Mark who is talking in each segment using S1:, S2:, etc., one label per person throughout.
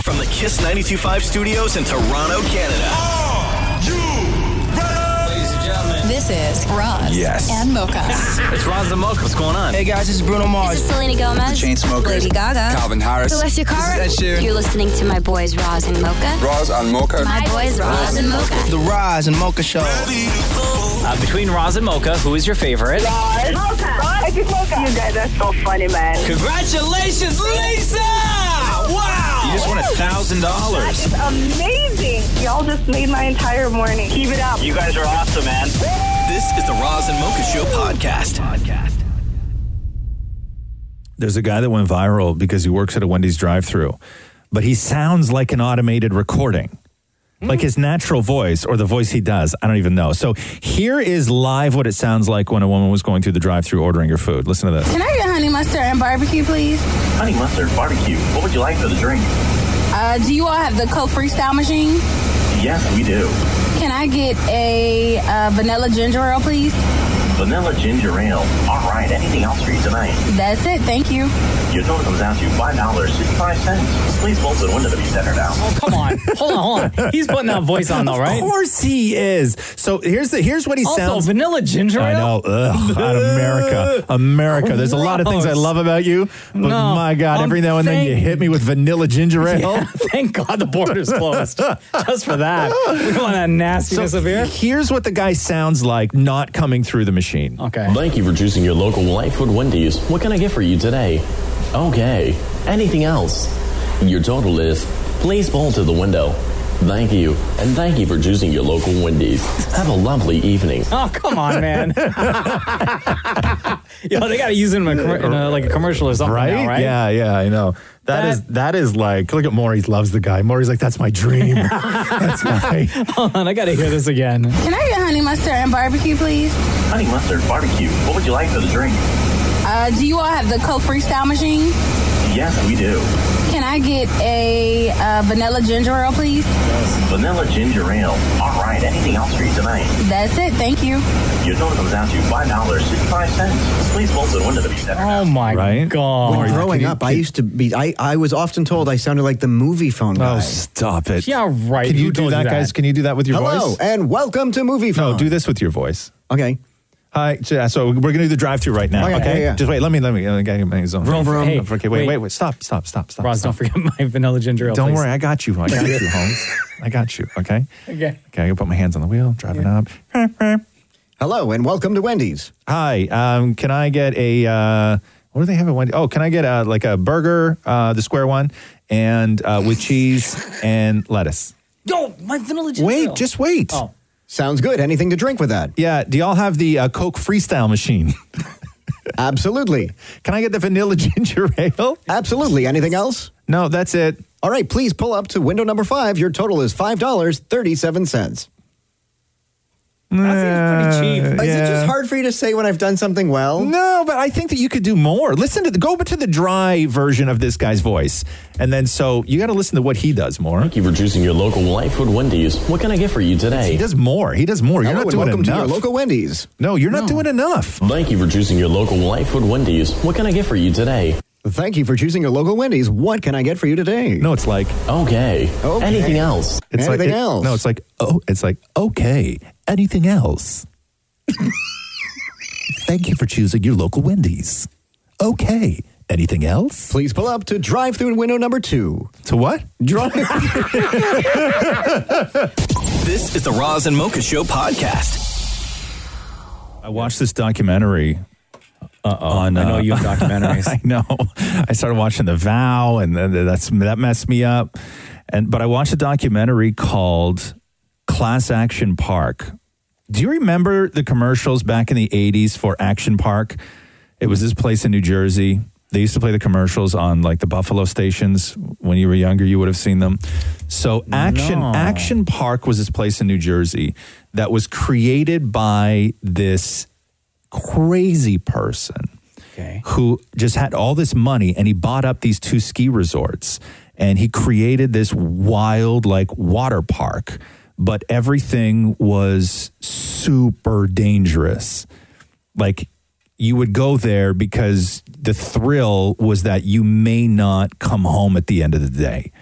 S1: From the Kiss 925 studios in Toronto, Canada.
S2: Ladies and gentlemen,
S3: This is Roz
S4: Yes.
S3: and Mocha.
S2: it's Roz the Mocha. What's going on?
S5: Hey guys, this is Bruno Mars.
S6: Selena Gomez,
S4: Chainsmokers.
S6: Lady Gaga,
S4: Calvin Harris.
S6: Celestia Cara.
S4: This is Ed Sheeran.
S6: You're listening to my boys Roz and Mocha.
S4: Roz and Mocha.
S6: My boys Roz and Mocha.
S5: The Rise and Mocha Show.
S2: Uh, between Roz and Mocha, who is your favorite?
S7: I just woke up. You guys are so funny, man.
S2: Congratulations, Lisa! Wow! You just won a thousand dollars.
S7: It's amazing. Y'all just made my entire morning. Keep it up.
S1: You guys are awesome, man. This is the Roz and Mocha Show podcast. Podcast.
S8: There's a guy that went viral because he works at a Wendy's drive thru, but he sounds like an automated recording. Like his natural voice or the voice he does. I don't even know. So here is live what it sounds like when a woman was going through the drive thru ordering her food. Listen to this.
S9: Can I get honey mustard and barbecue, please?
S1: Honey mustard barbecue. What would you like for the drink?
S9: Uh, do you all have the Coke Freestyle machine?
S1: Yes, we do.
S9: Can I get a uh, vanilla ginger ale, please?
S1: Vanilla ginger ale. All right. Anything else for you tonight?
S9: That's it. Thank you.
S1: Your total comes out to five dollars sixty-five cents. Please bolt the window to be centered out.
S2: Oh, come on. hold on, hold on. He's putting that voice on, though,
S8: Of
S2: right?
S8: course he is. So here's the here's what he
S2: Also,
S8: sounds
S2: vanilla ginger ale?
S8: I know. Ugh, out of America. America. There's a lot of things I
S2: Gross.
S8: love about you, but
S2: No,
S8: my God,
S2: I'm
S8: every now and then you
S2: thank-
S8: hit me with vanilla ginger ale.
S2: Yeah, thank God the border's closed. Just for that. We don't want that nastiness of beer.
S8: here's what the guy sounds like not coming through the machine.
S2: Okay.
S10: Thank you for choosing your local Lightfoot Wendy's. What can I get for you today? Okay. Anything else? Your total is please bowl to the window. Thank you, and thank you for choosing your local Wendy's. Have a lovely evening.
S2: Oh, come on, man. Yo, they got to use it in, a, commer- in a, like a commercial or something
S8: Right?
S2: now, right?
S8: Yeah, yeah, I know.
S2: That-
S8: that is that is like look at Maury loves the guy. Maury's like, that's my dream. that's my
S2: Hold on, I got to hear this again.
S9: Can I get honey mustard and barbecue, please?
S1: Honey mustard barbecue. What would you like for the drink?
S9: Uh, do you all have the Coke Freestyle machine?
S1: Yes, we do.
S9: Can I get a uh, vanilla ginger ale, please?
S1: Vanilla ginger ale. All right. Anything else for you tonight?
S9: That's it. Thank you.
S1: Your total comes out to five dollars sixty-five cents. Please bolt the window to be centered
S2: Oh,
S1: out.
S2: my
S8: Right?
S2: God.
S8: Maury,
S11: Growing
S8: can you-
S11: up, I used to be. I, I was often told I sounded like the movie phone guy.
S8: Oh stop it.
S2: Yeah, right.
S8: Can
S2: Who
S8: you do
S2: told you
S8: that,
S2: that?
S8: guys? Can you do that with your
S11: Hello
S8: voice?
S11: and welcome to movie phone.
S8: No, do this with your voice.
S11: Okay.
S8: Hi, yeah, so we're gonna do the drive-through right now. Okay,
S11: Okay, yeah, yeah.
S8: just wait. Let me, let me. Let me get my zone.
S2: Vroom, vroom. Hey,
S8: okay, wait,
S2: wait.
S8: wait, wait, Stop, stop, stop, stop.
S2: Roz,
S8: stop.
S2: don't forget my vanilla ginger ale.
S8: Don't
S2: please.
S8: worry, I got you. I got you, Holmes. I got you. Okay.
S2: Okay.
S8: Okay. I can put my hands on the wheel, driving up.
S11: Hello and welcome to Wendy's.
S8: Hi. Um, can I get a? Uh, what do they have at Wendy? Oh, can I get a, like a burger, uh, the square one, and uh, with cheese and lettuce?
S2: Yo, my vanilla ginger ale.
S8: Wait, just wait.
S2: Oh.
S11: Sounds good. Anything to drink with that?
S8: Yeah. Do y'all have the uh, Coke Freestyle machine?
S11: Absolutely.
S8: can I get the vanilla ginger ale?
S11: Absolutely. Anything else?
S8: No, that's it.
S11: All right. Please pull up to window number five. Your total is five dollars thirty-seven cents.
S2: That seems pretty cheap.
S11: Is it
S8: Yeah.
S11: just hard for you to say when I've done something well?
S8: No, but I think that you could do more. Listen to the go to the dry version of this guy's voice, and then so you got to listen to what he does more.
S10: Thank you for choosing your local Lightfoot Wendy's. What can I get for you
S8: He
S10: today?
S8: does more. He does more. You're
S11: Hello
S8: not
S11: and
S8: doing
S11: welcome to your
S8: enough.
S11: local Wendy's.
S8: no, you're not doing enough.
S10: Thank you for choosing your local Lightfoot Wendy's. What can I get for you today?
S11: Thank you for choosing your local Wendy's. What can I get for you today?
S8: No, it's like oh.
S10: Okay.
S11: Okay.
S10: Anything else?
S8: it's like
S11: Anything
S8: it-
S11: else?
S8: No, it's like oh, it's like okay. Anything else? Thank you for choosing your local Wendy's. Okay. Anything else?
S11: Please pull up to drive-through window number two.
S8: To what?
S11: Drive.
S1: This is the Roz and Mocha Show podcast.
S8: I watched this documentary. on,
S2: I know
S8: uh,
S2: you have documentaries.
S8: I know. I started watching The Vow, and th- th- that's that messed me up. And but I watched a documentary called Class Action Park. Do you remember the commercials back in the '80s for Action Park? It was this place in New Jersey. They used to play the commercials on like the Buffalo stations. When you were younger, you would have seen them. So Action Action Park was this place in New Jersey that was created by this crazy person
S2: Okay.
S8: who just had all this money and he bought up these two ski resorts and he created this wild like water park but everything was super dangerous like you would go there because the thrill was that you may not come home at the end of the day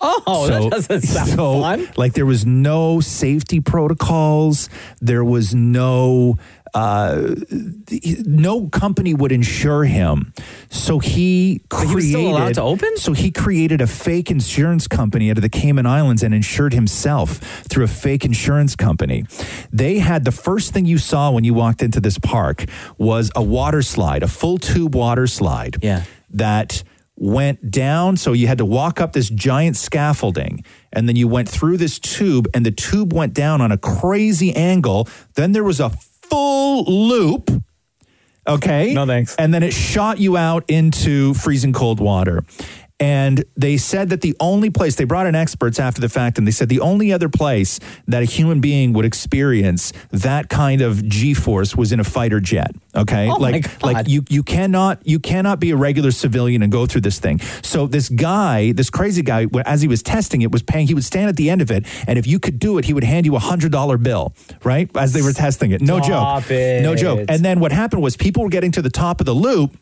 S3: Oh, that doesn't sound
S8: so,
S3: fun.
S8: Like there was no safety protocols. There was no uh, no company would insure him. So he created
S3: he was still allowed to open?
S8: So he created a fake insurance company out of the Cayman Islands and insured himself through a fake insurance company. They had the first thing you saw when you walked into this park was a water slide, a full tube water slide
S3: Yeah.
S8: that went down. So you had to walk up this giant scaffolding and then you went through this tube and the tube went down on a crazy angle. Then there was a full loop. Okay.
S3: No, thanks.
S8: And then it shot you out into freezing cold water. And they said that the only place they brought in experts after the fact, and they said the only other place that a human being would experience that kind of G force was in a fighter jet. Okay,
S3: Oh my
S8: like
S3: God.
S8: like you you cannot you cannot be a regular civilian and go through this thing. So this guy, this crazy guy, wh- as he was testing it, was paying. He would stand at the end of it, and if you could do it, he would hand you a hundred dollar bill, right? As they were testing it, no
S3: Stop
S8: joke, no joke.
S3: it.
S8: And then what happened was people were getting to the top of the loop.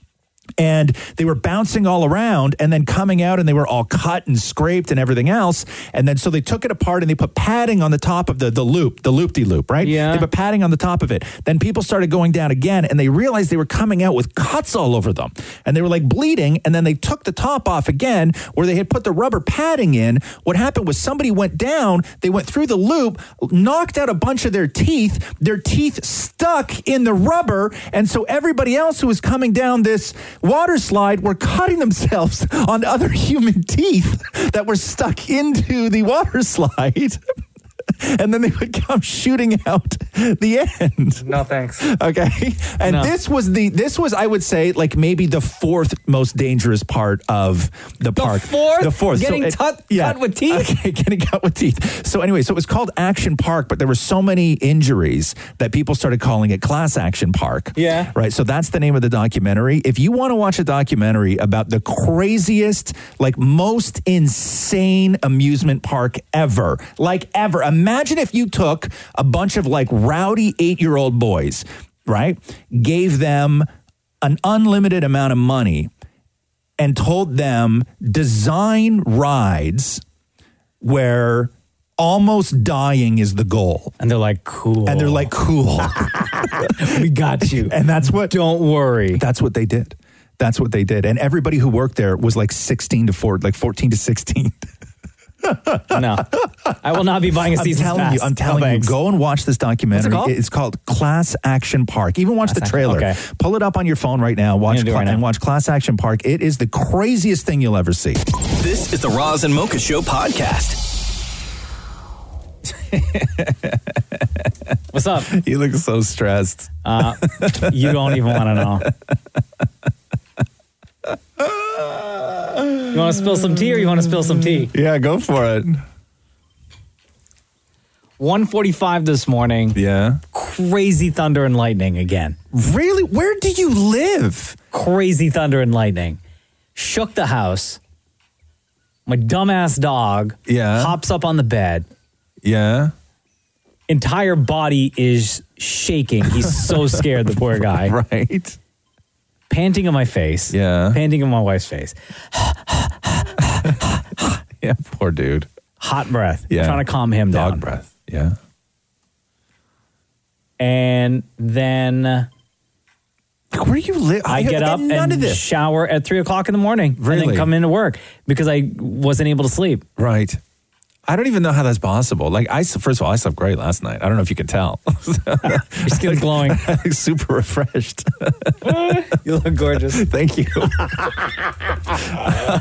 S8: And they were bouncing all around and then coming out, and they were all cut and scraped and everything else. And then so they took it apart and they put padding on the top of the, the loop, the loop de loop, right?
S3: Yeah.
S8: They put padding on the top of it. Then people started going down again and they realized they were coming out with cuts all over them and they were like bleeding. And then they took the top off again where they had put the rubber padding in. What happened was somebody went down, they went through the loop, knocked out a bunch of their teeth, their teeth stuck in the rubber. And so everybody else who was coming down this water slide were cutting themselves on other human teeth that were stuck into the water slide and then they would come shooting out the end.
S3: No, thanks.
S8: Okay, and
S3: No.
S8: this was the this was I would say like maybe the fourth most dangerous part of the, park.
S3: fourth? Getting tut- cut with teeth?
S8: Okay, getting cut with teeth. So anyway, so it was called Action Park, but there were so many injuries that people started calling it Class Action Park.
S3: Yeah.
S8: right. So that's the name of the documentary. If you want to watch a documentary about the craziest, like most insane amusement park ever, like ever, imagine if you took a bunch of like rowdy eight year old boys, right, gave them an unlimited amount of money and told them design rides where almost dying is the goal.
S3: And they're like, cool.
S8: And they're like, cool.
S3: we got you.
S8: and that's what
S3: Don't worry.
S8: that's what they did. That's what they did. And everybody who worked there was like 16 to 4, like 14 to 16.
S3: No, I will not be buying a
S8: I'm
S3: season
S8: telling
S3: pass.
S8: you, I'm
S3: No,
S8: telling you,
S3: thanks.
S8: go and watch this documentary.
S3: called?
S8: It's called Class Action Park. Even watch the
S3: Action-
S8: trailer.
S3: okay.
S8: Pull it up on your phone right now. Watch
S3: gonna do it
S8: Cla-
S3: right now.
S8: and watch Class Action Park. It is the craziest thing you'll ever see.
S1: This is the Roz and Mocha Show podcast.
S3: What's up? Uh,
S8: You look so stressed.
S3: You don't even want to know. You want to spill some tea or you want to spill some tea?
S8: Yeah, go for it.
S3: 145 this morning.
S8: Yeah.
S3: Crazy thunder and lightning again.
S8: Really? Where do you live?
S3: Crazy thunder and lightning. Shook the house. My dumbass dog
S8: Yeah.
S3: hops up on the bed.
S8: Yeah.
S3: Entire body is shaking. He's so scared, the poor guy.
S8: Right.
S3: Panting in my face.
S8: Yeah.
S3: Panting in my wife's face.
S8: Yeah, poor dude.
S3: Hot breath.
S8: Yeah.
S3: Trying to calm him down.
S8: breath. Yeah.
S3: And then.
S8: Like, where do you live?
S3: I get up
S8: none
S3: and
S8: of this.
S3: shower at three o'clock in the morning, and
S8: Really?
S3: then come into work because I wasn't able to sleep.
S8: Right. I don't even know how that's possible. Like I, s- first of all, I slept great last night. I don't know if you can tell.
S3: Your skin's glowing.
S8: Super refreshed.
S3: you look gorgeous.
S8: Thank you.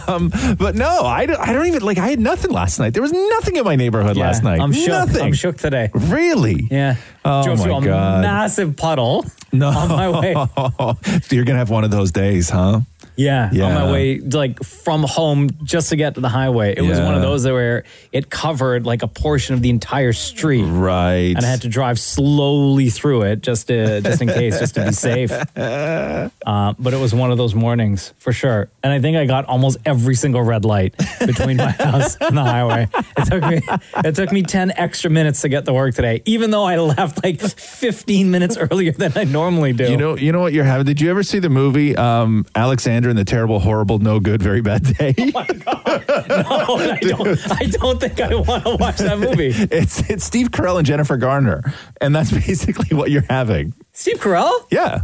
S8: um, but no, I don't, I don't even like. I had nothing last night. There was nothing in my neighborhood last night.
S3: I'm shook.
S8: Nothing.
S3: I'm shook today.
S8: Really?
S3: Yeah.
S8: Oh,
S3: Drove through
S8: my
S3: a
S8: God.
S3: massive puddle
S8: No.
S3: on my way.
S8: You're gonna have one of those days, huh?
S3: Yeah, On
S8: Yeah.
S3: my way, like from home just to get to the highway. It was
S8: Yeah.
S3: one of those that where it covered like a portion of the entire street.
S8: Right.
S3: And I had to drive slowly through it just to, just in case, just to be safe. Uh, but it was one of those mornings for sure. And I think I got almost every single red light between my house and the highway. It took me it took me ten extra minutes to get to work today, even though I left like fifteen minutes earlier than I normally do.
S8: You know, you know what you're having. Did you ever see the movie um, Alexander Alexander in the terrible, horrible, no good, very bad day.
S3: Oh No, I don't. I don't think I want to watch that movie.
S8: it's it's Steve Carell and Jennifer Garner, and that's basically what you're having.
S3: Steve Carell?
S8: Yeah.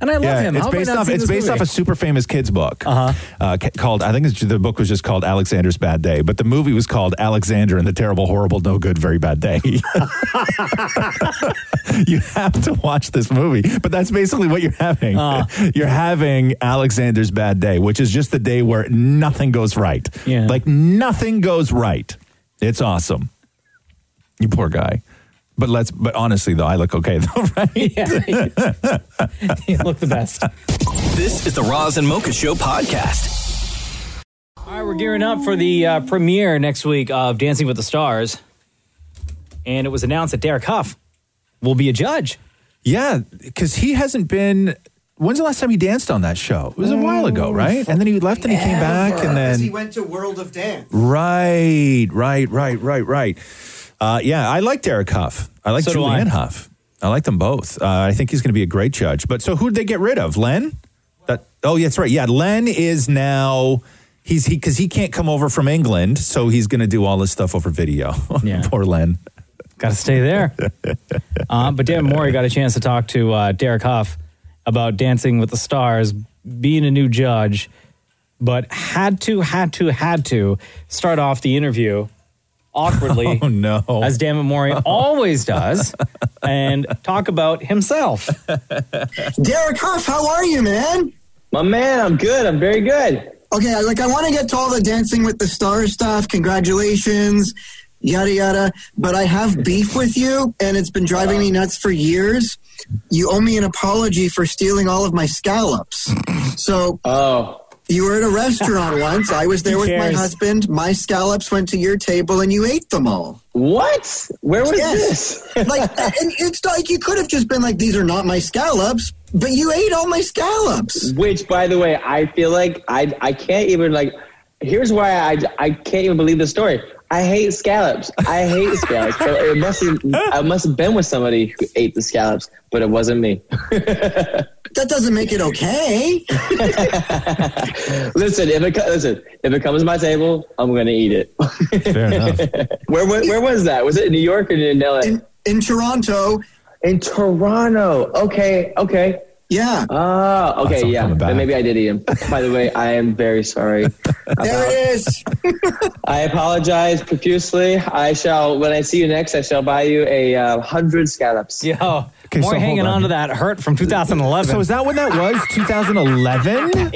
S3: And I love
S8: yeah,
S3: him.
S8: It's
S3: How have I
S8: based
S3: not
S8: off.
S3: seen
S8: It's
S3: this
S8: based
S3: movie?
S8: off a super famous kids book uh-huh. called. I think it's, the book was just called Alexander's Bad Day, but the movie was called Alexander and the Terrible, Horrible, No Good, Very Bad Day. you have to watch this movie, but that's basically what you're having. You're having Alexander's Bad Day, which is just the day where nothing goes right.
S3: Yeah.
S8: Like nothing goes right. It's awesome. You poor guy. But let's. But honestly, though, I look okay though, right?
S3: you look the best.
S1: This is the Roz and Mocha Show podcast.
S3: All right, we're gearing up for the uh, premiere next week of Dancing with the Stars, and it was announced that Derek Huff will be a judge.
S8: Yeah, because he hasn't been. When's the last time he danced on that show? It was a while ago, right? And then he left and he came back, and
S12: Because Oh, he
S8: then
S12: went to World of Dance.
S8: right, right, right, right, right. Uh, yeah, I like Derek Huff. I like
S3: So do
S8: Julianne
S3: I.
S8: Huff. I like them both. Uh, I think he's going to be a great judge. But so who did they get rid of? Len? That, oh, yeah, that's right. Yeah, Len is now. He's he because he can't come over from England, so he's going to do all this stuff over video.
S3: Yeah.
S8: Poor Len.
S3: Got to stay there. uh, but Dan Morey got a chance to talk to uh, Derek Huff about Dancing with the Stars, being a new judge, but had to, had to, had to start off the interview awkwardly,
S8: Oh no.
S3: as Dan Morey always does, and talk about himself.
S11: Derek Huff, how are you, man?
S13: My man, I'm good. I'm very good.
S11: Okay, I- like I want to get to all the Dancing with the Stars stuff. Congratulations, yada yada. But I have beef with you, and it's been driving me nuts for years. You owe me an apology for stealing all of my scallops. So,
S13: oh,
S11: you were at a restaurant once. I was there
S13: Who
S11: with my
S13: cares?
S11: husband. My scallops went to your table, and you ate them all.
S13: What? Where was
S11: this? like, and it's like you could have just been like, "These are not my scallops," but you ate all my scallops.
S13: Which, by the way, I feel like I I can't even like. Here's why I I can't even believe the story. I hate scallops. I hate scallops. So it must have, I must have been with somebody who ate the scallops, but it wasn't me.
S11: That doesn't make it okay.
S13: Listen, if it co- listen if it comes to my table, I'm gonna eat it.
S8: Fair enough.
S13: Where wa- where was that? Was it in New York or in LA?
S11: In, in Toronto.
S13: In Toronto. Okay. Okay.
S11: Yeah.
S13: Oh,
S8: That's
S13: okay,
S8: all
S13: yeah.
S8: coming back.
S13: Then maybe I did eat him. By the way, I am very sorry.
S11: There it is.
S13: I apologize profusely. I shall, when I see you next, I shall buy you a uh, hundred scallops.
S3: Yo, know,
S8: Okay, so
S3: Morey hanging
S8: hold on.
S3: on to that hurt from 2011.
S8: So is that when that was? 2011?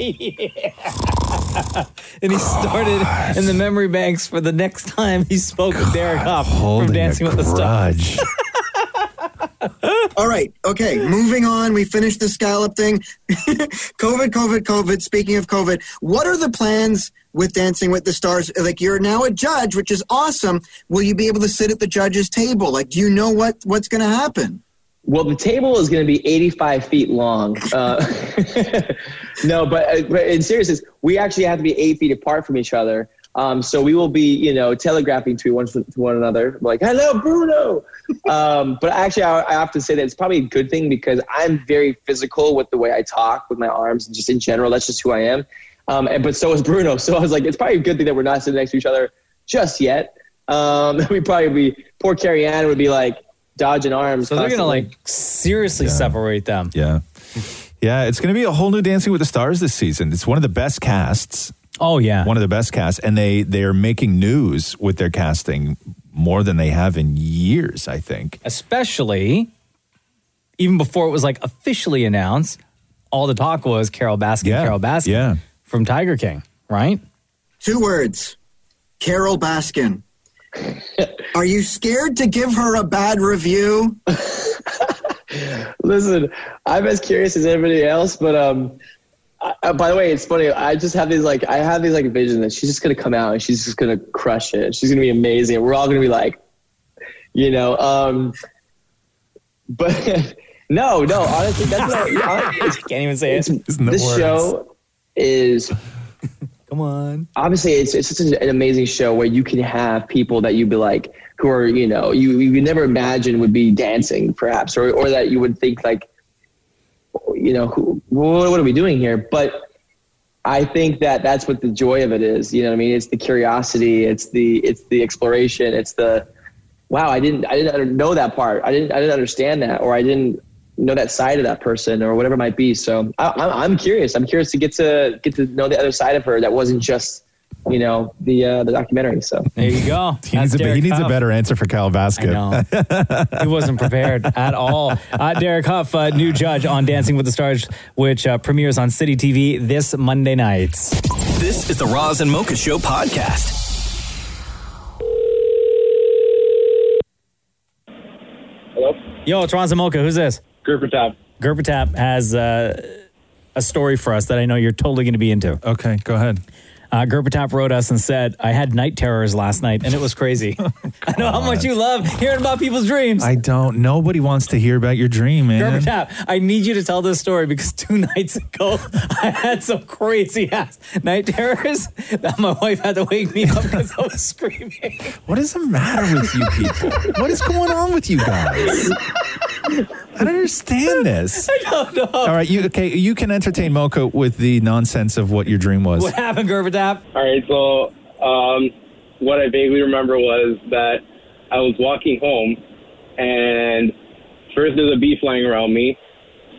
S3: and he started in the memory banks for the next time he spoke with Derek Huff from
S8: Holding
S3: Dancing
S8: a
S3: with the Stars.
S8: grudge.
S11: All right. Okay. Moving on. We finished the scallop thing. COVID, COVID, COVID. Speaking of COVID, what are the plans with Dancing with the Stars? Like, you're now a judge, which is awesome. Will you be able to sit at the judge's table? Like, do you know what what's going to happen?
S13: Well, the table is going to be 85 feet long. Uh, no, but, uh, but in seriousness, we actually have to be eight feet apart from each other. Um, so we will be, you know, telegraphing to one, to one another, like, hello, Bruno. um, but actually, I, I have to say that it's probably a good thing because I'm very physical with the way I talk, with my arms, and just in general. That's just who I am. Um, and, but so is Bruno. So I was like, it's probably a good thing that we're not sitting next to each other just yet. Um, we'd probably be, poor Carrie Ann would be like, dodging arms.
S3: So they're gonna
S13: constantly.
S3: like seriously separate them.
S8: yeah. Yeah, it's going to be a whole new Dancing with the Stars this season. It's one of the best casts,
S3: Oh yeah.
S8: one of the best casts, and they they are making news with their casting more than they have in years. I think.
S3: Especially even before it was like officially announced, all the talk was Carol Baskin,
S8: Yeah,
S3: Carol Baskin
S8: yeah.
S3: from Tiger King, right?
S11: Two words. Carol Baskin. Are you scared to give her a bad review?
S13: Listen, I'm as curious as everybody else, but um, I, I- by the way, it's funny. I just have these like I have these like vision that she's just gonna come out and she's just gonna crush it. She's gonna be amazing. We're all gonna be like, you know, um, but no, no. Honestly, that's not. honestly, it's-
S3: Can't even say it.
S8: Isn't that
S13: this
S8: words?
S13: show is
S3: Come on.
S13: obviously it's it's such an amazing show where you can have people that you'd be like who are you know you you would never imagine would be dancing perhaps or or that you would think like you know who, what, what are we doing here but I think that that's what the joy of it is. You know what I mean? It's the curiosity. It's the it's the exploration. It's the wow. I didn't I didn't under- know that part. I didn't I didn't understand that, or I didn't know that side of that person, or whatever it might be. So I, I'm I'm curious. I'm curious to get to get to know the other side of her that wasn't just you know the uh, the documentary. So
S3: there you go.
S8: He needs, a, he needs a better answer for Kyle Baskin.
S3: he wasn't prepared at all. Uh, Derek Huff, uh, new judge on Dancing with the Stars, which uh, premieres on City TV this Monday night.
S1: This is the Roz and Mocha Show podcast.
S3: Hello? Yo, it's Ron Zamoka. Who's this? Gerpertap. Gerpertap has uh, a story for us that I know you're totally going to be into.
S8: Okay, go ahead.
S3: Uh, Gerpertap wrote us and said, I had night terrors last night and it was crazy. I know how much you love hearing about people's dreams.
S8: I don't. Nobody wants to hear about your dream, man.
S3: Gerber Tap, I need you to tell this story because two nights ago I had some crazy ass night terrors that my wife had to wake me up because I was screaming.
S8: What is the matter with you people? what is going on with you guys? I don't understand this.
S3: I don't know. All
S8: right, you okay? You can entertain Mocha with the nonsense of what your dream was.
S3: What happened, Gerbertap?
S14: All right, so um, what I vaguely remember was that I was walking home, and first there's a bee flying around me,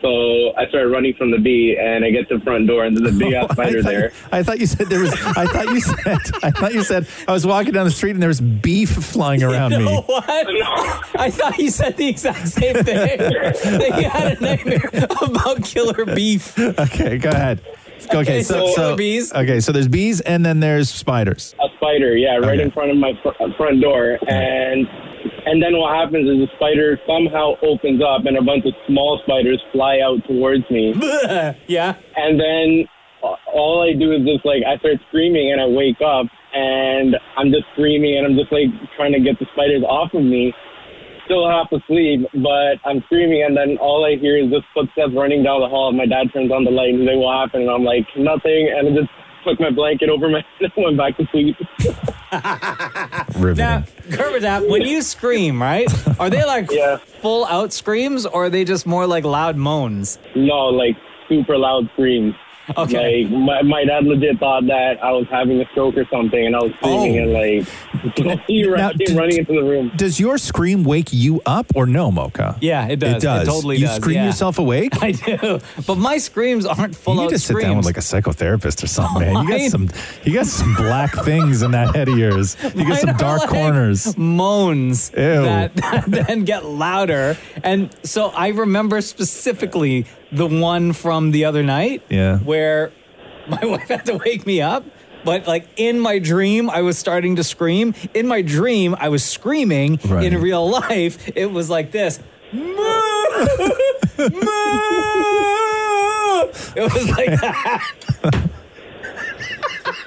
S14: so I started running from the bee, and I get to the front door, and there's a big ass spider there.
S8: Oh, I thought you said there was. I thought you said. I thought you said I was walking down the street and there was beef flying around
S3: You know
S8: me.
S3: What? I thought you said the exact same thing. that you had a nightmare about killer beef.
S8: Okay, go ahead. Okay,
S3: Okay,
S8: so,
S3: so
S8: so
S3: bees.
S8: Okay, so there's bees and then there's spiders.
S14: A spider, yeah, right in front of my fr- front door, and and then what happens is the spider somehow opens up, and a bunch of small spiders fly out towards me.
S3: yeah.
S14: And then a- all I do is just like I start screaming and I wake up and I'm just screaming and I'm just like trying to get the spiders off of me. Still half asleep, but I'm screaming and then all I hear is just footsteps running down the hall. My dad turns on the light and he's like, "What happened?" And I'm like, "Nothing." And I just took my blanket over my head and went back to sleep.
S3: Now, Gerbertap, when you scream, right? Are they like full out screams or are they just more like loud moans?
S14: No, like super loud screams.
S3: Okay.
S14: Like my, my dad legit thought that I was having a stroke or something, and I was screaming and like he ran, came running into the room.
S8: Does your scream wake you up or no, Mocha?
S3: Yeah, it does.
S8: It does.
S3: totally
S8: you
S3: does.
S8: scream
S3: yeah.
S8: yourself awake.
S3: I do. But my screams aren't full
S8: You
S3: out
S8: need to sit
S3: screams.
S8: down with like a psychotherapist or something, man. You
S3: Mine-
S8: got some, you got some black things in that head of yours. You got
S3: Mine
S8: some
S3: are
S8: dark
S3: like
S8: corners.
S3: Moans
S8: Ew.
S3: that, that then get louder. And so I remember specifically the one from the other night
S8: Yeah.
S3: where my wife had to wake me up. But like in my dream, I was starting to scream. In my dream, I was screaming.
S2: Right.
S3: In real life, it was like this. It was like that.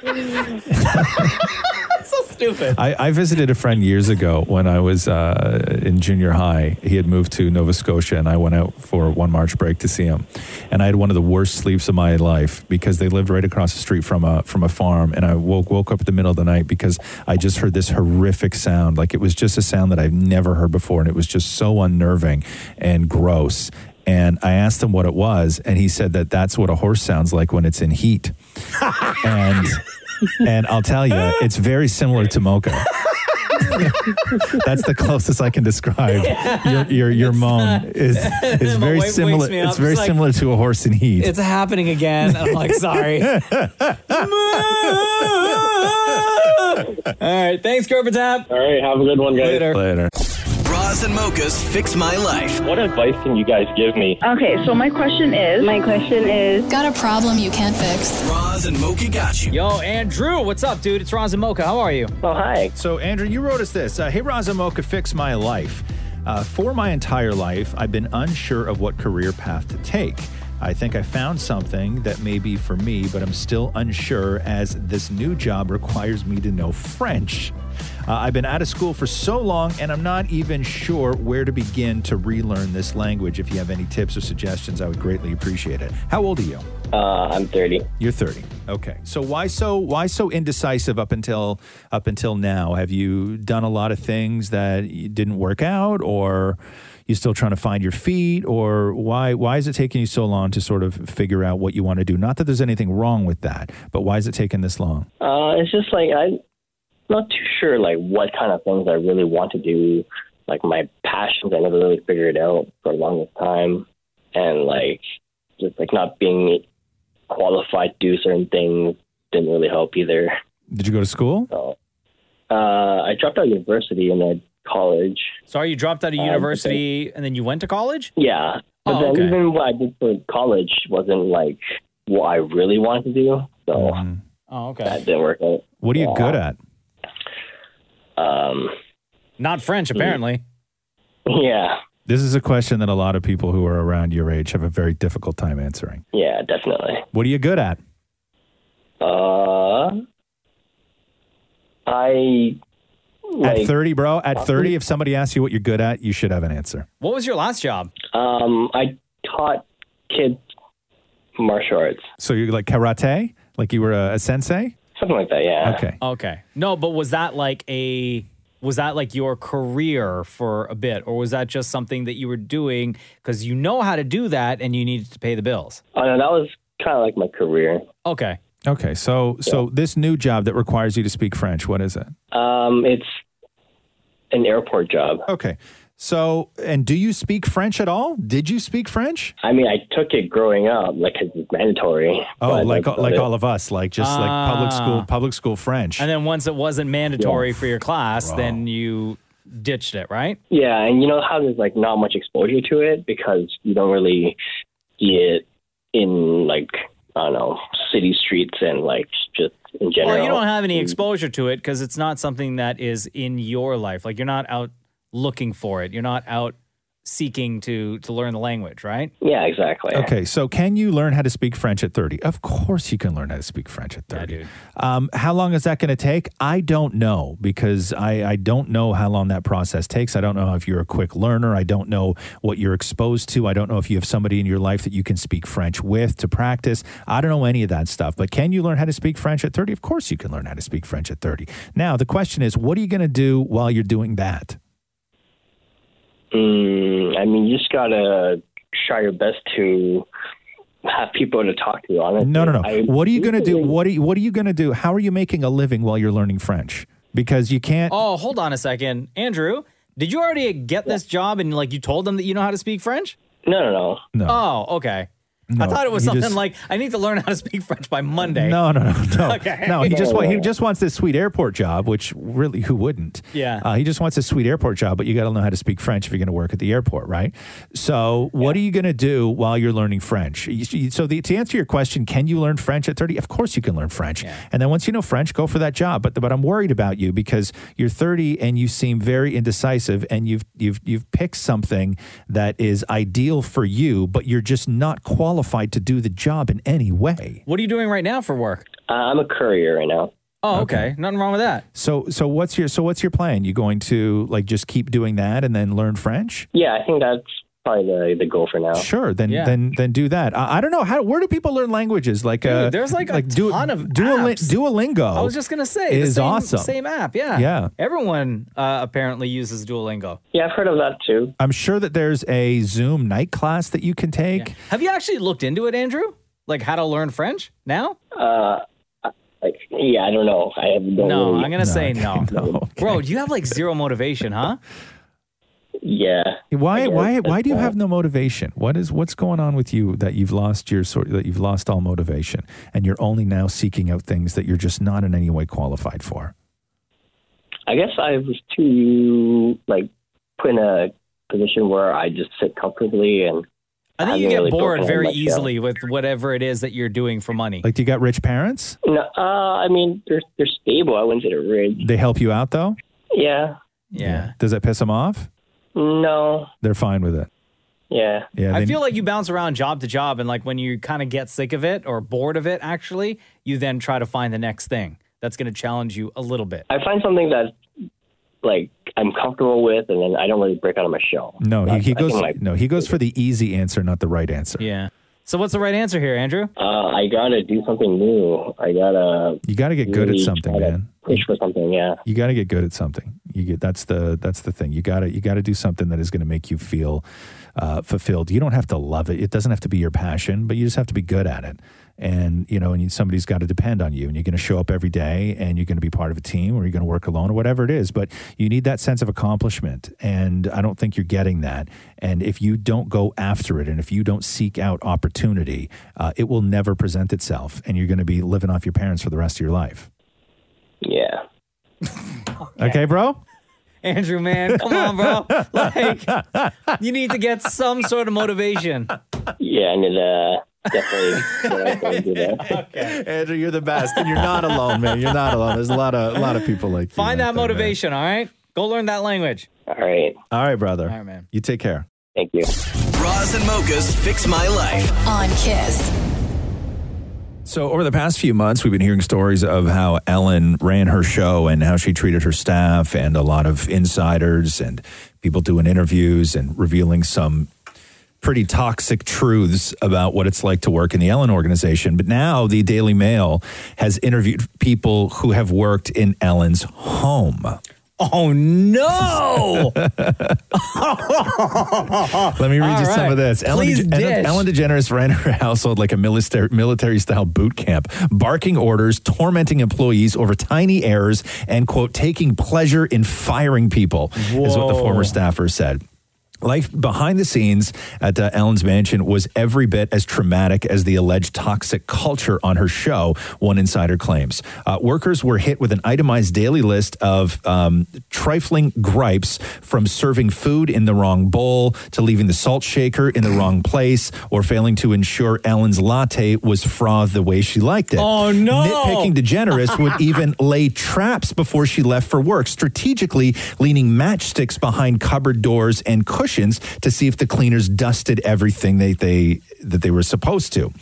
S3: so stupid.
S8: I, I visited a friend years ago when I was uh, in junior high. He had moved to Nova Scotia, and I went out for one March break to see him. And I had one of the worst sleeps of my life because they lived right across the street from a from a farm. And I woke woke up in the middle of the night because I just heard this horrific sound. Like it was just a sound that I've never heard before, and it was just so unnerving and gross. And I asked him what it was, and he said that that's what a horse sounds like when it's in heat. and and I'll tell you, it's very similar to mocha. That's the closest I can describe your your, your moan. is is
S3: My
S8: very
S3: wife wakes
S8: similar.
S3: me up,
S8: It's very
S3: she's like-
S8: similar to a horse in heat.
S3: It's happening again. I'm like, sorry. All right. Thanks, Tap.
S14: All right. Have a good one, guys.
S3: Later.
S8: Later.
S1: Roz and Mocha's Fix My Life.
S15: What advice can you guys give me?
S16: Okay, so my question is. My question is.
S17: Got a problem you can't fix.
S1: Roz and Mocha got you.
S3: Yo, Andrew, what's up, dude? It's Roz and Mocha. How are you?
S15: Oh, hi.
S8: So, Andrew, you wrote us this. Uh, hey, Razamoka, fix my life. Uh, for my entire life, I've been unsure of what career path to take. I think I found something that may be for me, but I'm still unsure as this new job requires me to know French. Uh, I've been out of school for so long, and I'm not even sure where to begin to relearn this language. If you have any tips or suggestions, I would greatly appreciate it. How old are you?
S15: Uh, I'm 30.
S8: You're 30. Okay. So why so why so indecisive up until up until now? Have you done a lot of things that y- didn't work out or you still trying to find your feet or why why is it taking you so long to sort of figure out what you want to do? Not that there's anything wrong with that, but why is it taking this long?
S15: Uh, it's just like I'm not too sure like what kind of things I really want to do. Like my passions, I never really figured out for the longest time, and like just like not being qualified to do certain things didn't really help either.
S8: Did you go to school?
S15: So uh, I dropped out of university and then college.
S3: Sorry, you dropped out of
S15: Um,
S3: university and then you went to college?
S15: Yeah, but
S3: Oh,
S15: then
S3: okay.
S15: even what I did for college wasn't like what I really wanted to do, so
S3: Oh, okay.
S15: that didn't work out.
S8: What are
S15: Yeah.
S8: you good at?
S15: Um,
S3: Not French, apparently.
S15: Yeah.
S8: This is a question that a lot of people who are around your age have a very difficult time answering.
S15: Yeah, definitely.
S8: What are you good at?
S15: Uh, I
S8: at 30, bro,
S15: uh,
S8: at 30 if somebody asks you what you're good at, you should have an answer.
S3: What was your last job?
S15: Um, I taught kids martial arts,
S8: So you're like karate? Like you were a, a sensei?
S15: something like that. Yeah.
S8: Okay.
S3: Okay. No, but was that like a was that like your career for a bit or was that just something that you were doing cuz you know how to do that and you needed to pay the bills?
S15: Oh no, that was kind of like my career.
S3: Okay.
S8: Okay. So so this new job that requires you to speak French, what is it?
S15: Um, it's an airport job.
S8: Okay. So and do you speak French at all? Did you speak French?
S15: I mean, I took it growing up, like 'cause it's mandatory.
S8: Oh,
S15: but
S8: like
S15: that's
S8: like
S15: about
S8: all of us, like just like public school
S3: Ah.
S8: public school French.
S3: And then once it wasn't mandatory for your class, then you ditched it, right?
S15: it. Yeah, and you know how there's like not much exposure to it because you don't really see it in like I don't know city streets and like just in general.
S3: Well, you don't have
S15: Mm.
S3: any exposure to it cuz it's not something that is in your life. Like you're not out looking for it. You're not out seeking to to learn the language, right?
S15: Yeah, exactly.
S8: Okay, so can you learn how to speak French at 30? Of course you can learn how to speak French at 30. Um, how long is that going to take? I don't know because I, I don't know how long that process takes. I don't know if you're a quick learner. I don't know what you're exposed to. I don't know if you have somebody in your life that you can speak French with to practice. I don't know any of that stuff. But can you learn how to speak French at 30? Of course you can learn how to speak French at 30. Now, the question is, what are you going to do while you're doing that?
S15: Mm, I mean, you just gotta try your best to have people to talk to. Honestly,
S8: No, no, no.
S15: I-
S8: what are you going to do? What are you, what are you going to do? How are you making a living while you're learning French? Because you can't.
S3: Oh, hold on a second. Andrew, did you already get this job and like you told them that you know how to speak French?
S15: No, no, no.
S8: No.
S3: Oh, okay. I
S8: No,
S3: thought it was
S8: he
S3: something
S8: just-
S3: like I need to learn how to speak French by Monday.
S8: No, no, no, no.
S3: Okay.
S8: No, he just wa- he just wants this sweet airport job, which really who wouldn't?
S3: Yeah.
S8: Uh, he just wants a sweet airport job, but you got to know how to speak French if you're going to work at the airport, right? So, what are you going to do while you're learning French? You- you- So, the, to answer your question, can you learn French at 30? Of course, you can learn French. And then once you know French, go for that job. But but I'm worried about you because you're 30 and you seem very indecisive, and you've you've you've picked something that is ideal for you, but you're just not qualified to do the job in any way.
S3: What are you doing right now for work?
S15: Uh, I'm a courier right now.
S3: Oh, okay. Nothing wrong with that.
S8: So so what's your so what's your plan? You going to like just keep doing that and then learn French?
S15: Yeah, I think that's probably the, the goal for now.
S3: Uh,
S8: Sure, then
S15: Yeah.
S8: then then do that. I, I don't know how where do people learn languages? Like uh,
S3: there's like a
S8: Du-
S3: ton of
S8: Duoli-
S3: apps.
S8: Duolingo.
S3: I was just gonna say the
S8: is
S3: same,
S8: awesome.
S3: Same app, yeah.
S8: Yeah.
S3: Everyone uh, apparently uses Duolingo.
S15: Yeah, I've heard of that too.
S8: I'm sure that there's a Zoom night class that you can take.
S3: Have you actually looked into it, Andrew? Like how to learn French now?
S15: Uh, like, yeah, I don't know. I have no.
S3: no,
S15: really-
S3: I'm gonna say no.
S8: no.
S3: Bro, you have like zero motivation, huh?
S15: Yeah.
S8: Why why
S3: that's
S8: why do you
S3: bad.
S8: have no motivation? What is what's going on with you that you've lost your sort that you've lost all motivation and you're only now seeking out things that you're just not in any way qualified for?
S15: I guess I was too like put in a position where I just sit comfortably and.
S3: I think
S15: I'm
S3: you get
S15: really
S3: bored
S15: focused on
S3: very
S15: myself.
S3: easily with whatever it is that you're doing for money.
S8: Like do you got rich parents?
S15: No, uh, I mean they're they're stable. I wouldn't say they're rich.
S8: They help you out though?
S15: Yeah.
S3: Yeah.
S8: Does that piss them off?
S15: No.
S8: They're fine with it.
S15: Yeah.
S8: Yeah,
S3: I
S8: they-
S3: feel like you bounce around job to job, and like when you kind of get sick of it or bored of it, actually, you then try to find the next thing that's going to challenge you a little bit.
S15: I find something that like I'm comfortable with, and then I don't really break out of my shell.
S8: No, he, he
S15: I think
S8: goes
S15: like-
S8: no, he goes for the easy answer, not the right answer.
S3: Yeah. So what's the right answer here, Andrew?
S15: Uh, I gotta do something new. I gotta.
S8: You gotta get good at something, man.
S15: Push for something, yeah.
S8: You got to get good at something. You get that's the that's the thing. You got to you got to do something that is going to make you feel uh, fulfilled. You don't have to love it. It doesn't have to be your passion, but you just have to be good at it. And you know, and you, somebody's got to depend on you, and you're going to show up every day, and you're going to be part of a team, or you're going to work alone, or whatever it is. But you need that sense of accomplishment, and I don't think you're getting that. And if you don't go after it, and if you don't seek out opportunity, uh, it will never present itself, and you're going to be living off your parents for the rest of your life.
S15: Yeah.
S8: Okay, bro.
S3: Andrew, man, come on, bro. Like, you need to get some sort of motivation.
S15: Yeah, I'm gonna definitely. definitely do that.
S8: Andrew, you're the best, and you're not alone, man. You're not alone. There's a lot of a lot of people like you.
S3: Find that motivation, all right? Go learn that language.
S15: All right,
S8: all right, brother.
S3: All right, man.
S8: You take care.
S15: Thank you.
S1: Roz and Mocha's Fix My Life.
S17: On Kiss.
S8: So, over the past few months, we've been hearing stories of how Ellen ran her show and how she treated her staff, and a lot of insiders and people doing interviews and revealing some pretty toxic truths about what it's like to work in the Ellen organization. But now the Daily Mail has interviewed people who have worked in Ellen's home.
S3: Oh, no.
S8: Let me read
S2: All
S8: you some
S2: right.
S8: of this. Ellen,
S2: Please dish.
S8: Ellen, Ellen DeGeneres ran her household like a military, military style boot camp, barking orders, tormenting employees over tiny errors, and, quote, taking pleasure in firing people, is what the
S2: Whoa.
S8: former staffer said. Life behind the scenes at uh, Ellen's mansion was every bit as traumatic as the alleged toxic culture on her show, one insider claims. Uh, workers were hit with an itemized daily list of um, trifling gripes from serving food in the wrong bowl to leaving the salt shaker in the wrong place or failing to ensure Ellen's latte was frothed the way she liked it.
S2: Oh, no.
S8: Nitpicking DeGeneres would even lay traps before she left for work, strategically leaning matchsticks behind cupboard doors and cushions to see if the cleaners dusted everything they, they that they were supposed to.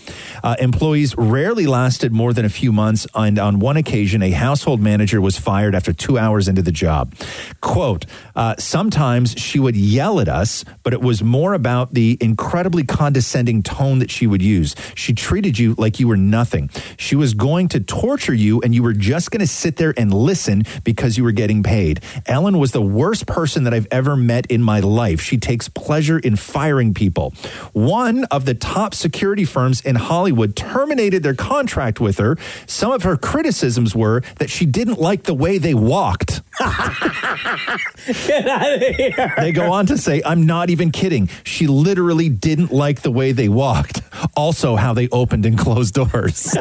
S8: Uh, employees rarely lasted more than a few months, and on one occasion, a household manager was fired after two hours into the job. "Quote: uh, Sometimes she would yell at us, but it was more about the incredibly condescending tone that she would use. She treated you like you were nothing. She was going to torture you, and you were just going to sit there and listen because you were getting paid. Ellen was the worst person that I've ever met in my life. She takes pleasure in firing people. One of the top security firms in Hollywood terminated their contract with her. Some of her criticisms were that she didn't like the way they walked.
S3: Get out of here.
S8: They go on to say, I'm not even kidding. She literally didn't like the way they walked, also, how they opened and closed doors.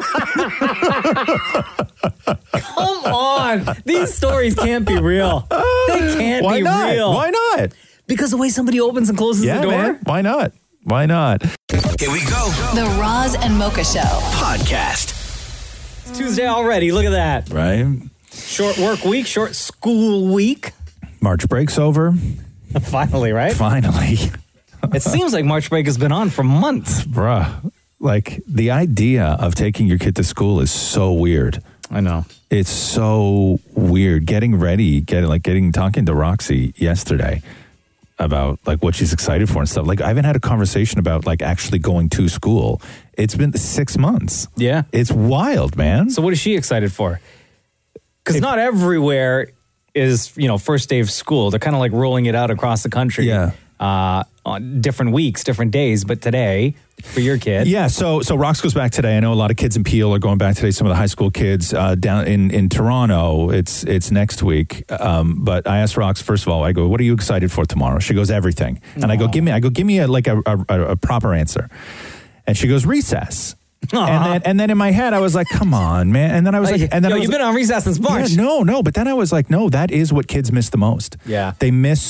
S3: Come on. These stories can't be real. They can't
S8: Why
S3: be
S8: not?
S3: real.
S8: Why not?
S3: Because the way somebody opens and closes
S8: yeah,
S3: the door.
S8: man. Why not? Why not?
S1: Here we go.
S17: The Roz and Mocha Show.
S1: Podcast.
S3: It's Tuesday already. Look at that.
S8: Right?
S3: Short work week, short school week.
S8: March break's over.
S3: Finally, right?
S8: Finally.
S3: it seems like March break has been on for months.
S8: Bruh. Like the idea of taking your kid to school is so weird.
S3: I know.
S8: It's so weird. Getting ready, getting like getting talking to Roxy yesterday about like what she's excited for and stuff. Like I haven't had a conversation about like actually going to school. It's been six months.
S3: Yeah.
S8: It's wild, man.
S3: So what is she excited for? Because not everywhere is, you know, first day of school. They're kind of like rolling it out across the country. Yeah. Uh, on different weeks, different days, but today for your kid.
S8: Yeah, so so Rocks goes back today. I know a lot of kids in Peel are going back today. Some of the high school kids uh, down in in Toronto. It's it's next week. Um, but I asked Rocks first of all. I go, "What are you excited for tomorrow?" She goes, "Everything." And I go, "Give me." I go, "Give me a like a a, a- a proper answer." And she goes, "Recess." And then and then in my head I was like, "Come on, man!" And then I was like, "And then
S3: Yo,
S8: I was
S3: you've been on recess since
S8: Yeah,
S3: March.
S8: no, no, but then I was like, "No, that is what kids miss the most."
S3: Yeah.
S8: they miss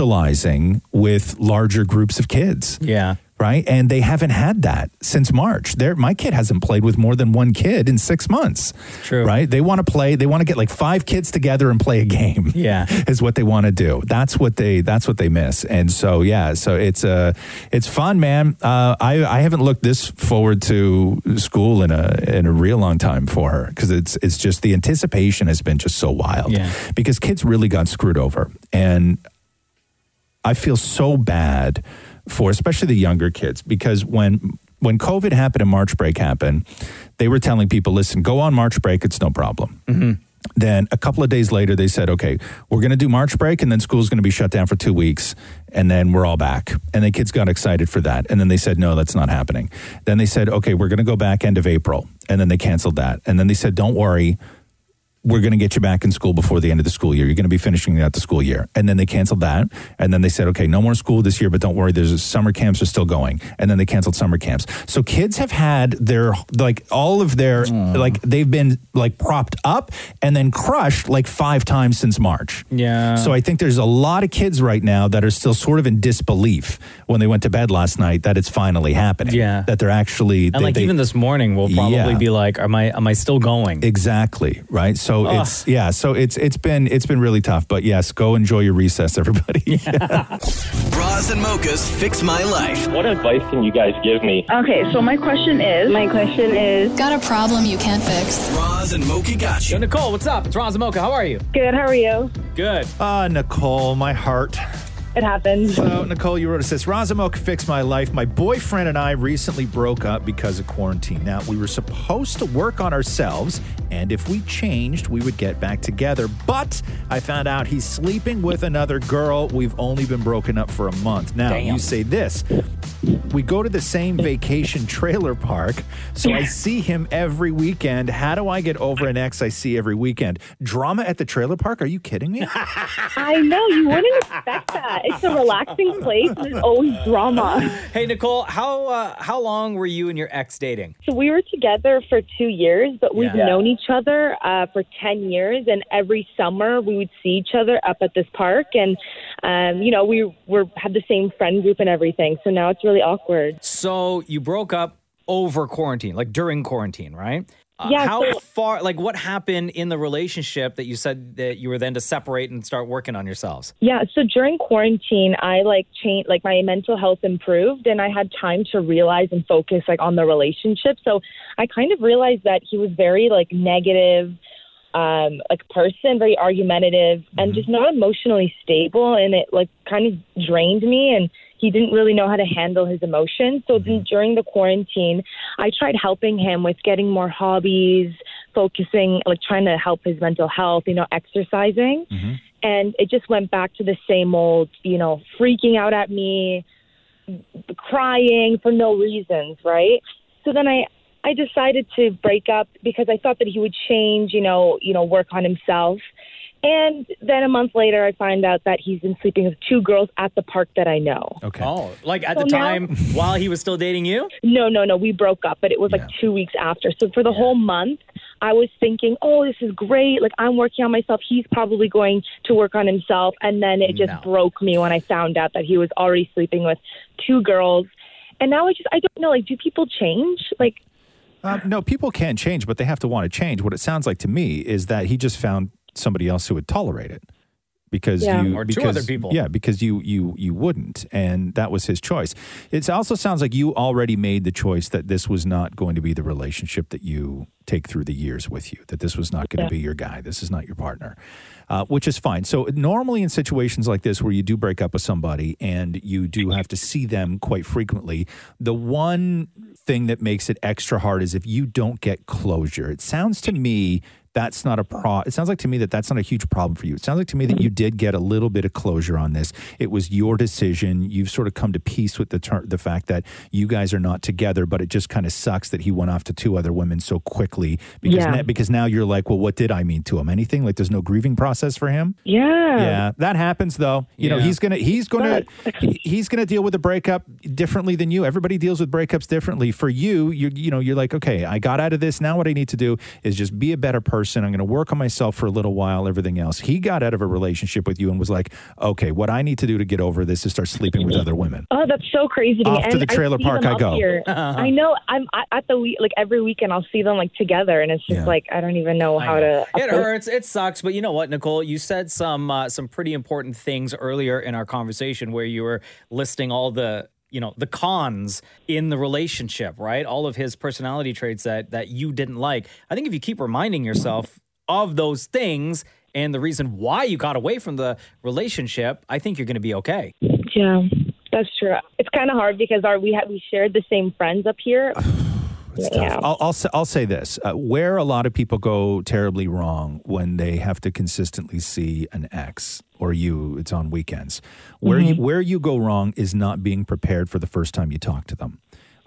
S8: socializing with larger groups of kids
S3: Yeah.
S8: right? And they haven't had that since March. There, my kid hasn't played with more than one kid in six months. True, right? They want to play. They want to get like five kids together and play a game.
S3: Yeah,
S8: is what they want to do. That's what they. That's what they miss. And so yeah, so it's uh, it's fun, man. Uh, I I haven't looked this forward to school in a in a real long time for her because it's it's just the anticipation has been just so wild. Yeah. because kids really got screwed over and I feel so bad for especially the younger kids because when when COVID happened and March break happened, they were telling people, listen, go on March break, it's no problem.
S3: Mm-hmm.
S8: Then a couple of days later, they said, okay, we're going to do March break and then school's going to be shut down for two weeks and then we're all back. And the kids got excited for that. And then they said, no, that's not happening. Then they said, okay, we're going to go back end of April. And then they canceled that. And then they said, don't worry, we're going to get you back in school before the end of the school year. You're going to be finishing out the school year. And then they canceled that. And then they said, okay, no more school this year, but don't worry, there's summer camps are still going. And then they canceled summer camps. So kids have had their, like, all of their, like, they've been, like, propped up and then crushed, like, five times since March.
S3: Yeah.
S8: So I think there's a lot of kids right now that are still sort of in disbelief when they went to bed last night that it's finally happening. Yeah. That they're actually,
S3: and like even this morning, we'll probably
S8: Yeah.
S3: be like, "Am I am I still going?"
S8: Exactly. Right. So
S3: Ugh.
S8: it's yeah. So it's it's been it's been really tough. But yes, go enjoy your recess, everybody.
S1: Bras and mochas fix my life.
S18: What advice can you guys give me?
S16: Okay, so my question is. My question is.
S17: Got a problem you can't fix?
S1: Roz and Mocha got you.
S3: Nicole, what's up? It's Roz and Mocha. How are you?
S16: Good. How are you?
S3: Good.
S8: Ah, Nicole, my heart.
S16: It happens.
S8: So Nicole, you wrote us this. Razamoka fixed my life. My boyfriend and I recently broke up because of quarantine. Now we were supposed to work on ourselves, and if we changed, we would get back together. But I found out he's sleeping with another girl. We've only been broken up for a month. Now you say this. We go to the same vacation trailer park, so I see him every weekend. How do I get over an ex I see every weekend? Drama at the trailer park? Are you kidding me?
S16: I know you wouldn't expect that. It's a relaxing place. There's always drama.
S3: Hey Nicole, how uh, how long were you and your ex dating?
S16: So we were together for two years, but we've
S3: Yeah.
S16: known each other uh, for ten years. And every summer we would see each other up at this park, and um, you know we were had the same friend group and everything. So now it's really awkward.
S3: So you broke up over quarantine, like during quarantine, right? Uh,
S16: Yeah,
S3: how
S16: so-
S3: far? Like, what happened in the relationship that you said that you were then to separate and start working on yourselves?
S16: Yeah, so during quarantine, I like changed, like my mental health improved, and I had time to realize and focus like on the relationship. So I kind of realized that he was very like negative, um, like person, very argumentative, and just not emotionally stable, and it like kind of drained me and. He didn't really know how to handle his emotions. So then during the quarantine, I tried helping him with getting more hobbies, focusing, like trying to help his mental health, you know, exercising and it just went back to the same old, you know, freaking out at me, crying for no reasons, right? So then I I decided to break up because I thought that he would change, you know, you know, work on himself. And then a month later I find out that he's been sleeping with two girls at the park that I know.
S8: Okay.
S3: Oh, like at
S16: So
S3: the
S16: now-
S3: time while he was still dating you?
S16: No, no, no. We broke up, but it was like two weeks after. So for the whole month, I was thinking, oh, this is great. Like I'm working on myself. He's probably going to work on himself. And then it just
S19: No.
S16: broke me when I found out that he was already sleeping with two girls. And now I just, I don't know. Like, do people change? Like,
S8: Uh, no, people can change, but they have to want to change. What it sounds like to me is that he just found somebody else who would tolerate it because
S3: Yeah.
S8: you
S3: Or two
S8: because,
S3: other people.
S8: Yeah, because you you you wouldn't, and that was his choice. It also sounds like you already made the choice that this was not going to be the relationship that you take through the years with you. That this was not going to
S20: Yeah.
S8: be your guy. This is not your partner, uh, which is fine. So normally in situations like this where you do break up with somebody and you do have to see them quite frequently, the one thing that makes it extra hard is if you don't get closure. It sounds to me that's not a pro it sounds like to me that that's not a huge problem for you it sounds like to me that you did get a little bit of closure on this it was your decision you've sort of come to peace with the ter- the fact that you guys are not together but it just kind of sucks that he went off to two other women so quickly because
S16: Yeah.
S8: na- because now you're like well what did i mean to him anything like there's no grieving process for him
S16: yeah.
S8: yeah, that happens though. You know,
S16: Yeah.
S8: he's gonna he's gonna he- he's gonna deal with a breakup differently than you. Everybody deals with breakups differently. For you, you you know, you're like, okay, I got out of this. Now what I need to do is just be a better person. I'm gonna work on myself for a little while. Everything else. He got out of a relationship with you and was like, okay, what I need to do to get over this is start sleeping with other women.
S16: Oh, that's so crazy to me.
S8: Off to
S16: And
S8: the trailer
S16: see
S8: park
S16: them
S8: I
S16: up
S8: go.
S16: here.
S8: Uh-huh.
S16: I know. I'm I, at the week, like every weekend, I'll see them like together, and it's just like I don't even know how to.
S3: It hurts. It sucks. But you know what, Nicole? You said some uh, some pretty important things earlier in our conversation where you were listing all the you know the cons in the relationship, right? All of his personality traits that that you didn't like. I think if you keep reminding yourself of those things and the reason why you got away from the relationship, I think you're going to be okay.
S16: Yeah. That's true. It's kind of hard because our we ha- we shared the same friends up here. yeah.
S8: I'll, I'll, s- I'll say this uh, where a lot of people go terribly wrong when they have to consistently see an ex or you, it's on weekends. Where, you, where you go wrong is not being prepared for the first time you talk to them.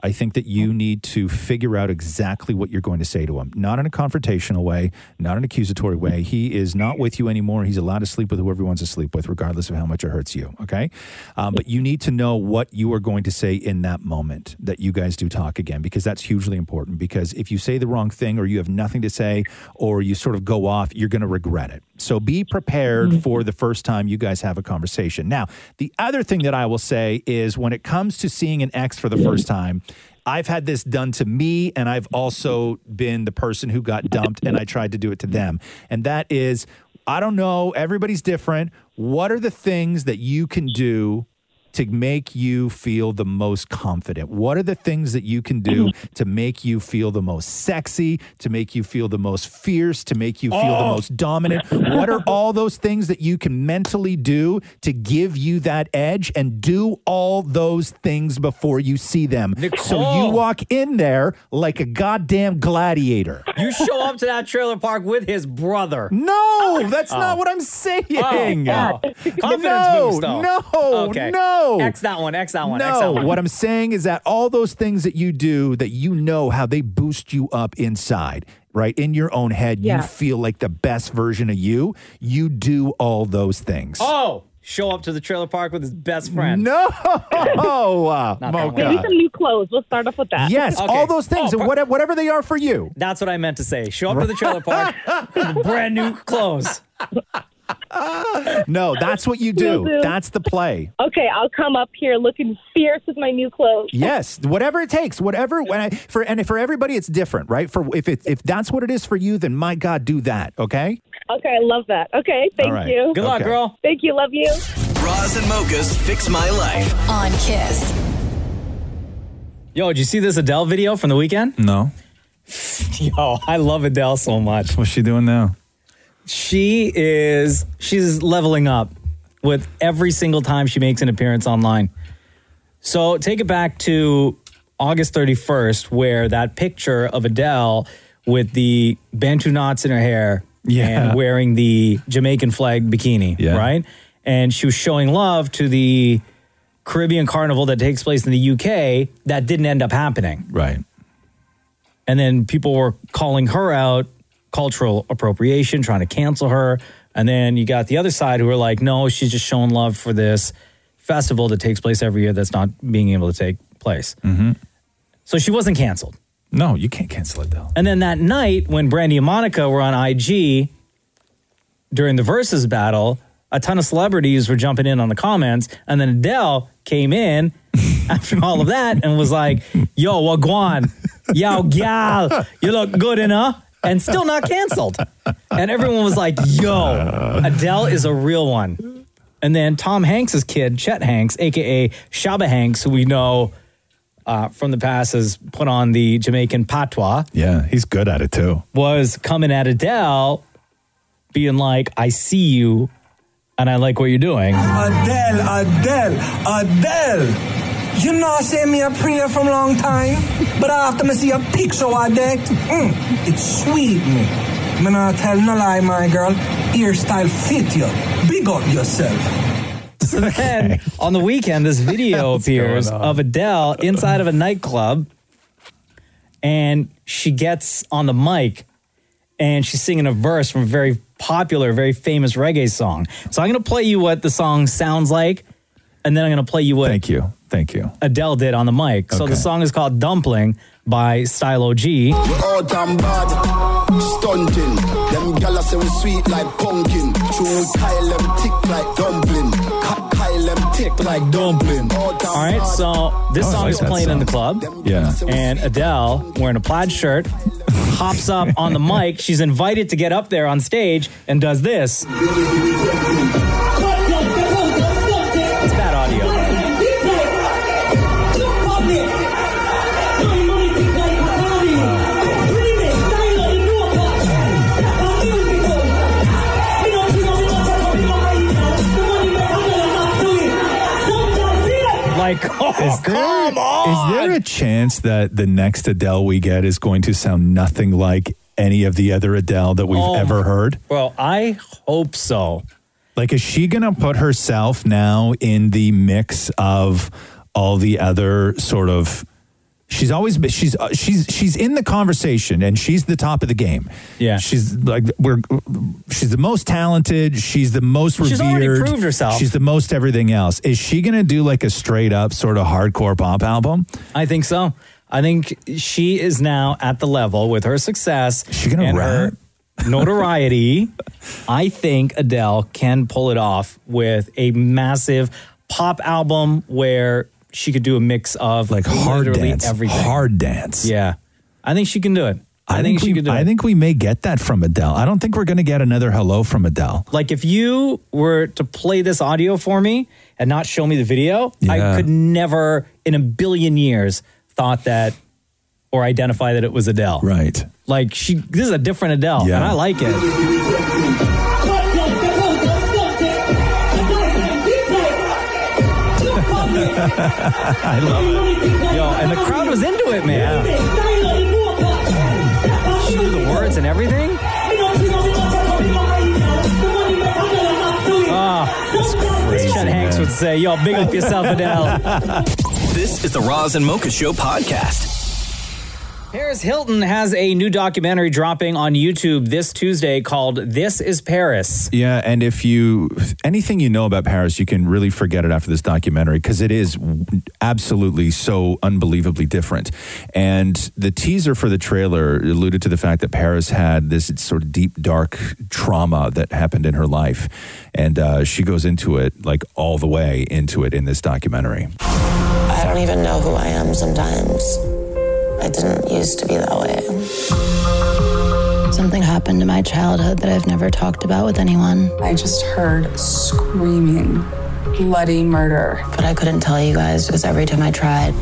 S8: I think that you need to figure out exactly what you're going to say to him, not in a confrontational way, not an accusatory way. He is not with you anymore. He's allowed to sleep with whoever he wants to sleep with, regardless of how much it hurts you. Okay. Um, but you need to know what you are going to say in that moment that you guys do talk again, because that's hugely important. Because if you say the wrong thing or you have nothing to say or you sort of go off, you're going to regret it. So be prepared for the first time you guys have a conversation. Now, the other thing that I will say is when it comes to seeing an ex for the first time, I've had this done to me, and I've also been the person who got dumped and I tried to do it to them. And that is, I don't know, everybody's different. What are the things that you can do to make you feel the most confident? What are the things that you can do to make you feel the most sexy, to make you feel the most fierce, to make you feel the
S2: Oh.
S8: most dominant? What are all those things that you can mentally do to give you that edge and do all those things before you see them? So you walk in there like a goddamn gladiator.
S3: You show up to that trailer park with his brother.
S8: No, that's not what I'm saying.
S3: Oh, oh. Confidence
S8: No,
S3: boost, though.
S8: no,
S3: okay.
S8: no.
S3: X that one. X that one. X that
S8: No,
S3: one.
S8: what I'm saying is that all those things that you do that you know how they boost you up inside, right? In your own head,
S3: Yeah.
S8: you feel like the best version of you. You do all those things.
S3: Oh, show up to the trailer park with his best friend.
S8: No, uh,
S16: Maybe
S8: Mocha.
S16: some new clothes. We'll start off with that.
S8: Yes, all those things, and whatever, whatever they are for you.
S3: Oh, That's what I meant to say. Show up to the trailer park with brand new clothes.
S8: No, that's what you
S16: Will
S8: do.
S16: do.
S8: That's the play.
S16: Okay, I'll come up here looking fierce with my new clothes.
S8: Yes, whatever it takes, whatever. When I, for and for everybody, it's different, right? For if it, if that's what it is for you, then my God, do that. Okay.
S16: Okay, I love that. Okay, thank
S8: All right.
S16: you.
S8: Good luck, Okay. girl.
S16: Thank you. Love you.
S1: Roz and Mocha's Fix My Life.
S17: On Kiss.
S3: Yo, did you see this Adele video from the weekend?
S8: No.
S3: Yo, I love Adele so much.
S8: What's she doing now?
S3: She is she's leveling up with every single time she makes an appearance online. So take it back to August 31st, where that picture of Adele with the Bantu knots in her hair
S2: Yeah.
S3: and wearing the Jamaican flag bikini, right? And she was showing love to the Caribbean carnival that takes place in the UK that didn't end up happening.
S8: Right.
S3: And then people were calling her out, cultural appropriation, trying to cancel her. And then you got the other side who were like, no, she's just showing love for this festival that takes place every year that's not being able to take place.
S8: Mm-hmm.
S3: So she wasn't canceled.
S8: No, you can't cancel it though.
S3: And then that night when Brandy and Monica were on IG during the versus battle, a ton of celebrities were jumping in on the comments. And then Adele came in after all of that and was like, yo, Wagwan, yo, gal, you look good enough. And still not canceled. And everyone was like, yo, Adele is a real one. And then Tom Hanks' kid, Chet Hanks, aka Shaba Hanks, who we know uh, from the past has put on the Jamaican patois
S8: Yeah, he's good at it too.
S3: was coming at Adele, being like, I see you and I like what you're doing.
S2: Adele, Adele, Adele. You know I sent me a prayer from long time, but after me see a picture of that, mm, it sweet me. Me not tell no lie, my girl. Hairstyle fit you. Big up yourself.
S3: So then on the weekend, this video appears
S2: going on?
S3: of Adele inside of a nightclub and she gets on the mic and she's singing a verse from a very popular, very famous reggae song. So I'm going to play you what the song sounds like and then I'm going to play you what Thank
S8: you. Thank you.
S3: Adele did on the mic. So the song is called Dumpling by Stylo G.
S19: Out and bad, stunting. Them gala say we sweet like pumpkin. True Kyle them tick like dumpling. Ka- Kyle them tick like dumpling. Out
S3: All right, so this
S19: Oh, I
S3: song
S19: like
S3: is
S19: that
S3: playing in
S19: song.
S3: the club.
S19: Yeah.
S3: And Adele, wearing a plaid shirt, hops up on the mic. She's invited to get up there on stage and does this. It's bad audio. like, oh,
S8: Is there-
S3: come on.
S8: Is there a chance that the next Adele we get is going to sound nothing like any of the other Adele that we've
S3: Oh,
S8: ever heard?
S3: Well, I hope so.
S8: Like, is she going to put herself now in the mix of all the other sort of? She's always been, she's uh, she's she's in the conversation and she's the top of the game.
S3: Yeah.
S8: she's like we're she's the most talented. She's the most revered.
S3: She's already proved herself.
S8: She's the most everything else. Is she going to do like a straight up sort of hardcore pop album?
S3: I think so. I think she is now at the level with her success she
S8: gonna
S3: and her notoriety. I think Adele can pull it off with a massive pop album where she could do a mix of like
S8: hard
S3: literally
S8: dance,
S3: everything.
S8: hard dance.
S3: Yeah, I think she can do it. I, think, she
S8: we,
S3: could do it.
S8: I think we may get that from Adele. I don't think we're going to get another hello from Adele.
S3: Like if you were to play this audio for me and not show me the video,
S8: Yeah.
S3: I could never in a billion years thought that or identify that it was Adele.
S8: Right.
S3: Like she this is a different Adele and
S8: Yeah.
S3: I like it.
S8: I love
S3: it. Yo, and the crowd was into it, man. She knew the words and everything. Ah,
S1: crazy,
S3: Chet Hanks
S1: man.
S3: would say, "Yo, big up yourself, Adele."
S1: This is the Roz and Mocha Show podcast.
S3: Paris Hilton has a new documentary dropping on YouTube this Tuesday called "This Is Paris."
S8: Yeah, and if you anything you know about Paris, you can really forget it after this documentary because it is absolutely so unbelievably different. And the teaser for the trailer alluded to the fact that Paris had this sort of deep, dark trauma that happened in her life, and uh, she goes into it like all the way into it in this documentary.
S20: I don't even know who I am sometimes. I didn't used to be that way.
S17: Something happened in my childhood that I've never talked about with anyone. I just heard screaming, bloody murder.
S20: But I couldn't tell you guys because every time I tried,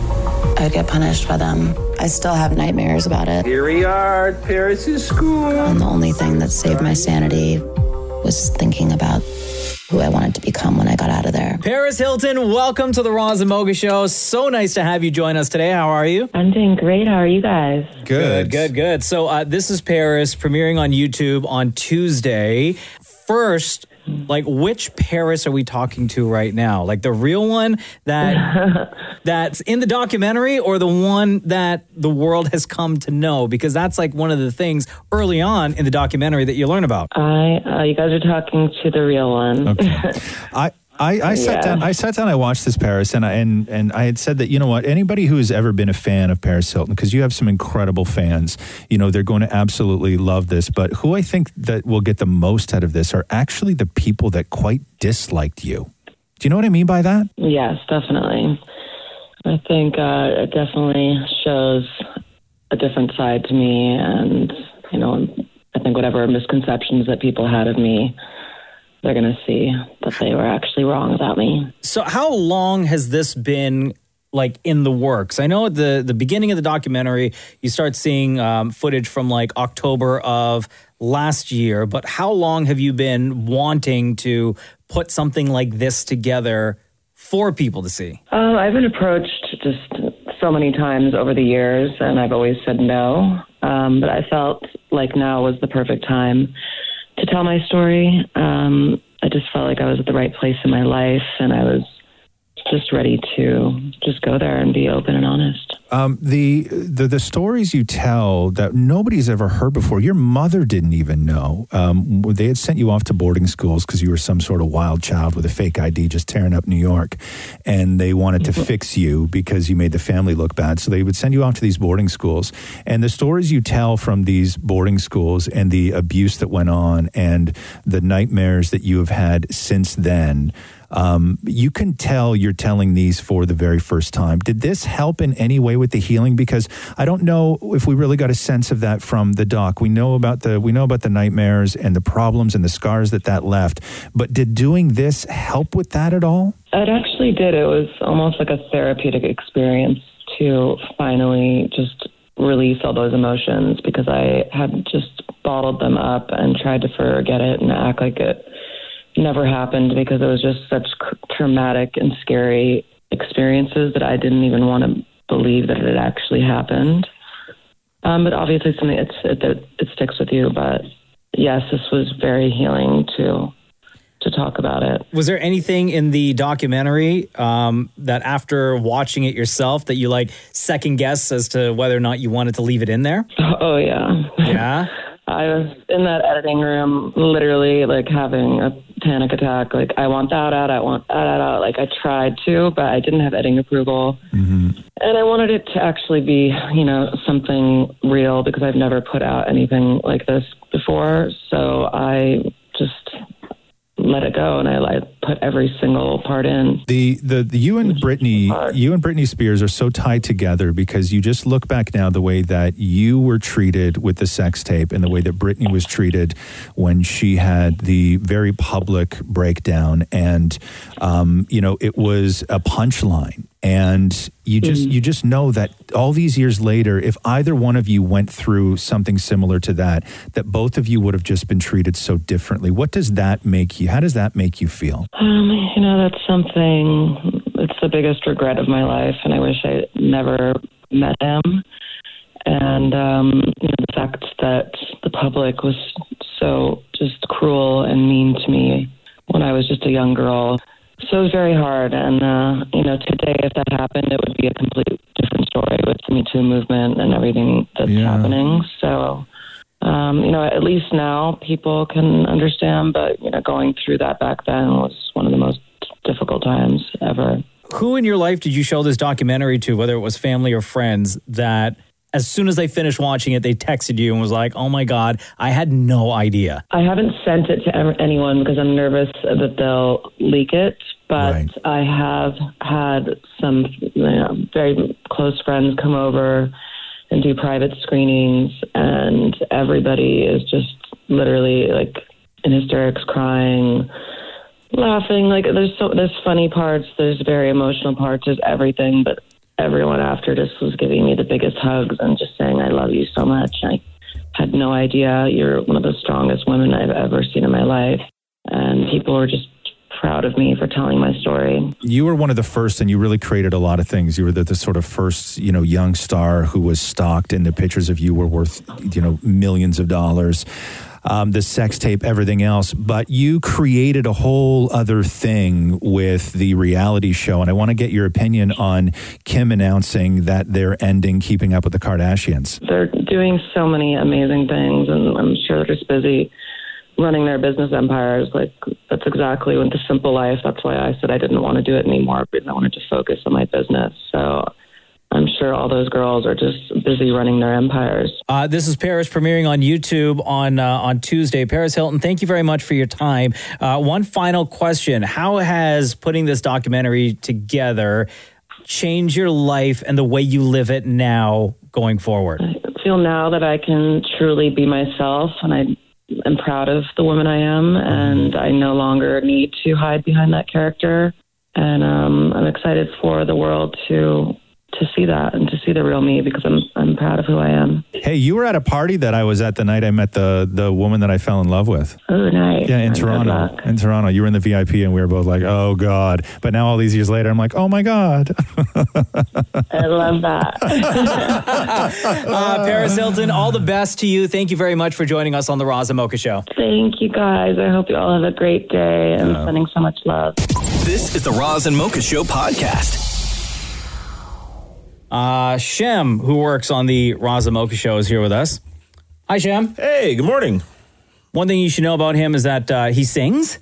S20: I would get punished by them. I still have nightmares about it.
S21: Here we are at Paris' school.
S17: And the only thing that saved my sanity was thinking about who I wanted to become when I got out of there.
S3: Paris Hilton, welcome to the Roz and Mocha Show. So nice to have you join us today. How are you?
S22: I'm doing great. How are you guys?
S3: Good, good, good. So uh, this is Paris premiering on YouTube on Tuesday. First, like which Paris are we talking to right now? Like the real one that that's in the documentary, or the one that the world has come to know? Because that's like one of the things early on in the documentary that you learn about.
S22: I, uh, you guys are talking to the real one.
S8: I I, I sat
S22: Yeah.
S8: down. I sat down. I watched this Paris, and I and and I had said that you know what? Anybody who has ever been a fan of Paris Hilton, because you have some incredible fans, you know they're going to absolutely love this. But who I think that will get the most out of this are actually the people that quite disliked you. Do you know what I mean by that?
S22: yes, definitely. I think uh, it definitely shows a different side to me, and you know, I think whatever misconceptions that people had of me, they're going to see that they were actually wrong about me.
S3: So how long has this been like in the works? I know at the the beginning of the documentary, you start seeing um, footage from like October of last year. But how long have you been wanting to put something like this together for people to see?
S22: Um, I've been approached just so many times over the years, and I've always said no. Um, but I felt like now was the perfect time to tell my story. Um, I just felt like I was at the right place in my life, and I was just ready to just go there and be open and honest.
S8: Um, the, the the stories you tell that nobody's ever heard before. Your mother didn't even know. Um, they had sent you off to boarding schools because you were some sort of wild child with a fake ID, just tearing up New York, and they wanted to fix you because you made the family look bad. So they would send you off to these boarding schools, and the stories you tell from these boarding schools and the abuse that went on and the nightmares that you have had since then um, you can tell you're telling these for the very first time. Did this help in any way with the healing? Because I don't know if we really got a sense of that from the doc. We know about the we know about the nightmares and the problems and the scars that that left. But did doing this help with that at all?
S22: It actually did. It was almost like a therapeutic experience to finally just release all those emotions because I had just bottled them up and tried to forget it and act like it never happened because it was just such c- traumatic and scary experiences that I didn't even want to believe that it had actually happened. Um, but obviously, it's something it's, it, that it sticks with you. But yes, this was very healing to to talk about it.
S3: Was there anything in the documentary um, that after watching it yourself that you like second guess as to whether or not you wanted to leave it in there?
S22: Oh yeah.
S3: Yeah.
S22: I was in that editing room, literally like having a panic attack. Like I want that out. I want that out. Like I tried to, but I didn't have editing approval, and I wanted it to actually be, you know, something real because I've never put out anything like this before. So I just let it go, and I like put every single part in.
S8: The, the the you and Brittany you and Britney Spears are so tied together because you just look back now the way that you were treated with the sex tape and the way that Britney was treated when she had the very public breakdown and um, you know it was a punchline and you just you just know that all these years later if either one of you went through something similar to that that both of you would have just been treated so differently what does that make you how does that make you feel
S22: Um, you know, that's something. It's the biggest regret of my life, and I wish I never met him. And um, you know, the fact that the public was so just cruel and mean to me when I was just a young girl. So it was very hard. And uh, you know, today, if that happened, it would be a complete different story with the Me Too movement and everything that's happening. So um, you know, at least now people can understand, but, you know, going through that back then was one of the most difficult times ever.
S3: Who in your life did you show this documentary to, whether it was family or friends, that as soon as they finished watching it, they texted you and was like, oh my God, I had no idea?
S22: I haven't sent it to em- anyone because I'm nervous that they'll leak it, but I have had some you know, very close friends come over and do private screenings, and everybody is just literally like in hysterics, crying, laughing. Like there's so there's funny parts, there's very emotional parts, there's everything, but everyone after this was giving me the biggest hugs and just saying I love you so much. I had no idea you're one of the strongest women I've ever seen in my life, and people were just proud of me for telling my story.
S8: you were one of the first and you really created a lot of things you were the, the sort of first you know young star who was stalked and the pictures of you were worth you know millions of dollars um, the sex tape everything else but you created a whole other thing with the reality show and i want to get your opinion on kim announcing that they're ending keeping up with the kardashians
S22: They're doing so many amazing things, and I'm sure they're just busy running their business empires. Like that's exactly what the simple life. That's why I said I didn't want to do it anymore because I wanted to focus on my business. So I'm sure all those girls are just busy running their empires.
S3: Uh, this is Paris premiering on YouTube on uh, on Tuesday. Paris Hilton, thank you very much for your time. Uh, one final question: How has putting this documentary together changed your life and the way you live it now going forward?
S22: I feel now that I can truly be myself, and I am proud of the woman I am, and I no longer need to hide behind that character. And um, I'm excited for the world to to see that and to see the real me because I'm I'm proud of who I am.
S8: hey you were at a party that i was at the night i met the the woman that i fell in love with
S22: Oh, nice.
S8: Yeah, in
S22: I love
S8: Toronto. In Toronto, you were in the VIP, and we were both like, "Oh God!" But now, all these years later, I'm like, "Oh my God!"
S22: I love that.
S3: uh, Paris Hilton, all the best to you. Thank you very much for joining us on the Raza Mocha Show.
S22: Thank you guys. I hope you all have a great day. I'm sending so much love.
S1: This is the Roz and Mocha Show podcast.
S3: Uh, Shem, who works on the Raza Mocha Show, is here with us. Hi, Shem.
S6: Hey, good morning.
S3: One thing you should know about him is that uh, he sings,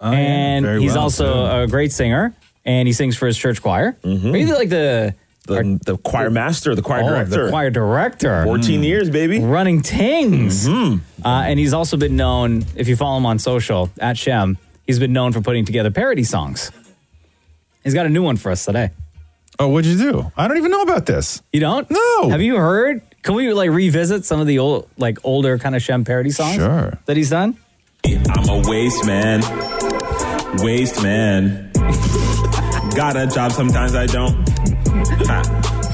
S6: yeah,
S3: and
S6: very
S3: he's
S6: well,
S3: also a great singer, and he sings for his church choir. Are you like the
S6: Mm-hmm.
S3: Oh,
S6: the, the choir master, the choir director.
S3: the choir director. Hmm.
S6: 14 years, baby.
S3: Running tings.
S8: Mm-hmm.
S3: Uh, and he's also been known, if you follow him on social, at Shem, he's been known for putting together parody songs. He's got a new one for us today.
S8: Oh, what'd you do? I don't even know about this.
S3: You don't? No. Have you heard? Can we like revisit some of the old, like older kind of Shem parody songs?
S6: Sure.
S3: That he's done?
S6: I'm a waste man. Waste man. Got a job, sometimes I don't. Ha.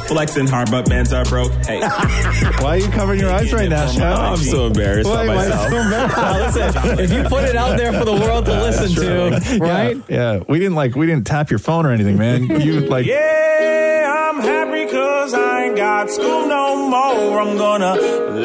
S6: Flexing hard, but bands are broke. Hey.
S8: Why are you covering your eyes right now, Sean?
S6: I'm so embarrassed
S8: Why-
S6: by
S8: why
S6: myself.
S8: so embarrassed?
S3: Listen, if you put it out there for the world to
S8: That's
S3: listen
S8: true.
S3: to, right?
S8: Yeah, yeah. we didn't like we didn't tap your phone or anything, man. You like
S6: Yeah, I'm happy because I ain't got school no more. I'm gonna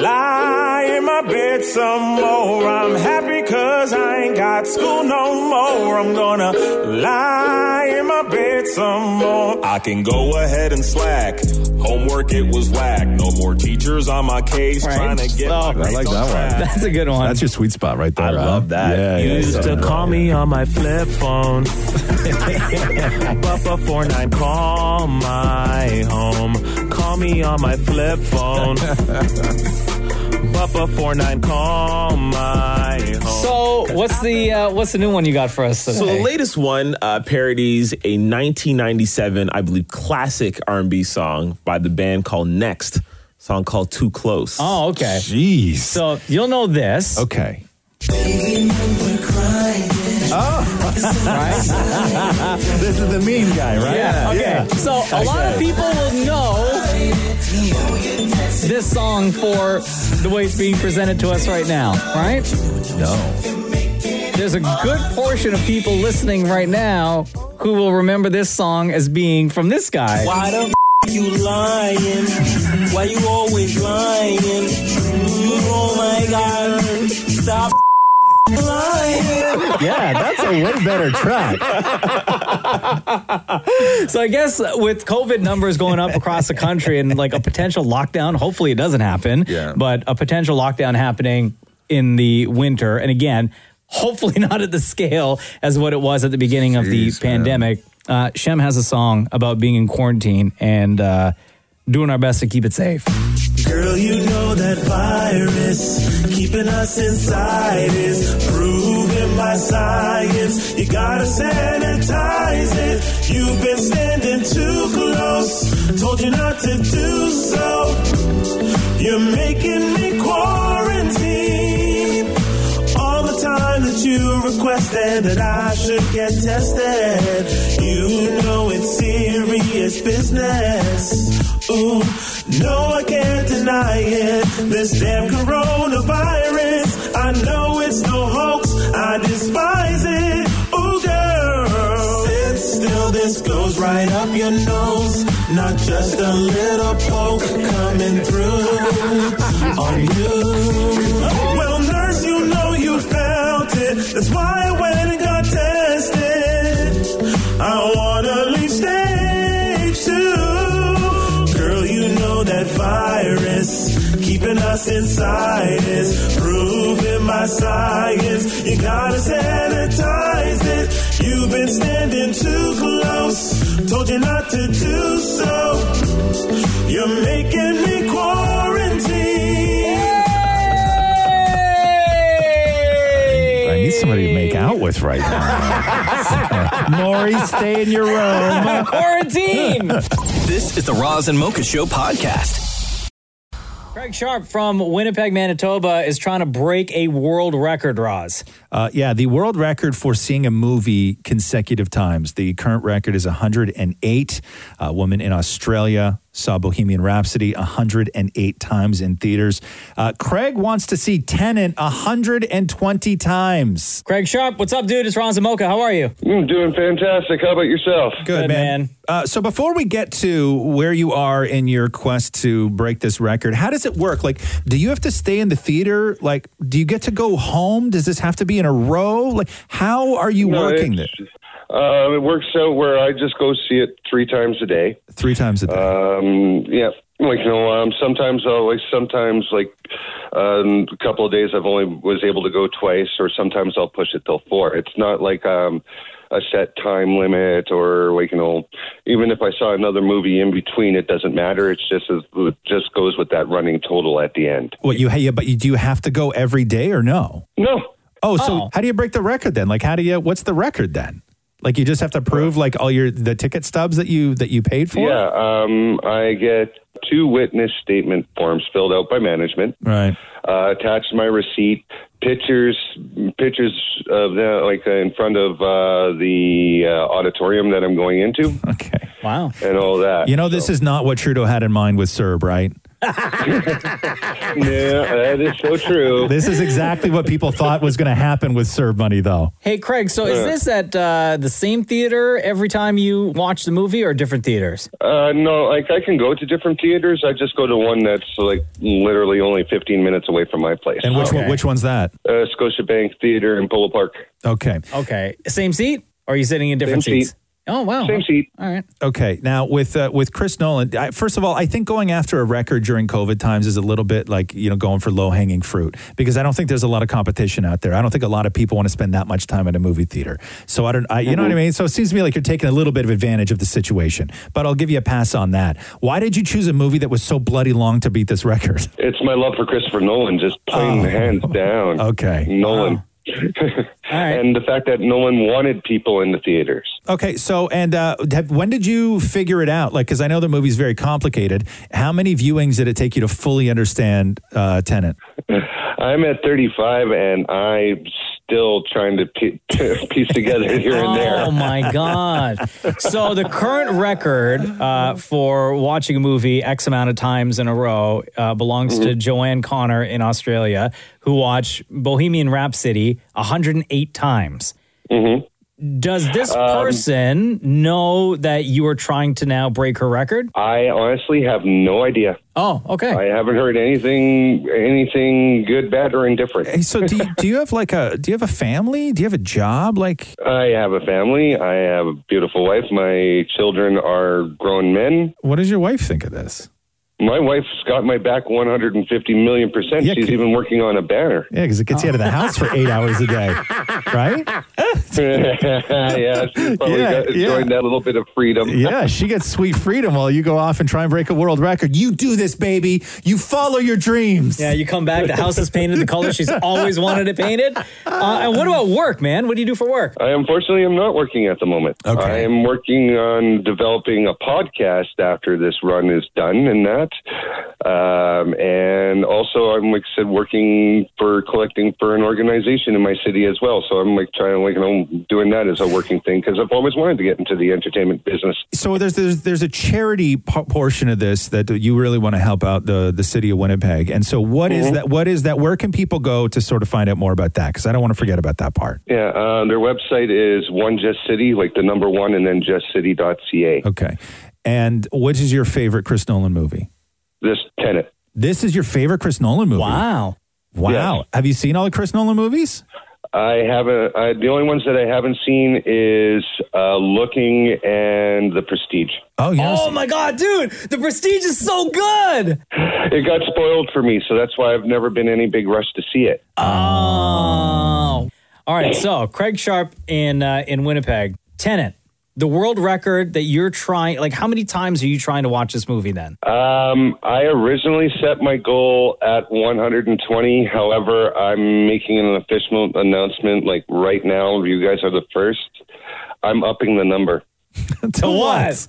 S6: lie in my bed some more. I'm happy because I ain't got school no more. I'm gonna lie in my bed some more. I can go ahead and slack. Homework, it was whack. No more teachers on my case trying to get my
S8: I like
S6: grades on
S8: that one.
S6: track.
S3: a good one.
S8: That's your sweet spot right there. I love that. Yeah,
S18: You
S8: yeah,
S18: used
S8: yeah.
S18: to call me on my flip phone. Papa 49, call my home. Call me on my flip phone. Papa 49, call my home.
S3: So what's the uh, what's the new one you got for us today?
S6: So the latest one uh, parodies a 1997, I believe, classic R&B song by the band called Next. Song called Too Close.
S3: Oh, okay.
S8: Jeez.
S3: So you'll know this.
S8: Okay.
S3: right?
S8: this is the mean guy, right?
S3: Yeah. Okay. So a lot of people will know this song for the way it's being presented to us right now, right?
S8: No.
S3: There's a good portion of people listening right now who will remember this song as being from this guy.
S21: Why the f- you lying? Why you always lying? You, oh my god, stop f- lying.
S8: Yeah, that's a way better track.
S3: So I guess with COVID numbers going up across the country and like a potential lockdown, hopefully it doesn't happen, yeah. but a potential lockdown happening in the winter. And again, hopefully not at the scale as what it was at the beginning of the pandemic. Uh, Shem has a song about being in quarantine and uh, doing our best to keep it safe.
S21: Girl, you know that virus keeping us inside is proven by science. You gotta sanitize it. You've been standing too close. Told you not to do so. You're making me quarantine. All the time that you requested that I should get tested. You know it's serious business. Ooh, no, I can't deny it. This damn coronavirus, I know it's no hoax. I despise it. Ooh, girl. And still, this goes right up your nose. Not just a little poke coming through on you. Well, nurse, you know you felt it. That's why I went and got tested. I wanna leave stage two. Girl, you know that virus keeping us inside is proven by science. You gotta sanitize it. You've been standing too close. Told you not to do so. You're making me quarantine.
S8: I need somebody to make out with right
S3: Oh.
S8: now. Maury, stay in your room.
S3: Quarantine!
S1: This is the Roz and Mocha Show podcast.
S3: Craig Sharp from Winnipeg, Manitoba is trying to break a world record, Roz.
S8: Uh, yeah, the world record for seeing a movie consecutive times. The current record is 108. A Uh, woman in Australia saw Bohemian Rhapsody 108 times in theaters. Uh, Craig wants to see Tenant 120 times.
S3: Craig Sharp, what's up, dude? It's Ron Zamoka. How are you?
S5: I'm Mm, doing fantastic. How about yourself?
S8: Good, man. Uh, so before we get to where you are in your quest to break this record, how does it work? Like, do you have to stay in the theater? Like, do you get to go home? Does this have to be in a row? Like, how are you
S5: No,
S8: working this?
S5: Um, it works out where I just go see it three times a day.
S8: Three times a day.
S5: Um, yeah. Like you know, um, sometimes always, sometimes like um, a couple of days. I've only was able to go twice, or sometimes I'll push it till four. It's not like um, a set time limit, or like you know, even if I saw another movie in between, it doesn't matter. It's just it just goes with that running total at the end.
S8: What you? Yeah, but you, do you have to go every day or no?
S5: No.
S8: Oh, so how do you break the record then? Like, how do you? What's the record then? Like, you just have to prove like all your the ticket stubs that you that you paid for.
S5: Yeah, um, I get two witness statement forms filled out by management.
S8: Right.
S5: Uh, attached to my receipt, pictures, pictures of them, like uh, in front of uh, the uh, auditorium that I'm going into.
S8: Okay.
S3: Wow.
S5: and all that.
S8: You know, this is not what Trudeau had in mind with Serb, right?
S5: yeah, that is so true.
S8: This is exactly what people thought was going to happen with Serb money, though.
S3: Hey, Craig, so is
S8: Yeah.
S3: this at uh, the same theater every time you watch the movie or different theaters?
S5: Uh, no, like I can go to different theaters. I just go to one that's like literally only 15 minutes away from my place.
S8: And which one, which one's that?
S5: Uh, Scotiabank Theater in Polo Park.
S8: Okay.
S3: Okay. Same seat? Or are you sitting in different
S5: Same
S3: seats?
S5: seat.
S3: Oh, wow.
S5: Same seat.
S3: All right.
S8: Okay, now with uh, with Chris Nolan, I, first of all, I think going after a record during COVID times is a little bit like you know going for low hanging fruit because I don't think there's a lot of competition out there. I don't think a lot of people want to spend that much time at a movie theater. So I don't, I, you know what I mean. So it seems to me like you're taking a little bit of advantage of the situation, but I'll give you a pass on that. Why did you choose a movie that was so bloody long to beat this record?
S5: It's my love for Christopher Nolan, just plain
S3: Oh.
S5: hands down.
S8: Okay.
S5: Nolan. And the fact that Nolan wanted people in the theaters.
S8: Okay, so and uh, have, when did you figure it out? Like, because I know the movie's very complicated. How many viewings did it take you to fully understand uh, Tenant?
S5: I'm at 35 and I'm still trying to pie- piece together here and there.
S3: Oh my God. so the current record uh, for watching a movie X amount of times in a row uh, belongs
S5: Mm-hmm.
S3: to Joanne Connor in Australia, who watched Bohemian Rhapsody 108 times. Does this
S5: Um,
S3: person know that you are trying to now break her record?
S5: I honestly have no idea.
S3: Oh, okay.
S5: I haven't heard anything, anything good, bad, or indifferent.
S8: Hey, so do you, do you have like a do you have a family? Do you have a job? Like,
S5: I have a family. I have a beautiful wife. My children are grown men.
S8: what does your wife think of this?
S5: My wife's got my back 150 million percent.
S8: Yeah,
S5: She's
S8: c-
S5: even working on a banner.
S8: Yeah, because it gets you out of the house for eight hours a day, right?
S5: yeah, she's probably
S8: Yeah,
S5: got,
S8: yeah.
S5: enjoying that little bit of freedom.
S8: Yeah, she gets sweet freedom while you go off and try and break a world record. You do this, baby. You follow your dreams.
S3: Yeah, you come back, the house is painted the color she's always wanted it painted. Uh, and what about work, man? What do you do for work?
S5: I unfortunately am not working at the moment. Okay. I am working on developing a podcast after this run is done and that. Um, and also, I'm like I said, working for collecting for an organization in my city as well. So I'm like trying to like, you know, doing that as a working thing because I've always wanted to get into the entertainment business.
S8: So there's there's there's a charity po- portion of this that you really want to help out the the city of Winnipeg. And so what is
S3: Mm-hmm.
S5: Mhm.
S8: that? What is that? Where can people go to sort of find out more about that? Because I don't want to forget about that part.
S5: Yeah. Uh, their website is one just city, like the number one, and then justcity.ca.
S8: Okay. And which is your favorite Chris Nolan movie?
S5: This tenant.
S8: This is your favorite Chris Nolan movie.
S3: Wow.
S8: Wow. Have you seen all the Chris Nolan movies?
S5: I haven't. I, the only ones that I haven't seen is uh, Looking and The Prestige.
S8: Oh
S3: yes. Oh my god, dude, the prestige is so good.
S5: It got spoiled for me, so that's why I've never been any big rush to see it.
S3: Oh. All right. So Craig Sharp in uh, in Winnipeg, Tenant, the world record that you're trying. Like, how many times are you trying to watch this movie? Then
S5: Um, I originally set my goal at 120. However, I'm making an official announcement like right now. You guys are the first. I'm upping the number.
S8: to what?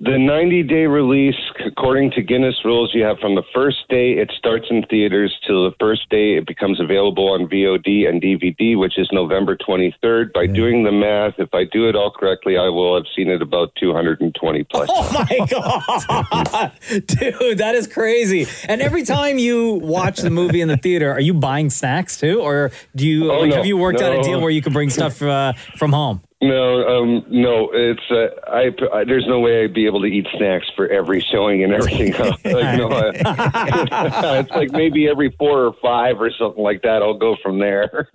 S5: The 90 day release, according to Guinness rules, you have from the first day it starts in theaters till the first day it becomes available on VOD and DVD, which is November 23rd. By doing the math, if I do it all correctly, I will have seen it about 220 plus.
S3: Oh my god, dude, that is crazy. And every time you watch the movie in the theater, are you buying snacks too, or do you
S5: Oh,
S3: like
S5: no.
S3: have you worked out a
S5: No.
S3: deal where you can bring stuff uh, from home?
S5: No, um, no, it's uh, I, I. There's no way I'd be able to eat snacks for every showing and everything. like, no, I, it's like maybe every four or five or something like that. I'll go from there.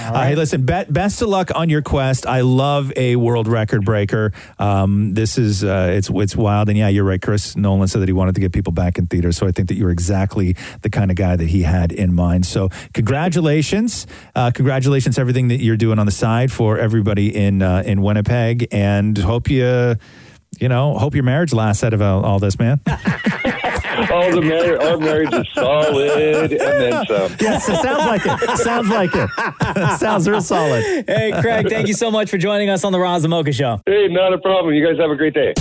S8: Uh, hey, listen, be- best of luck on your quest. I love a world record breaker. Um, this is uh, it's it's wild, and yeah, you're right. Chris Nolan said that he wanted to get people back in theaters, so I think that you're exactly the kind of guy that he had in mind. So, congratulations, uh, congratulations, everything that you're doing on the side for everybody in uh, in Winnipeg, and hope you. You know, hope your marriage lasts out of all, all this, man.
S5: all the mar- our marriage is solid, and then some.
S8: yes, it sounds like it. Sounds like it. sounds real solid.
S3: Hey, Craig, thank you so much for joining us on the Roz and Mocha Show.
S5: Hey, not a problem. You guys have a great day.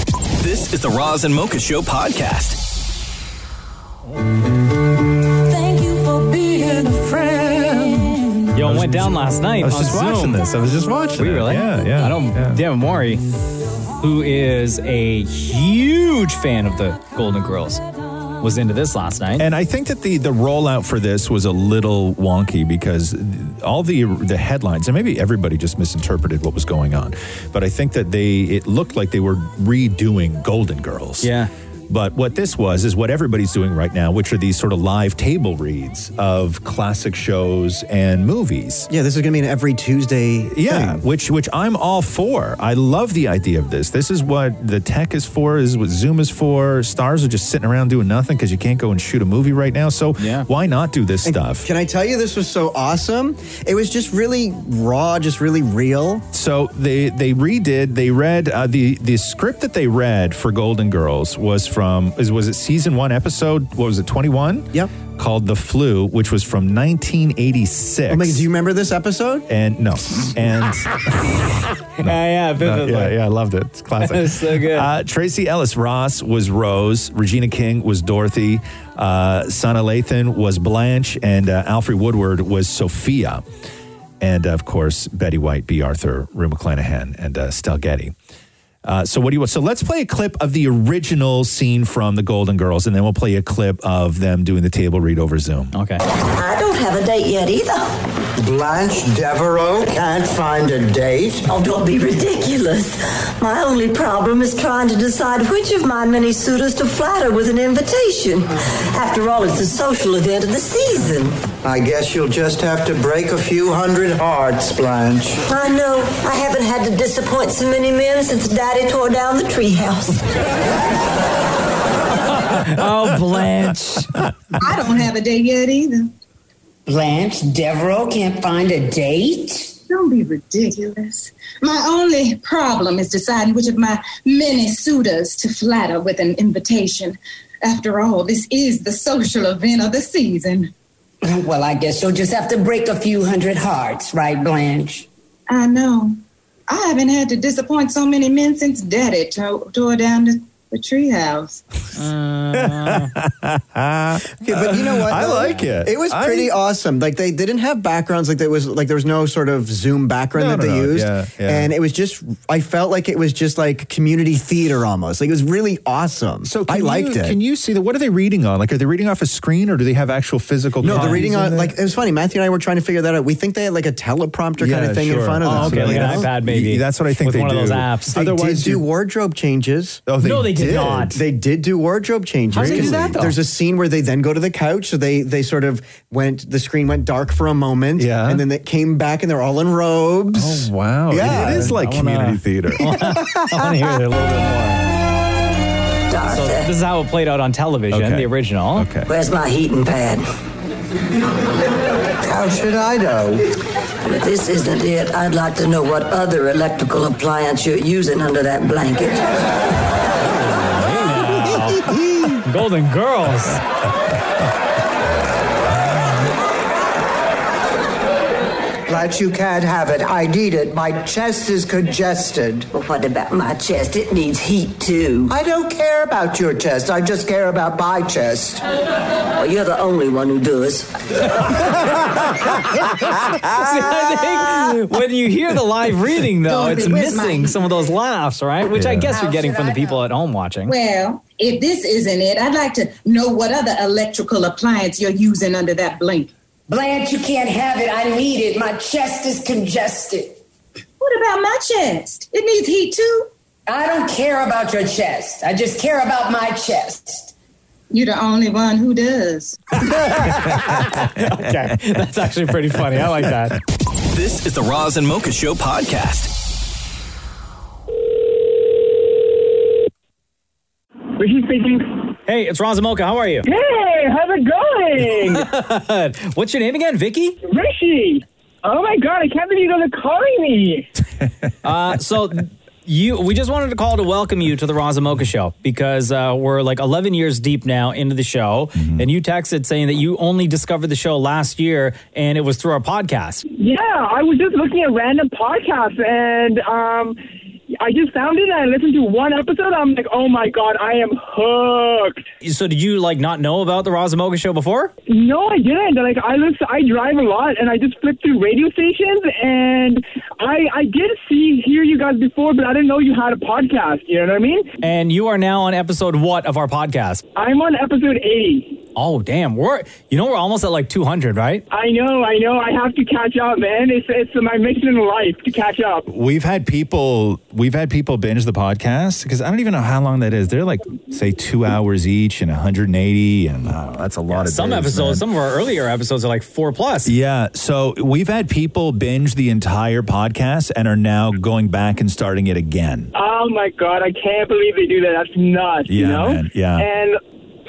S1: This is the Roz and Mocha Show podcast.
S21: Thank you for being a friend.
S3: Yo, it went down last night.
S8: I was
S3: on
S8: just watching
S3: Zoom.
S8: this. I was just watching
S3: We
S8: it.
S3: really?
S8: Yeah, yeah,
S3: I don't. Devin Mori, who is a huge fan of the Golden Girls, was into this last night.
S8: And I think that the the rollout for this was a little wonky because all the the headlines and maybe everybody just misinterpreted what was going on, but I think that they it looked like they were redoing Golden Girls. Yeah. But what this was is what everybody's doing right now, which are these sort of live table reads of classic shows and movies.
S11: Yeah, this is going to be an every Tuesday.
S8: Yeah, which which I'm all for. I love the idea of this. This is what the tech is for. This is what Zoom is for. Stars are just sitting around doing nothing because you can't go and shoot a movie right now. So why not do this stuff?
S11: Can I tell you this was so awesome? It was just really raw, just really real.
S8: So they they redid. They read uh, the the script that they read for Golden Girls was from is was it season one episode what was it twenty one? Yep. Called the flu, which was from 1986.
S11: Oh my, do you remember this episode?
S8: and no, and.
S3: yeah,
S11: vividly.
S8: Uh, yeah, yeah, I loved it. It's classic.
S11: It's so good.
S8: Uh, Tracy Ellis Ross was Rose. Regina King was Dorothy. Uh, Sana Lathan was Blanche, and uh, Alfred Woodward was Sophia. And of course, Betty White, B. Arthur, Rue McClanahan, and uh, Stel Getty. Uh, so what do you want? So let's play a clip of the original scene from The Golden Girls, and then we'll play a clip of them doing the table read over Zoom.
S3: Okay.
S2: I don't have a date yet either. Blanche Devereaux can't find a date? Oh, don't be ridiculous. My only problem is trying to decide which of my many suitors to flatter with an invitation. After all, it's the social event of the season.
S23: I guess you'll just have to break a few hundred hearts, Blanche.
S2: I know I haven't had to disappoint so many men since Daddy tore down the treehouse.
S3: oh, Blanche.
S24: I don't have a date yet either.
S9: Blanche Devereaux can't find a date?
S24: Don't be ridiculous. My only problem is deciding which of my many suitors to flatter with an invitation. After all, this is the social event of the season.
S9: Well, I guess you'll just have to break a few hundred hearts, right, Blanche?
S24: I know. I haven't had to disappoint so many men since Daddy to- tore down the, the treehouse.
S11: Okay, but you know what?
S8: Uh. I
S11: though?
S8: like it.
S11: It was
S8: I-
S11: pretty awesome. Like they, they didn't have backgrounds. Like there was like there was no sort of Zoom background
S8: No,
S11: that
S8: no,
S11: they
S8: no.
S11: used.
S8: Yeah, yeah.
S11: And it was just I felt like it was just like community theater almost. Like it was really awesome. So I
S8: Can
S11: liked
S8: you-
S11: it.
S8: Can you see that? What are they reading on? Like, are they reading off a screen, or do they have actual physical?
S11: no, the
S8: copies
S11: reading
S8: in
S11: on
S8: there?
S11: like it was funny. Matthew and I were trying to figure that out. We think they had like a teleprompter kind
S8: Yeah,
S11: of thing
S8: sure.
S11: in front of
S8: Oh,
S11: them.
S8: okay, like an
S11: You know?
S8: iPad maybe. Y- that's what I think With they one of those do. apps.
S11: They
S8: Otherwise
S11: did do
S8: you-
S11: wardrobe changes.
S8: Oh, they No, they did did. not.
S11: They did do wardrobe changes.
S8: How'd they do that, though?
S11: There's a scene where they then go to the couch. So they they sort of went. The screen went dark for a moment. Yeah, and then it came back, and they're all in robes.
S8: Oh wow!
S11: Yeah,
S8: it is like community theater.
S3: I want to hear it a little bit more. So this is how it played out on television, the original. Okay.
S2: Where's my heating pad? How should I know? If this isn't it, I'd like to know what other electrical appliance you're using under that blanket.
S3: Golden Girls.
S23: Blanche, you can't have it. I need it. My chest is congested.
S2: Well, what about my chest? It needs heat, too.
S23: I don't care about your chest. I just care about my chest.
S2: Well, you're the only one who does.
S3: I think when you hear the live reading, though,
S24: Don't
S3: it's
S24: be with
S3: missing
S24: my-
S3: some of those laughs, right? Which I
S24: Yeah.
S3: guess you're
S24: How
S3: getting
S24: should
S3: from the
S24: I
S3: people at home watching.
S24: Well, if this isn't it, I'd like to know what other electrical appliance you're using under that blanket.
S9: Blanche, you can't have it. I need it. My chest is congested.
S24: What about my chest? It needs heat too.
S9: I don't care about your chest. I just care about my chest.
S24: You're the only one who does.
S3: okay. That's actually pretty funny. I like that.
S1: This is the Roz and Mocha Show podcast.
S3: Ricky speaking. Hey, it's Ron Zamoka. How are you?
S25: Hey, how's it
S3: going? What's your name again, Vicky?
S25: Rishi. Oh my god, I can't believe you guys are calling me.
S3: Uh, so you, we just wanted to call to welcome you to the Ron Zamoka Show because uh, we're like 11 years deep now into the show,
S8: Mm-hmm.
S3: and you texted saying that you only discovered the show last year, and it was through our podcast.
S25: Yeah, I was just looking at random podcasts and um I just found it and I listened to one episode. I'm like, oh my god, I am hooked.
S3: So did you like not know about the Roz and Mocha show before?
S25: No, I didn't. Like I listen, I drive a lot, and I just flip through radio stations, and I I did see hear you guys before, but I didn't know you had a podcast. You know what I mean?
S3: And you are now on episode what of our podcast?
S25: I'm on episode 80.
S3: Oh damn, we're you know we're almost at like 200, right?
S25: I know, I know, I have to catch up, man. It's it's my mission in life to catch up.
S8: We've had people we've had people binge the podcast because I don't even know how long that is. They're like say two hours each and 180, and uh, that's a lot of
S3: Some
S8: days,
S3: episodes,
S8: man.
S3: some of our earlier episodes are like 4 plus.
S8: Yeah, so we've had people binge the entire podcast and are now going back and starting it again.
S25: Oh my god, I can't believe they do that. That's nuts. you
S8: Yeah,
S25: know?
S8: man, yeah.
S25: And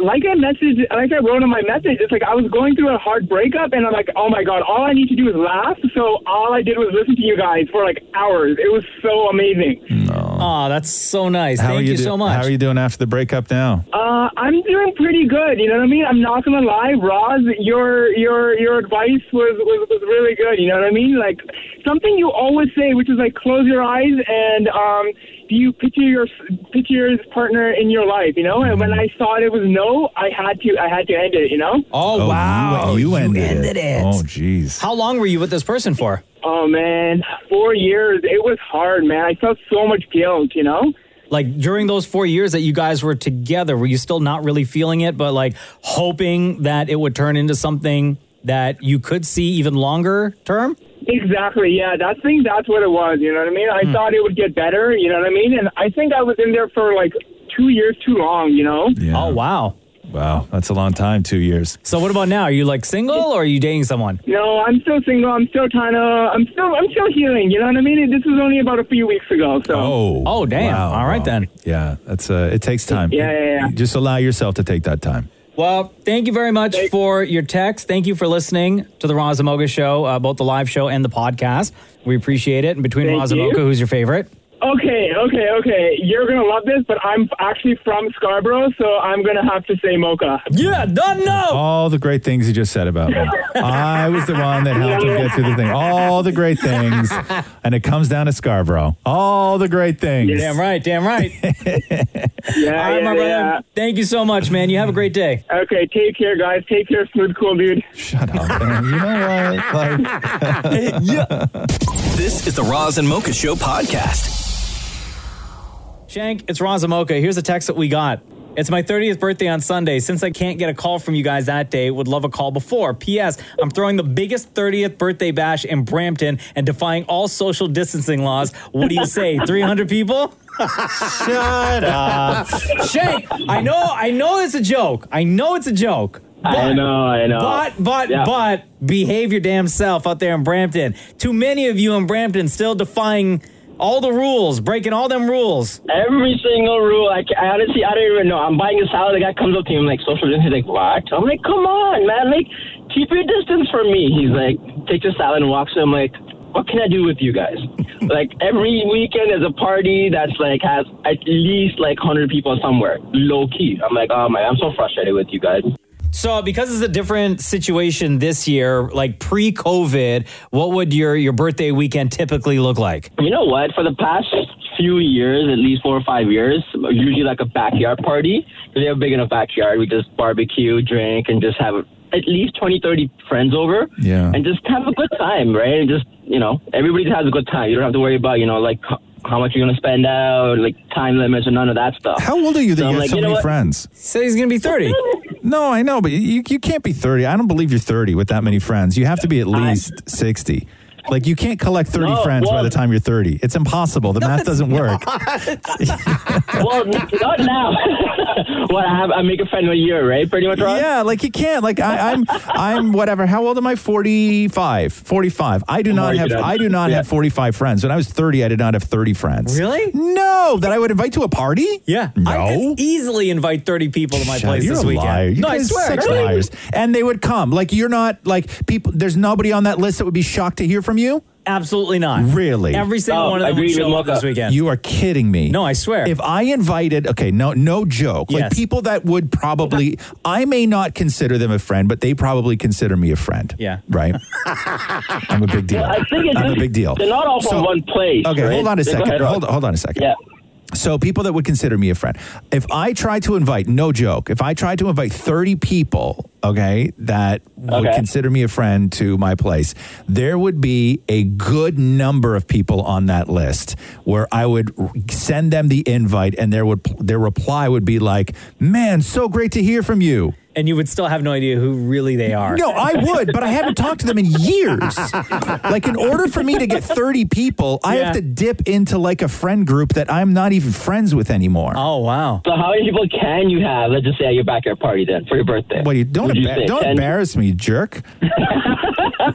S25: like I messaged, like I wrote in my message, it's like I was going through a hard breakup, and I'm like, oh my god, all I need to do is laugh. So all I did was listen to you guys for like hours. It was so amazing.
S3: Oh, that's so nice.
S8: How are
S3: Thank you,
S8: do-
S3: so much.
S8: How are you doing after the breakup now?
S25: Uh, I'm doing pretty good. You know what I mean? I'm not gonna lie, Roz. Your your your advice was, was was really good. You know what I mean? Like something you always say, which is like close your eyes and um, do you picture your picture your partner in your life? You know? And when I thought it was no, I had to I had to end it. You know?
S3: Oh, wow. You, ended, it. Oh
S8: jeez.
S3: How long were you with this person for?
S25: Oh man, four years. It was hard, man. I felt so much guilt. You know?
S3: Like during those 4 years that you guys were together, were you still not really feeling it but like hoping that it would turn into something that you could see even longer term?
S25: Exactly. Yeah, that thing. That's what it was. You know what I mean?
S8: Hmm.
S25: I thought it would get better. You know what I mean? And I think I was in there for like two years too long. You know?
S8: Oh
S3: wow.
S8: Wow, that's a long time, two years.
S3: So what about now? Are you like single or are you dating someone?
S25: No, I'm still single. I'm still trying to. I'm still. I'm still healing. You know what I mean? This was only about a few weeks ago. So.
S8: Oh.
S3: Oh, damn.
S8: Wow,
S3: All right
S8: wow.
S3: then.
S8: Yeah, that's uh, it takes time.
S3: Yeah, yeah, yeah.
S8: Just allow yourself to take that time.
S3: Well, thank you very much for your text. Thank you for listening to the Ron Zamoga show, uh, both the live show and the podcast. We appreciate it. And between
S25: Thank
S3: Ron
S25: you.
S3: Zamoga, who's your favorite?
S25: Okay. Okay. Okay. You're gonna love this, but I'm actually from Scarborough, so I'm gonna have to say Mocha.
S3: Yeah, done no.
S15: Oh.
S8: All the great things you just said about me. I was the one that helped him get through the thing. All the great things. And it comes down to Scarborough. All the great things.
S3: You're damn right. Damn right.
S25: Yeah.
S3: All right, my
S25: yeah,
S3: brother.
S25: yeah.
S3: Thank you so much, man. You have a great day.
S25: Okay. Take care, guys. Take care, smooth, cool dude.
S8: Shut up. man. You know what?
S1: This is the Roz and Mocha Show podcast.
S3: Shank, it's Ron Zamoka. Here's a text that we got. It's my 30th birthday on Sunday. Since I can't get a call from you guys that day, would love a call before. P.S. I'm throwing the biggest 30th birthday bash in Brampton and defying all social distancing laws. What do you say? 300 people? Shut
S8: up.
S3: Shank, I know I know it's a joke. I know it's a joke.
S15: I know, I know.
S3: But but
S15: Yeah.
S3: but behave your damn self out there in Brampton. Too many of you in Brampton still defying all the rules, breaking all them rules.
S15: Every single rule, I, ca- I honestly, I don't even know. I'm buying a salad. The guy comes up to me, I'm like, social distance. He's like, what? I'm like, come on, man. Like, keep your distance from me. He's like, takes a salad and walks. away. I'm like, what can I do with you guys? like, every weekend there's a party that's like has at least like 100 people somewhere, low key. I'm like, oh man, I'm so frustrated with you guys.
S3: So, because it's a different situation this year, like pre-COVID, what would your your birthday weekend typically look like?
S15: You know what? For the past few years, at least four or five years, usually like a backyard party. We have a big enough backyard. We just barbecue, drink, and just have at least 20, 30 friends over.
S8: Yeah.
S15: And just have a good time, right? And just, you know, everybody has a good time. You don't have to worry about, you know, like h- how much you're going to spend out, like time limits or none of that stuff.
S8: How old are you that
S15: So I'm
S8: you have
S15: like,
S8: so
S15: you know
S8: many
S15: what?
S8: friends?
S3: Say he's going to be 30.
S8: No, I know, but you, you can't be 30. I don't believe you're 30 with that many friends. You have to be at least 60. Like, you can't collect 30
S15: No,
S8: friends by
S15: well-
S8: the time you're 30. It's impossible. The math doesn't work.
S15: well, not, not now. well, I, have, I make a friend a year, right? Pretty much, right?
S8: Yeah, like you can't. Like I, I'm, I'm whatever. How old am I? 45. 45. I do not
S15: Mark it
S8: have.
S15: up.
S8: I do not
S15: Yeah.
S8: have 45 friends. When I was 30, I did not have 30 friends.
S3: Really?
S8: No, that I would invite to a party.
S3: Yeah. I could easily invite 30 people to my
S8: Shut up,
S3: place
S8: you're
S3: this
S8: a
S3: weekend.
S8: liar. You
S3: no, I
S8: guys
S3: swear.
S8: are such liars. And they would come. Like you're not like people. There's nobody on that list that would be shocked to hear from you.
S3: Absolutely not.
S8: Really?
S3: Every single
S8: one
S3: one of them would show up this weekend.
S8: You are kidding me. No, I swear. If I invited, okay, no, no joke. Like
S3: Yes.
S8: people that would probably, I may not consider them a friend, but they probably consider me a friend.
S3: Yeah.
S8: Right. I'm a big deal.
S4: I think it's
S8: I'm a big deal.
S4: They're not all from
S8: So-
S4: one place.
S8: Okay,
S4: right?
S8: hold on a
S4: Go
S8: second.
S4: ahead, Rob.
S8: Hold, hold on a second. Yeah. So people that would consider me a friend, if I try to invite, no joke, if I try to invite 30 people, okay, that would
S4: Okay.
S8: consider me a friend to my place, there would be a good number of people on that list where I would r- send them the invite and their would their reply would be like, "Man, so great to hear from you."
S3: And you would still have no idea who really they are.
S8: No, I would, but I haven't talked to them in years. Like, in order for me to get 30 people, I have
S3: Yeah.
S8: to dip into like a friend group that I'm not even friends with anymore.
S4: Uh,
S3: Oh wow!
S4: So how many people can you have? Let's just say at your backyard party then for your birthday.
S8: What do you don't
S4: Would you
S8: embar-
S4: say
S8: don't
S4: 10?
S8: embarrass me, jerk. I'm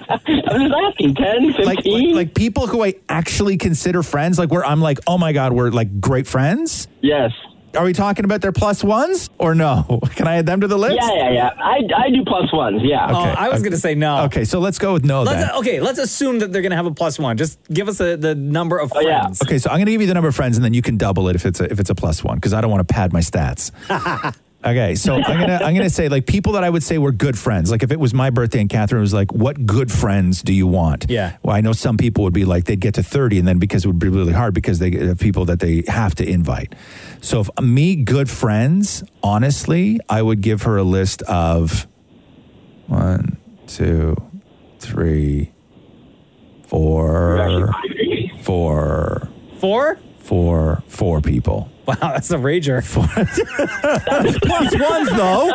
S4: just asking 10, 15?
S8: Like, like, like people who I actually consider friends, like where I'm like, oh my God, we're like great friends?
S4: Yes.
S8: Are we talking about their plus ones or no? Can I add them to the list?
S4: Yeah, yeah, yeah. I, I do plus ones. Yeah.
S3: Oh, I was going to say no.
S8: Okay, so let's go with no
S3: Let's,
S4: uh,
S8: then.
S3: okay, let's assume that they're going to have a plus one. Just give us a, the number
S4: Oh,
S3: of friends.
S8: Okay, so I'm going to give you the number of friends, and then you can double it if it's a, if it's a plus one, because I don't want to pad my stats. okay, so I'm gonna I'm gonna say like people that I would say were good friends. Like if it was my birthday and Catherine was like, "What good friends do you want?"
S3: Yeah.
S8: Well, I know some people would be like they'd get to 30, and then because it would be really hard because they have people that they have to invite. So if me good friends, honestly, I would give her a list of one, two, three, four, four,
S3: Four?
S8: four, four people.
S3: Wow, that's a rager.
S8: plus ones though,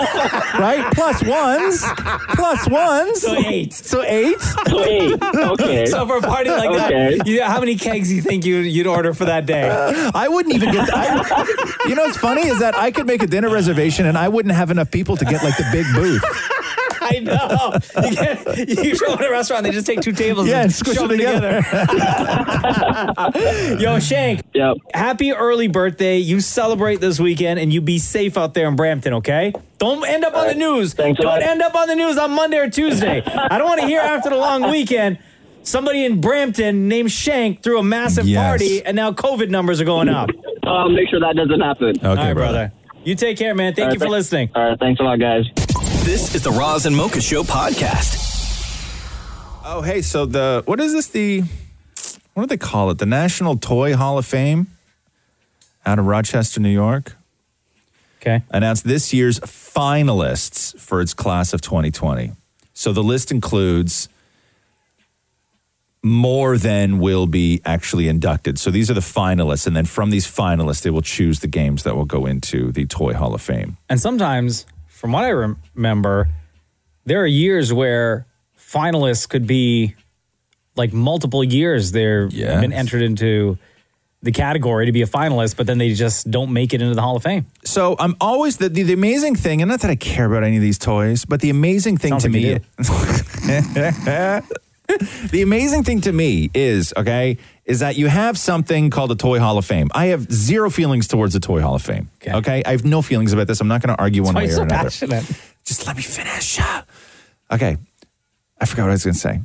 S8: right? Plus ones, plus ones.
S3: So eight.
S8: So eight.
S4: So eight. Okay.
S3: so for a party like
S4: Okay.
S3: that, you, how many kegs do you think you, you'd order for that day?
S8: I wouldn't even get. I, you know what's funny is that I could make a dinner reservation and I wouldn't have enough people to get like the big booth.
S3: I know. You, get, you show up at a restaurant, they just take two tables
S8: Yeah,
S3: and
S8: and
S3: squish
S8: squish
S3: them
S8: them
S3: together. Yo, Shank.
S4: Yep.
S3: Happy early birthday. You celebrate this weekend and you be safe out there in Brampton, okay? Don't end up on the news.
S4: a
S3: don't
S4: lot.
S3: end up on the news on Monday or Tuesday. I don't want to hear after the long weekend. Somebody in Brampton named Shank threw a massive
S4: Yes.
S3: party, and now COVID numbers are going up.
S4: Uh, make sure that doesn't happen.
S8: Okay,
S3: brother. You take care, man.
S4: All
S3: Thank you
S4: right,
S3: for
S4: thank-
S3: listening.
S4: All right. Thanks a lot, guys.
S1: This is the Roz and Mocha Show podcast.
S8: Oh, hey, so the what is this? The what do they call it? The National Toy Hall of Fame out of Rochester, New York.
S3: Okay.
S8: Announced this year's finalists for its class of 2020. So the list includes more than will be actually inducted. So these are the finalists. And then from these finalists, they will choose the games that will go into the Toy Hall of Fame.
S3: And sometimes, from what I rem- remember, there are years where finalists could be like multiple years they've been entered into the category to be a finalist, but then they just don't make it into the Hall of Fame.
S8: So I'm always the, the, the amazing thing, and not that I care about any of these toys, but the amazing thing
S3: Sounds
S8: to
S3: like you
S8: me, the amazing thing to me is okay, is that you have something called a toy Hall of Fame. I have zero feelings towards the toy Hall of Fame. Okay, I have no feelings about this. I'm not going to argue one
S3: That's why
S8: way
S3: you're
S8: or
S3: so
S8: another.
S3: passionate.
S8: Just let me finish. Okay, I forgot what I was going to say.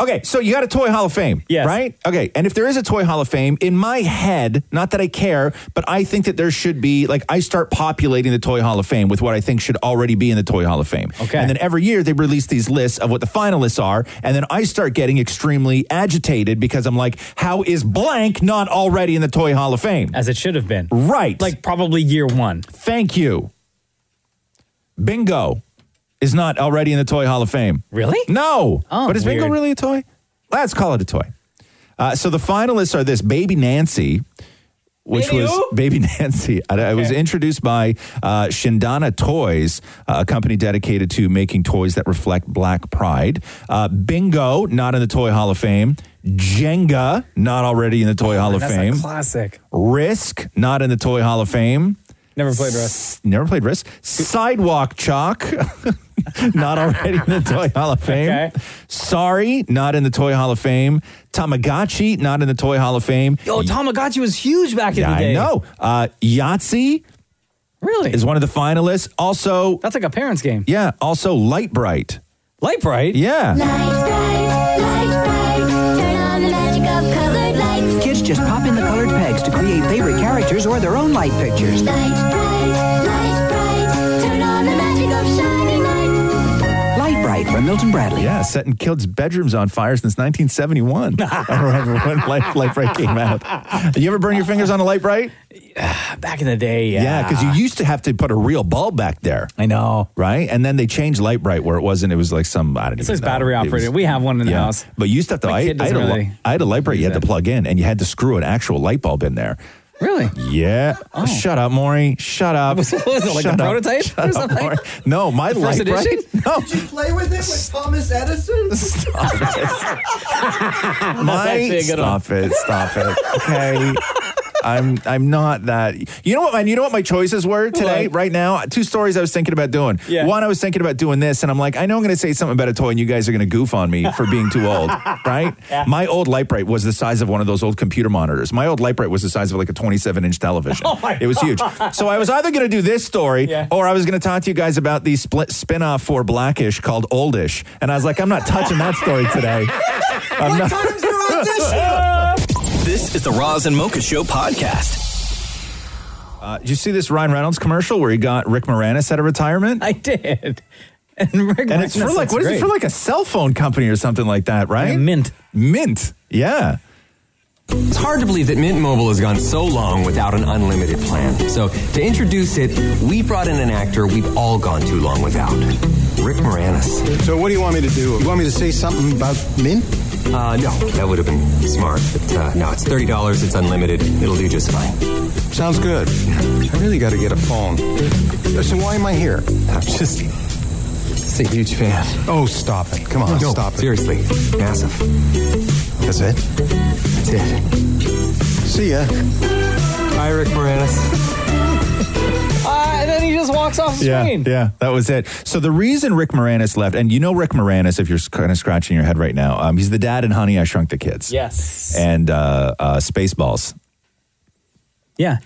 S8: Okay, so you got a toy Hall of Fame, yes. right? Okay, and if there is a toy Hall of Fame, in my head, not that I care, but I think that there should be like I start populating the toy Hall of Fame with what I think should already be in the toy Hall of Fame. Okay, and then every year they release these lists of what the finalists are, and then I start getting extremely agitated because I'm like, how is blank not already in the toy Hall of Fame
S3: as it should have been?
S8: Right,
S3: like probably year one.
S8: Thank you. Bingo is not already in the toy Hall of Fame.
S3: Really?
S8: No.
S3: Oh,
S8: but is Bingo
S3: weird.
S8: really a toy? Let's call it a toy. Uh, so the finalists are this Baby Nancy, which
S9: Baby
S8: was
S9: who?
S8: Baby Nancy. I, I was introduced by uh, Shindana Toys, uh, a company dedicated to making toys that reflect black pride. Uh, Bingo, not in the Toy Hall of Fame. Jenga, not already in the Toy Oh, Hall of
S3: Oh, That's a
S8: Fame.
S3: classic.
S8: Risk, not in the Toy Hall of Fame.
S3: Never played
S8: Risk. Never played Risk. Sidewalk Chalk, not already in the Toy Hall of Fame. Sorry, not in the Toy Hall of Fame. Tamagotchi, not in the Toy Hall of Fame.
S3: Yo, Tamagotchi was huge back in
S8: Yeah,
S3: the
S8: I
S3: day.
S8: know. Uh, Yahtzee.
S3: Really?
S8: Is one of the finalists. Also,
S3: that's like a parents' game.
S8: Yeah. Also, Light Bright.
S3: Light Bright?
S9: Ah.
S8: Yeah.
S10: Light bright, light bright, turn
S9: Just pop in the colored pegs to create favorite characters or their own light pictures.
S8: Light
S9: Bright from Milton Bradley.
S8: Yeah, setting kids' bedrooms on fire since 1971. I remember when Light, Light Bright came out. You ever burn your fingers on a Light Bright?
S3: Back in the day, yeah.
S8: Yeah, because you used to have to put a real bulb back there. I know. Right? And then they changed Light Bright where it wasn't. It was like some, I
S3: It
S8: don't even
S3: says
S8: know.
S3: battery
S8: It was-
S3: operated. We have one in the
S8: yeah.
S3: house.
S8: But you used to have to,
S3: My
S8: I,
S3: kid
S8: I, had a,
S3: doesn't
S8: li-
S3: really
S8: I had a light bright you had to plug in and you had to screw an actual light bulb in there.
S3: Really?
S8: Yeah.
S9: Oh.
S8: Shut up, Maury. Shut up.
S3: Was- was it like a
S8: Shut up.
S3: prototype
S8: Shut
S3: or
S8: up,
S3: something?
S8: Maury. No, my
S3: The
S8: light
S3: first
S8: bright.
S3: edition?
S8: No.
S26: Did you play with it with Thomas Edison?
S8: My, stop it. Stop it. Okay. I'm I'm not that. You know what, man? You know what my choices were today, right now? Two stories I was thinking about doing.
S3: Yeah.
S8: One, I was thinking about doing this, and I'm like, I know I'm going to say something about a toy, and you guys are going to goof on me for being too old, right? My old light bright was the size of one of those old computer monitors. My old light bright was the size of like a 27 inch television.
S3: Oh my
S8: it was huge.
S3: God.
S8: So I was either going to do this story, or I was going to talk to you guys about the split spin off for Blackish called Oldish, and I was like, I'm not touching that story today. I'm not.
S1: This is the Roz and Mocha Show podcast.
S8: Uh, did you see this Ryan Reynolds commercial where he got Rick Moranis out of retirement?
S3: I did. And, Rick
S8: and it's for
S3: Moranis
S8: like
S3: looks
S8: what is
S3: great.
S8: it for like a cell phone company or something like that, right?
S3: mint.
S8: Mint. Yeah.
S10: It's hard to believe that Mint Mobile has gone so long without an unlimited plan. So, to introduce it, we brought in an actor we've all gone too long without Rick Moranis.
S13: So, what do you want me to do? You want me to say something about mint?
S10: Uh, no, that would have been smart. But, uh, no, it's $30, it's unlimited, it'll do just fine.
S13: Sounds good. I really got to get a phone. So, why am I here?
S10: I'm just, just a huge fan.
S13: Oh, stop it. Come on,
S10: No,
S13: stop it.
S10: Seriously, massive.
S13: That's it?
S10: That's it.
S13: See ya.
S10: Hi, Rick Moranis.
S3: Uh, and then he just walks off the
S8: Yeah,
S3: screen.
S8: yeah, that was it. So the reason Rick Moranis left, and you know Rick Moranis, if you're kind of scratching your head right now, um, he's the dad in Honey I Shrunk the Kids.
S3: Yes.
S8: and uh, uh, Spaceballs.
S3: Yeah.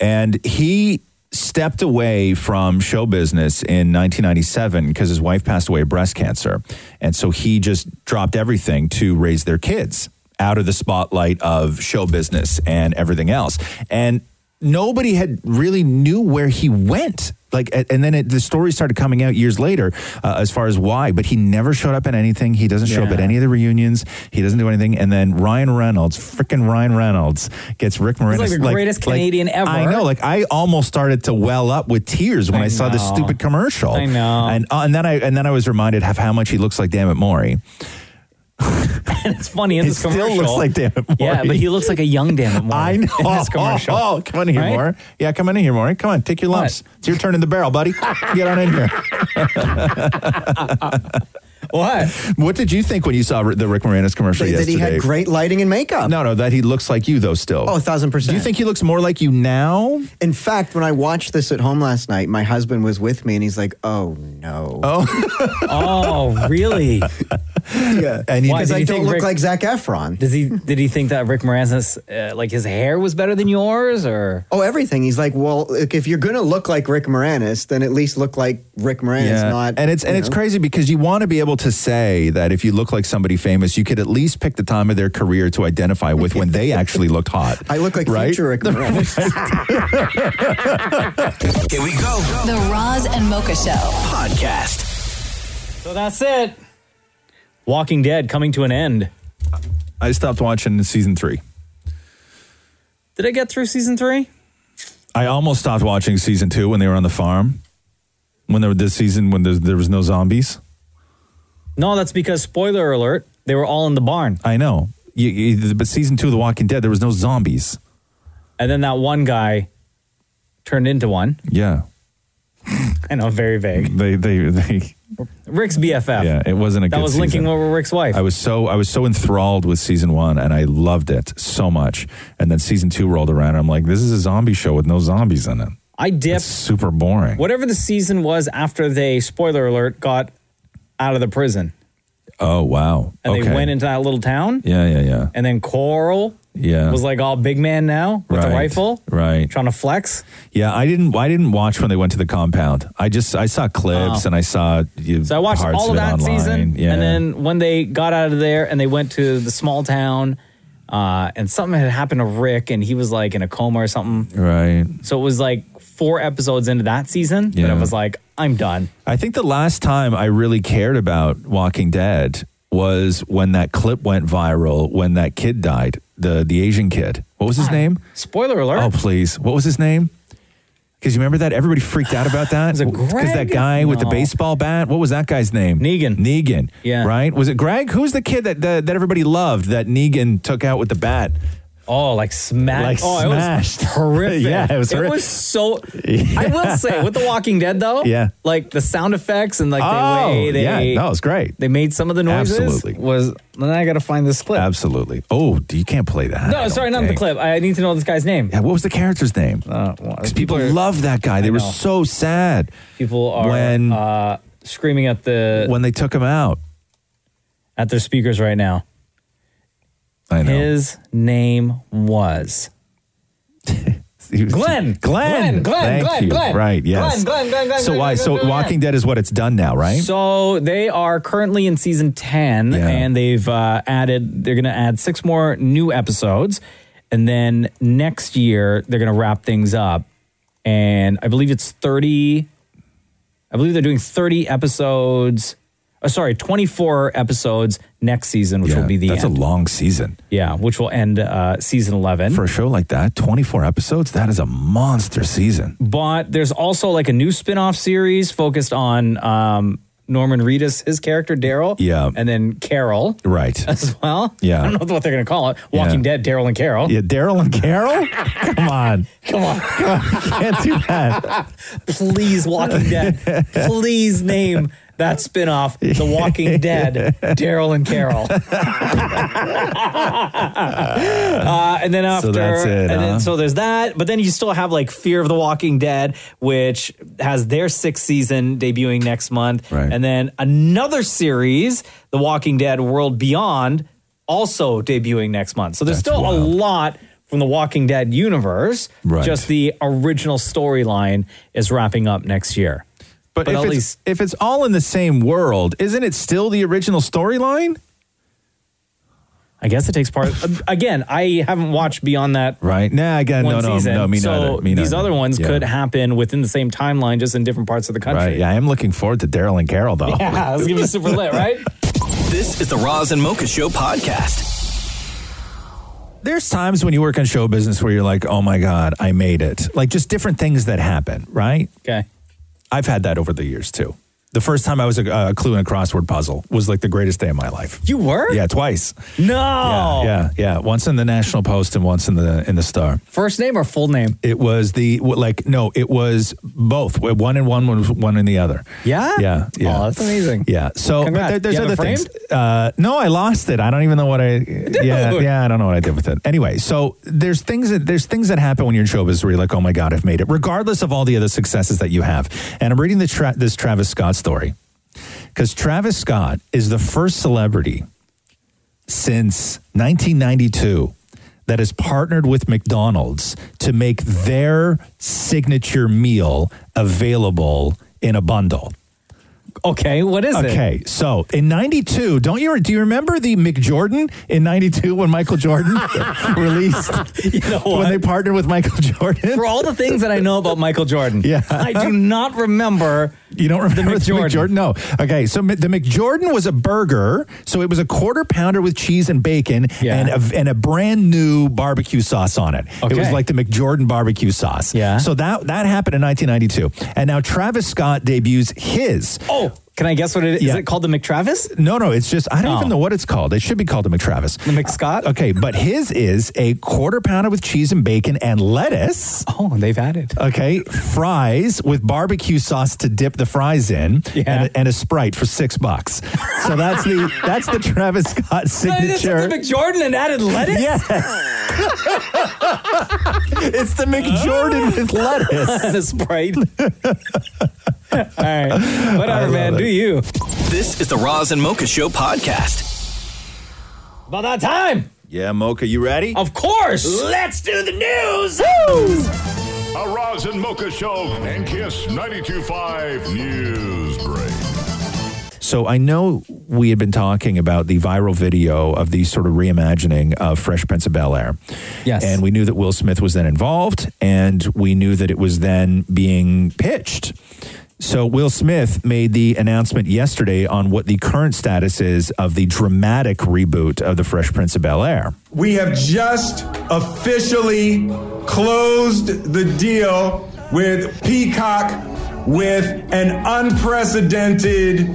S8: And he stepped away from show business in 1997 because his wife passed away of breast cancer. And so he just dropped everything to raise their kids out of the spotlight of show business and everything else. And nobody had really knew where he went. Like, a- and then it, the story started coming out years later uh, as far as why, but he never showed up at anything. He doesn't show up at
S3: Yeah.
S8: any of the reunions. He doesn't do anything. And then Ryan Reynolds, freaking Ryan Reynolds, gets Rick Moranis.
S3: He's like the greatest Canadian ever.
S8: I know. Like I almost started to well up with tears when I,
S3: I
S8: saw this
S3: know.
S8: stupid commercial. I know. And uh, and then I and then I was reminded of how much he looks like Dammit Maury.
S3: And it's funny in
S8: It
S3: this
S8: still
S3: commercial.
S8: looks like Dammit Maury.
S3: Yeah, but he looks like a young Dammit Maury.
S8: I know.
S3: In this commercial.
S8: Oh, oh, come on in here,
S3: Right?
S8: Maury. Yeah, come on in here, Maury. Come on, take your lumps. It's your turn in the barrel, buddy. Get on in here.
S3: what?
S8: What did you think when you saw the Rick Moranis commercial
S11: That- that
S8: yesterday?
S11: he had
S8: great lighting and makeup. No, no, that he looks like you though. Still.
S11: Oh, a thousand percent.
S8: Do you think he looks more like you now?
S11: In fact, when I watched this at home last night, my husband was with me and he's like, oh no.
S8: Oh.
S3: oh, really?
S11: yeah.
S8: And
S3: he-
S11: because
S3: Why, did
S11: I
S3: you
S11: don't
S3: think
S11: look
S3: Rick-
S11: like Zach Efron.
S3: Does he? Did he think that Rick Moranis, uh, like his hair was better than yours, or?
S11: Oh, everything. He's like, well, like, if you're gonna look like Rick Moranis, then at least look like Rick Moranis, not.
S8: and it's and
S11: you
S8: it's
S11: know.
S8: crazy because you want to be able to say that if you look like somebody famous, you could at least pick the time of their career to identify with when they actually looked hot. I look like right? future
S11: Rick Moranis.
S1: Here we go.
S14: The Roz and Mocha Show.
S1: Podcast.
S3: So that's it. Walking Dead coming to an end.
S8: I stopped watching season three.
S3: Did I get through season three?
S8: I almost stopped watching season two when they were on the farm. When there was this season when there, there was no zombies.
S3: No, that's because spoiler alert, they were all in the barn.
S8: I know. You, you, but season two of The Walking Dead, there was no zombies.
S3: And then that one guy turned into one.
S8: Yeah.
S3: I know, very vague.
S8: They they they
S3: Rick's BFF.
S8: Yeah, it wasn't a
S3: that
S8: good
S3: was
S8: season.
S3: linking over Rick's wife.
S8: I was so I was so enthralled with season one, and I loved it so much. And then season two rolled around, and I'm like, this is a zombie show with no zombies in it.
S3: I dipped.
S8: Super boring.
S3: Whatever the season was after they spoiler alert got out of the prison,
S8: Oh wow.
S3: and
S8: okay.
S3: they went into that little town,
S8: yeah, yeah, yeah,
S3: and then Coral
S8: yeah.
S3: was like all big man now with the
S8: Right.
S3: rifle,
S8: right.
S3: trying to flex.
S8: Yeah, I didn't. I didn't watch when they went to the compound. I just I saw clips
S3: Oh.
S8: and I saw. You,
S3: So I watched
S8: parts
S3: all of
S8: it
S3: that
S8: online.
S3: season,
S8: Yeah.
S3: and then when they got out of there and they went to the small town, uh, and something had happened to Rick, and he was like in a coma or something.
S8: Right.
S3: So it was like four episodes into that season that I
S8: Yeah.
S3: was like, I'm done.
S8: I think the last time I really cared about Walking Dead was when that clip went viral when that kid died, the the Asian kid. What was his name?
S3: Spoiler alert.
S8: Oh please. What was his name? Because you remember that everybody freaked out about that. Because that
S3: Greg?
S8: guy with the
S3: No.
S8: baseball bat. What was that guy's name? Negan. Negan.
S3: Yeah.
S8: Right. Was it Greg? Who was the kid that that, that everybody loved that Negan took out with the bat?
S3: Oh, like smashed.
S8: Like
S3: oh,
S8: smashed.
S3: It was horrific.
S8: yeah, it was
S3: It
S8: horrific.
S3: was so. I will say, with The Walking Dead, though,
S8: Yeah. Oh,
S3: like the sound effects and like the way they,
S8: yeah, that was great.
S3: They made some of the noises.
S8: Absolutely.
S3: Was then I got to find this clip.
S8: Absolutely. Oh, you can't play that.
S3: No, sorry, not the clip. I need to know this guy's name. Uh,
S8: Yeah, what was the character's name? Because people, love that guy. They were
S3: know.
S8: so sad
S3: People are
S8: When-
S3: uh, screaming at the
S8: when they took him out
S3: at their speakers right now.
S8: I know.
S3: His name was
S8: Glenn.
S3: Glenn. Glenn. Glenn.
S8: Thank
S3: Glenn.
S8: you.
S3: Glenn.
S8: Right. Yes.
S3: Glenn. Glenn. Glenn. Glenn.
S8: so
S3: Glenn,
S8: why?
S3: Glenn,
S8: so
S3: Glenn, Glenn.
S8: Walking Dead is what it's done now, right?
S3: So they are currently in season 10 and they've uh, added they're going to add six more new episodes and then next year they're going to wrap things up. And I believe it's 30 I believe they're doing 30 episodes uh, sorry, 24 episodes next season, which will be the
S8: that's
S3: end.
S8: a long season.
S3: yeah, which will end uh, season 11.
S8: For a show like that, 24 episodes, that is a monster season.
S3: but there's also like a new spin-off series focused on um, Norman Reedus, his character Daryl,
S8: Yeah.
S3: and then Carol,
S8: right,
S3: as well.
S8: Yeah.
S3: I don't know what they're going to call it. Walking Dead, Daryl and Carol.
S8: Yeah, Daryl and Carol? Come on.
S3: Come on,
S8: come on, can't do that.
S3: Please, Walking Dead. Please name that spin-off, The Walking Dead, Daryl and Carol. uh, and then after,
S8: So that's
S3: and
S8: it, huh?
S3: then, so there's that. But then you still have like Fear of the Walking Dead, which has their sixth season debuting next month, right. and then another series, The Walking Dead: World Beyond, also debuting next month. So there's still a lot from the Walking Dead universe.
S8: Right.
S3: Just the original storyline is wrapping up next year.
S8: But, if,
S3: at
S8: it's,
S3: least
S8: if it's all in the same world, isn't it still the original storyline?
S3: I guess it takes part. again, I haven't watched beyond that.
S8: Right. Nah, again, no, no, no, me
S3: so
S8: neither, me
S3: these
S8: neither.
S3: other ones
S8: Yeah.
S3: could happen within the same timeline, just in different parts of the country.
S8: Right. Yeah, I am looking forward to Daryl and Carol, though.
S3: Yeah, it's gonna be super lit, right?
S1: This is the Roz and Mocha Show podcast.
S8: There's times when you work on show business where you're like, oh my God, I made it. Like just different things that happen, right?
S3: Okay.
S8: I've had that over the years too. The first time I was a, a clue in a crossword puzzle was like the greatest day of my life.
S3: You were? Oh.
S8: Yeah, twice.
S3: No.
S8: Yeah, yeah, yeah. Once in the National Post and once in the in the Star.
S3: First name or full name?
S8: It was the like no, it was both. One in one, one one in the other.
S3: Yeah.
S8: Yeah, yeah.
S3: Oh, that's amazing.
S8: Yeah. So, but
S3: Congrats.
S8: there, there's
S3: You have
S8: other
S3: it
S8: things. Uh, no, I lost it. I don't even know what I. Yeah, yeah. I don't know what I did with it. Anyway, so there's things that there's things that happen when you're in showbiz where you're like, oh my god, I've made it, regardless of all the other successes that you have. And I'm reading the tra- this Travis Scott story because Travis Scott is the first celebrity since 1992 that has partnered with McDonald's to make their signature meal available in a bundle.
S3: Okay, what is it?
S8: Okay, so in '92, don't you do you remember the McJordan in '92 when Michael Jordan released?
S3: You know
S8: when they partnered with Michael Jordan
S3: For all the things that I know about Michael Jordan, yeah, I do not remember.
S8: You don't remember
S3: the McJordan?
S8: McJordan? No. Okay, so Mi- the McJordan was a burger, so it was a quarter pounder with cheese and bacon and, a, and a brand new barbecue sauce on it. It was
S2: Okay.
S8: like the McJordan barbecue sauce. Yeah. So that that happened in 1992, and now Travis Scott debuts his.
S3: Oh, can I guess what it is? Is it called the McTravis? Oh.
S8: No, no, it's just I don't even know what it's called. It should be called the McTravis. The
S3: McScott.
S8: Okay, but his is a quarter pounder with cheese and bacon and lettuce.
S3: Oh, they've added.
S8: Okay, fries with barbecue sauce to dip the fries in, and, a, and a sprite for six bucks. So that's the that's the Travis Scott
S3: They took
S8: signature.
S3: the McJordan and added lettuce.
S8: it's the
S3: Oh.
S8: McJordan with lettuce
S3: and a Sprite. All right, whatever, man. Do you?
S1: This is the Roz and Mocha Show podcast.
S3: About that time.
S8: Yeah, Mocha, you ready?
S3: Of course.
S16: Let's do the news. Woo! A Roz and Mocha Show and Kiss 92.5 News Break.
S8: So I know we had been talking about the viral video of the sort of reimagining of Fresh Prince of Bel Air.
S3: Yes.
S8: And we knew that Will Smith was then involved, and we knew that it was then being pitched. So Will Smith made the announcement yesterday on what the current status is of the dramatic reboot of the Fresh Prince of Bel Air.
S2: We have just officially closed the deal with Peacock with an unprecedented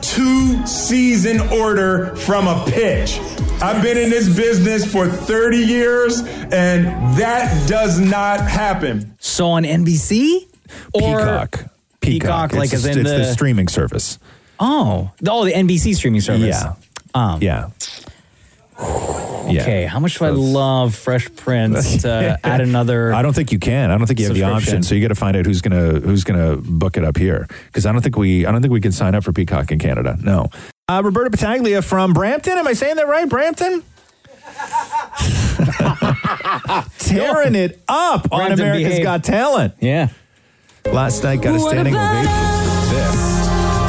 S2: two season order from a pitch. I've been in this business for 30 years, and that does not happen.
S3: So on NBC or
S8: Peacock.
S3: Peacock, like
S8: it's,
S3: as in
S8: it's
S3: the,
S8: the streaming service.
S3: oh the- oh the NBC streaming service.
S8: Yeah.
S3: Um,
S8: yeah.
S3: Okay, how much do I love Fresh Prince to add another?
S8: I don't think you can. I don't think you have the
S3: Subscription.
S8: option. So you got to find out who's gonna who's gonna book it up here because I don't think we I don't think we can sign up for Peacock in Canada. No. Uh, Roberta Pataglia from Brampton. Am I saying that right? Brampton. Tearing it up on
S3: Brampton
S8: America's
S3: behave.
S8: Got Talent.
S3: Yeah.
S8: Last night got a
S17: What
S8: standing
S17: about
S8: ovation for this.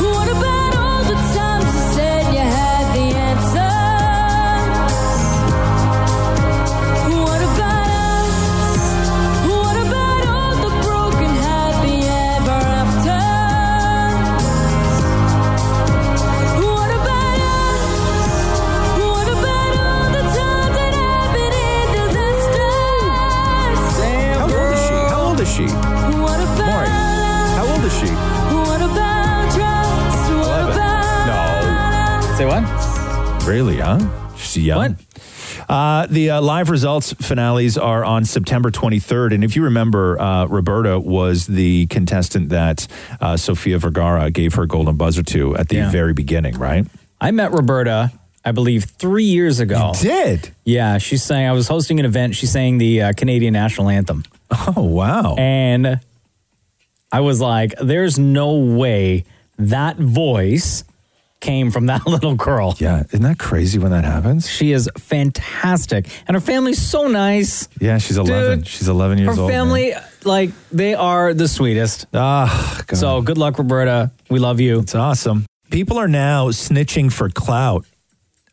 S17: What about all the times you said you had the answers? What about us? What about all the broken happy ever afters? What about us? What about all the time that I've been in disasters?
S8: How old is she? How old is she?
S17: What
S8: Maury, how old is she?
S17: What about trust? What about
S3: Say what?
S8: Really, huh? She's young. Uh, the uh, live results finales are on September 23rd. And if you remember, uh, Roberta was the contestant that uh, Sofia Vergara gave her golden buzzer to at the
S3: Yeah.
S8: very beginning, right?
S3: I met Roberta, I believe, three years ago.
S8: did?
S3: Oh. Yeah, she sang. I was hosting an event. She sang the uh, Canadian national anthem.
S8: Oh wow!
S3: And I was like, "There's no way that voice came from that little girl."
S8: Yeah, isn't that crazy when that happens?
S3: She is fantastic, and her family's so nice.
S8: Yeah, she's 11. she's 11 years
S3: her
S8: old. man.
S3: family, like, they are the sweetest.
S8: Ah,
S3: so good luck, Roberta. We love you. It's
S8: awesome. People are now snitching for clout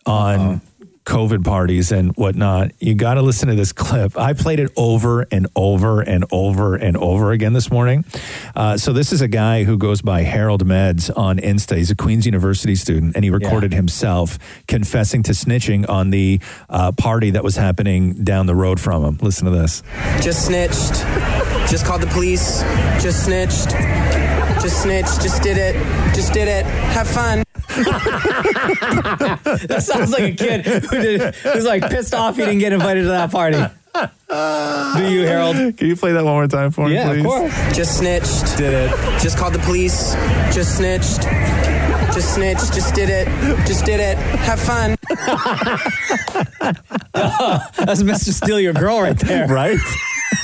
S8: on
S3: Uh-huh.
S8: COVID parties and whatnot. You got to listen to this clip. I played it over and over and over and over again this morning. Uh, so, this is a guy who goes by Harold Meds on Insta. He's a Queen's University student, and he recorded himself confessing to snitching on the uh, party that was happening down the road from him. Listen to this.
S19: Just snitched. Just called the police. Just snitched. Just snitched. Just did it. Just did it. Have fun.
S3: that sounds like a kid who did, who's like pissed off he didn't get invited to that party. Do you, Harold?
S8: Can you play that one more time for me,
S19: Yeah, of
S8: please?
S19: course. Just snitched.
S8: Did it.
S19: Just called the police. Just snitched. Just snitched. Just did it. Just did it. Have fun.
S3: That's Mr. Steal Your Girl right there.
S8: right?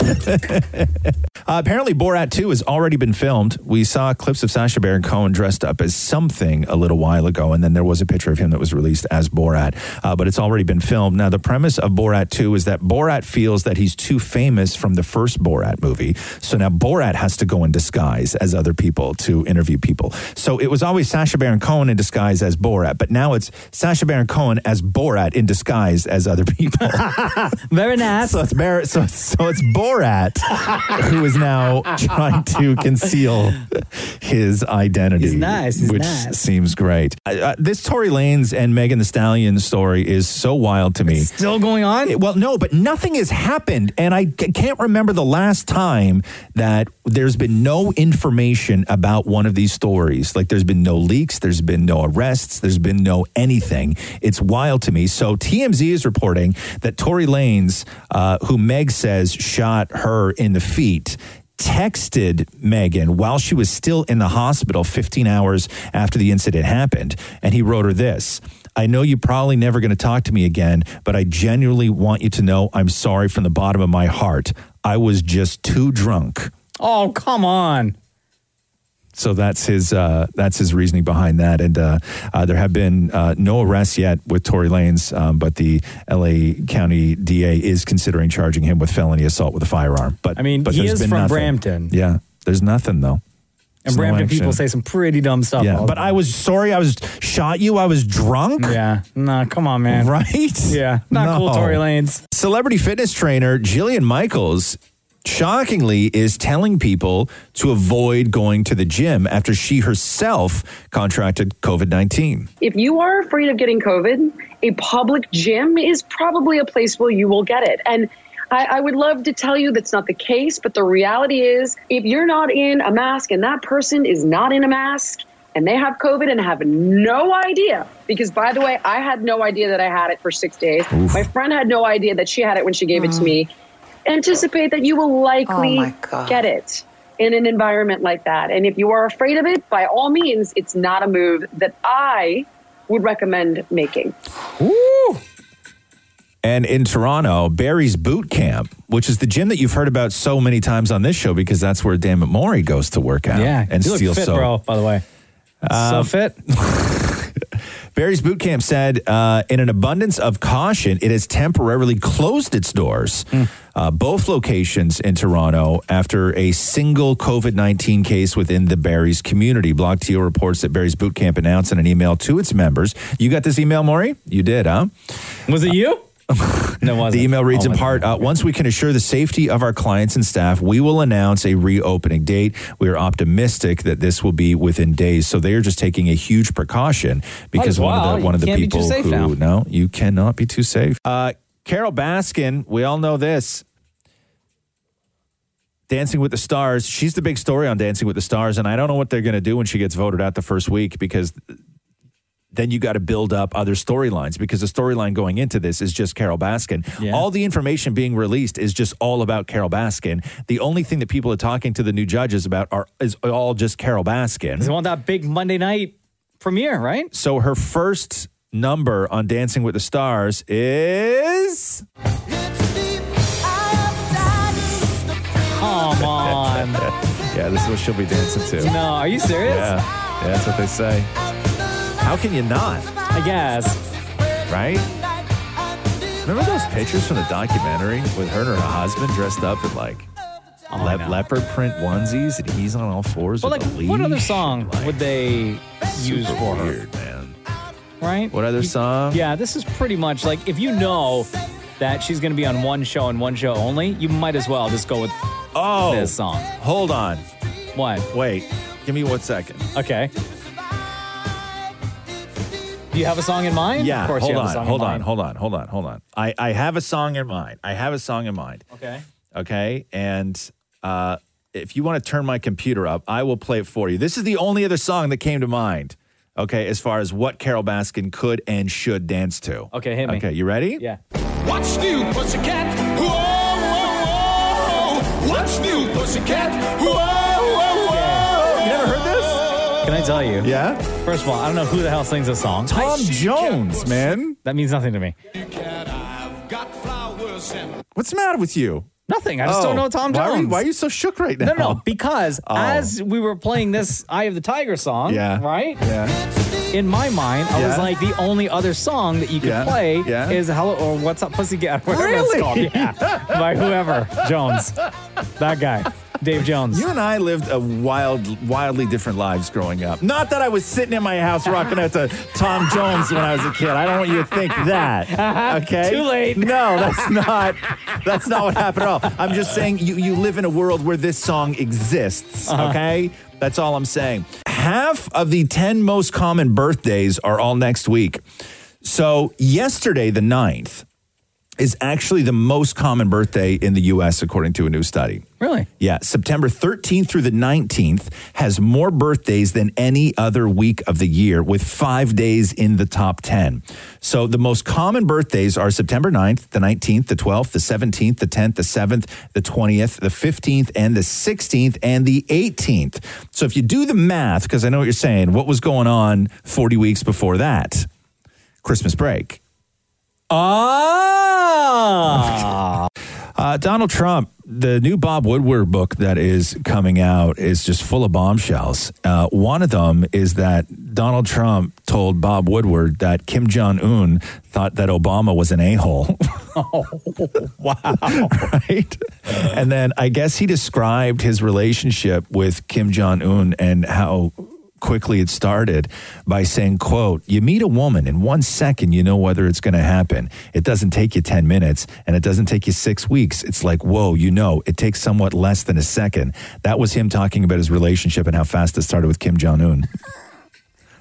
S8: Uh, apparently, Borat 2 has already been filmed. We saw clips of Sasha Baron Cohen dressed up as something a little while ago, and then there was a picture of him that was released as Borat, uh, but it's already been filmed. Now, the premise of Borat 2 is that Borat feels that he's too famous from the first Borat movie, so now Borat has to go in disguise as other people to interview people. So it was always Sasha Baron Cohen in disguise as Borat, but now it's Sasha Baron Cohen as Borat in disguise as other people.
S3: Very nice.
S8: So it's, Bar- so, so it's Borat who is now trying to conceal his identity.
S3: He's nice, he's
S8: which
S3: nice.
S8: seems great. Uh, uh, this Tory Lanez and Megan the Stallion story is so wild to me.
S3: still going on?
S8: well, no, but nothing has happened. And I c- can't remember the last time that there's been no information about one of these stories. Like there's been no leaks, there's been no arrests, there's been no anything. It's wild to me. So TMZ is reporting that Tory Lanez, uh, who Meg says shot her in the feet, texted Megan while she was still in the hospital 15 hours after the incident happened. And he wrote her this I know you're probably never going to talk to me again, but I genuinely want you to know I'm sorry from the bottom of my heart. I was just too drunk.
S3: Oh, come on.
S8: So that's his uh, that's his reasoning behind that, and uh, uh, there have been uh, no arrests yet with Tory Lanez, um, but the L.A. County DA is considering charging him with felony assault with a firearm. But
S3: I mean,
S8: but
S3: he
S8: there's
S3: is
S8: been
S3: from
S8: nothing.
S3: Brampton.
S8: Yeah, there's nothing though.
S3: And
S8: It's no
S3: Brampton
S8: action.
S3: people say some pretty dumb stuff.
S8: Yeah,
S3: all the
S8: but I was sorry. I was shot you. I was drunk.
S3: Yeah, no, come on, man.
S8: Right?
S3: Yeah, not cool, Tory Lanes.
S8: Celebrity fitness trainer Jillian Michaels shockingly is telling people to avoid going to the gym after she herself contracted COVID nineteen.
S5: If you are afraid of getting COVID, a public gym is probably a place where you will get it. And I, I would love to tell you that's not the case, but the reality is if you're not in a mask and that person is not in a mask and they have COVID and have no idea, because by the way, I had no idea that I had it for six days. My friend had no idea that she had it when she gave it to me. Anticipate that you will likely
S6: Oh, my God.
S5: get it in an environment like that. And if you are afraid of it, by all means, it's not a move that I would recommend making.
S8: And in Toronto, Barry's Boot Camp, which is the gym that you've heard about so many times on this show because that's where Dan McMorey goes to work out.
S3: Yeah,
S8: and
S3: you look
S8: steal
S3: fit,
S8: soap.
S3: bro. By the way, so
S8: Um,
S3: fit.
S8: Barry's Boot Camp said, uh, in an abundance of caution, it has temporarily closed its doors, uh, both locations in Toronto, after a single COVID 19 case within the Barry's community. Block TO reports that Barry's Boot Camp announced in an email to its members. You got this email, Maury? You did, huh?
S3: Was it you? no, wasn't. Oh
S8: The email reads in part uh, Once we can assure the safety of our clients and staff, we will announce a reopening date. We are optimistic that this will be within days. So they are just taking a huge precaution because
S3: as
S8: one of
S3: well.
S8: the
S3: You
S8: one of the
S3: can't be too
S8: people
S3: safe
S8: who
S3: now.
S8: no, you cannot be too safe. Uh, Carol Baskin, we all know this. Dancing with the Stars, she's the big story on Dancing with the Stars, and I don't know what they're going to do when she gets voted out the first week because then you got to build up other storylines because the storyline going into this is just Carol Baskin. All the information being released is just all about Carol Baskin. The only thing that people are talking to the new judges about are is all just Carol Baskin.
S3: They want that big Monday night premiere, right?
S8: So her first number on Dancing with the Stars is
S3: Come on.
S8: yeah, this is what she'll be dancing to.
S3: No, are you serious?
S8: Yeah, yeah that's what they say. How can you not?
S3: I guess.
S8: Right? Remember those pictures from the documentary with her and her husband dressed up in like
S3: Oh,
S8: le- leopard print onesies and he's on all fours
S3: Well,
S8: with
S3: like,
S8: a leash?
S3: what other song would they use
S8: super
S3: for her?
S8: weird, man.
S3: Right?
S8: What other song?
S3: Yeah, this is pretty much like if you know that she's going to be on one show and one show only, you might as well just go with
S8: oh,
S3: this song.
S8: Hold on.
S3: What?
S8: Wait. Give me one second.
S3: Okay. Do you have a song in mind?
S8: Yeah,
S3: Of course
S8: hold
S3: you have
S8: on,
S3: a song
S8: hold
S3: in
S8: on,
S3: mind.
S8: hold on, hold on, hold on. I, I have a song in mind. I have a song in mind.
S3: Okay.
S8: Okay. And uh, if you want to turn my computer up, I will play it for you. This is the only other song that came to mind. Okay, as far as what Carol Baskin could and should dance to.
S3: Okay, hit me.
S8: Okay, you ready?
S3: Yeah.
S16: What's new, pussycat? Whoa, whoa, whoa. What's new, pussycat? Whoa, whoa, whoa.
S3: You never heard this? Can I tell you?
S8: Yeah.
S3: First of all, I don't know who the hell sings this song.
S8: Tom Jones, man.
S3: That means nothing to me.
S8: What's the matter with you?
S3: Nothing. I just don't
S8: Oh,
S3: know Tom
S8: why
S3: Jones.
S8: are you- why are you so shook right
S3: No, no,
S8: now?
S3: no, because
S8: Oh.
S3: as we were playing this "Eye of the Tiger" song,
S8: Yeah.
S3: right?
S8: Yeah.
S3: In my mind, I was
S8: Yeah.
S3: like, the only other song that you could
S8: Yeah.
S3: play
S8: Yeah.
S3: is "Hello" or "What's Up, Pussycat," whatever
S8: Really?
S3: it's called, yeah, by whoever Jones, that guy, Dave Jones.
S8: You and I lived a wild, wildly different lives growing up. Not that I was sitting in my house rocking out to Tom Jones when I was a kid. I don't want you to think that. Okay.
S3: Too late.
S8: No, that's not. That's not what happened at all. I'm just saying you you live in a world where this song exists.
S16: Uh-huh.
S8: Okay. That's all I'm saying. Half of the 10 most common birthdays are all next week. So, yesterday, the 9th, is actually the most common birthday in the US, according to a new study.
S3: Really?
S8: Yeah, September 13th through the 19th has more birthdays than any other week of the year, with five days in the top 10. So the most common birthdays are September 9th, the 19th, the 12th, the 17th, the 10th, the 7th, the 20th, the 15th, and the 16th, and the 18th. So if you do the math, because I know what you're saying, what was going on 40 weeks before that? Christmas break.
S3: Ah.
S8: Uh, Donald Trump, the new Bob Woodward book that is coming out is just full of bombshells. Uh, one of them is that Donald Trump told Bob Woodward that Kim Jong Un thought that Obama was an a hole.
S3: Oh,
S8: wow. right? and then I guess he described his relationship with Kim Jong Un and how quickly it started by saying quote you meet a woman in one second you know whether it's going to happen it doesn't take you 10 minutes and it doesn't take you six weeks it's like whoa you know it takes somewhat less than a second that was him talking about his relationship and how fast it started with kim jong-un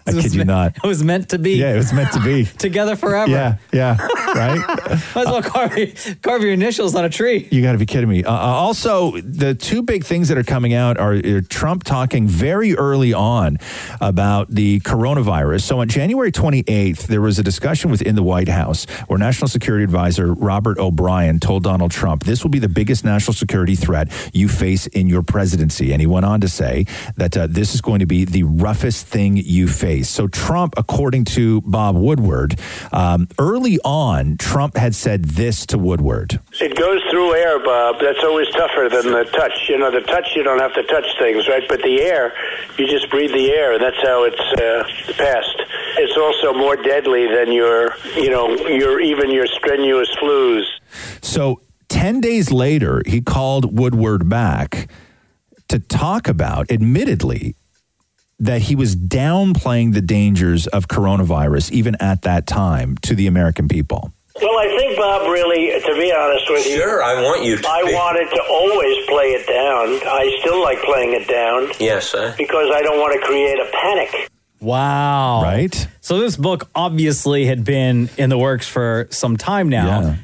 S8: i kid you not
S3: It was meant to be.
S8: yeah it was meant to be
S3: Together forever.
S8: yeah yeah right
S3: Might as well carve, carve your initials on a tree.
S8: You got to be kidding me. Uh, uh, also, the two big things that are coming out are, are Trump talking very early on about the coronavirus. So on January 28th, there was a discussion within the White House where National Security Advisor Robert O'Brien told Donald Trump, this will be the biggest national security threat you face in your presidency. And he went on to say that uh, this is going to be the roughest thing you face. So Trump, according to Bob Woodward, um, early on, Trump had said this to Woodward.
S6: It goes through air, Bob. That's always tougher than the touch. You know, the touch you don't have to touch things, right? But the air, you just breathe the air, and that's how it's uh, passed. It's also more deadly than your, you know, your even your strenuous flus.
S8: So 10 days later, he called Woodward back to talk about, admittedly, that he was downplaying the dangers of coronavirus, even at that time, to the American people.
S6: Well, I think Bob really, to be honest with you,
S10: Sure, I want you to
S6: I
S10: be.
S6: wanted to always play it down. I still like playing it down
S10: Yes, sir.
S6: because I don't want to create a panic.
S3: Wow.
S8: Right?
S3: So this book obviously had been in the works for some time now.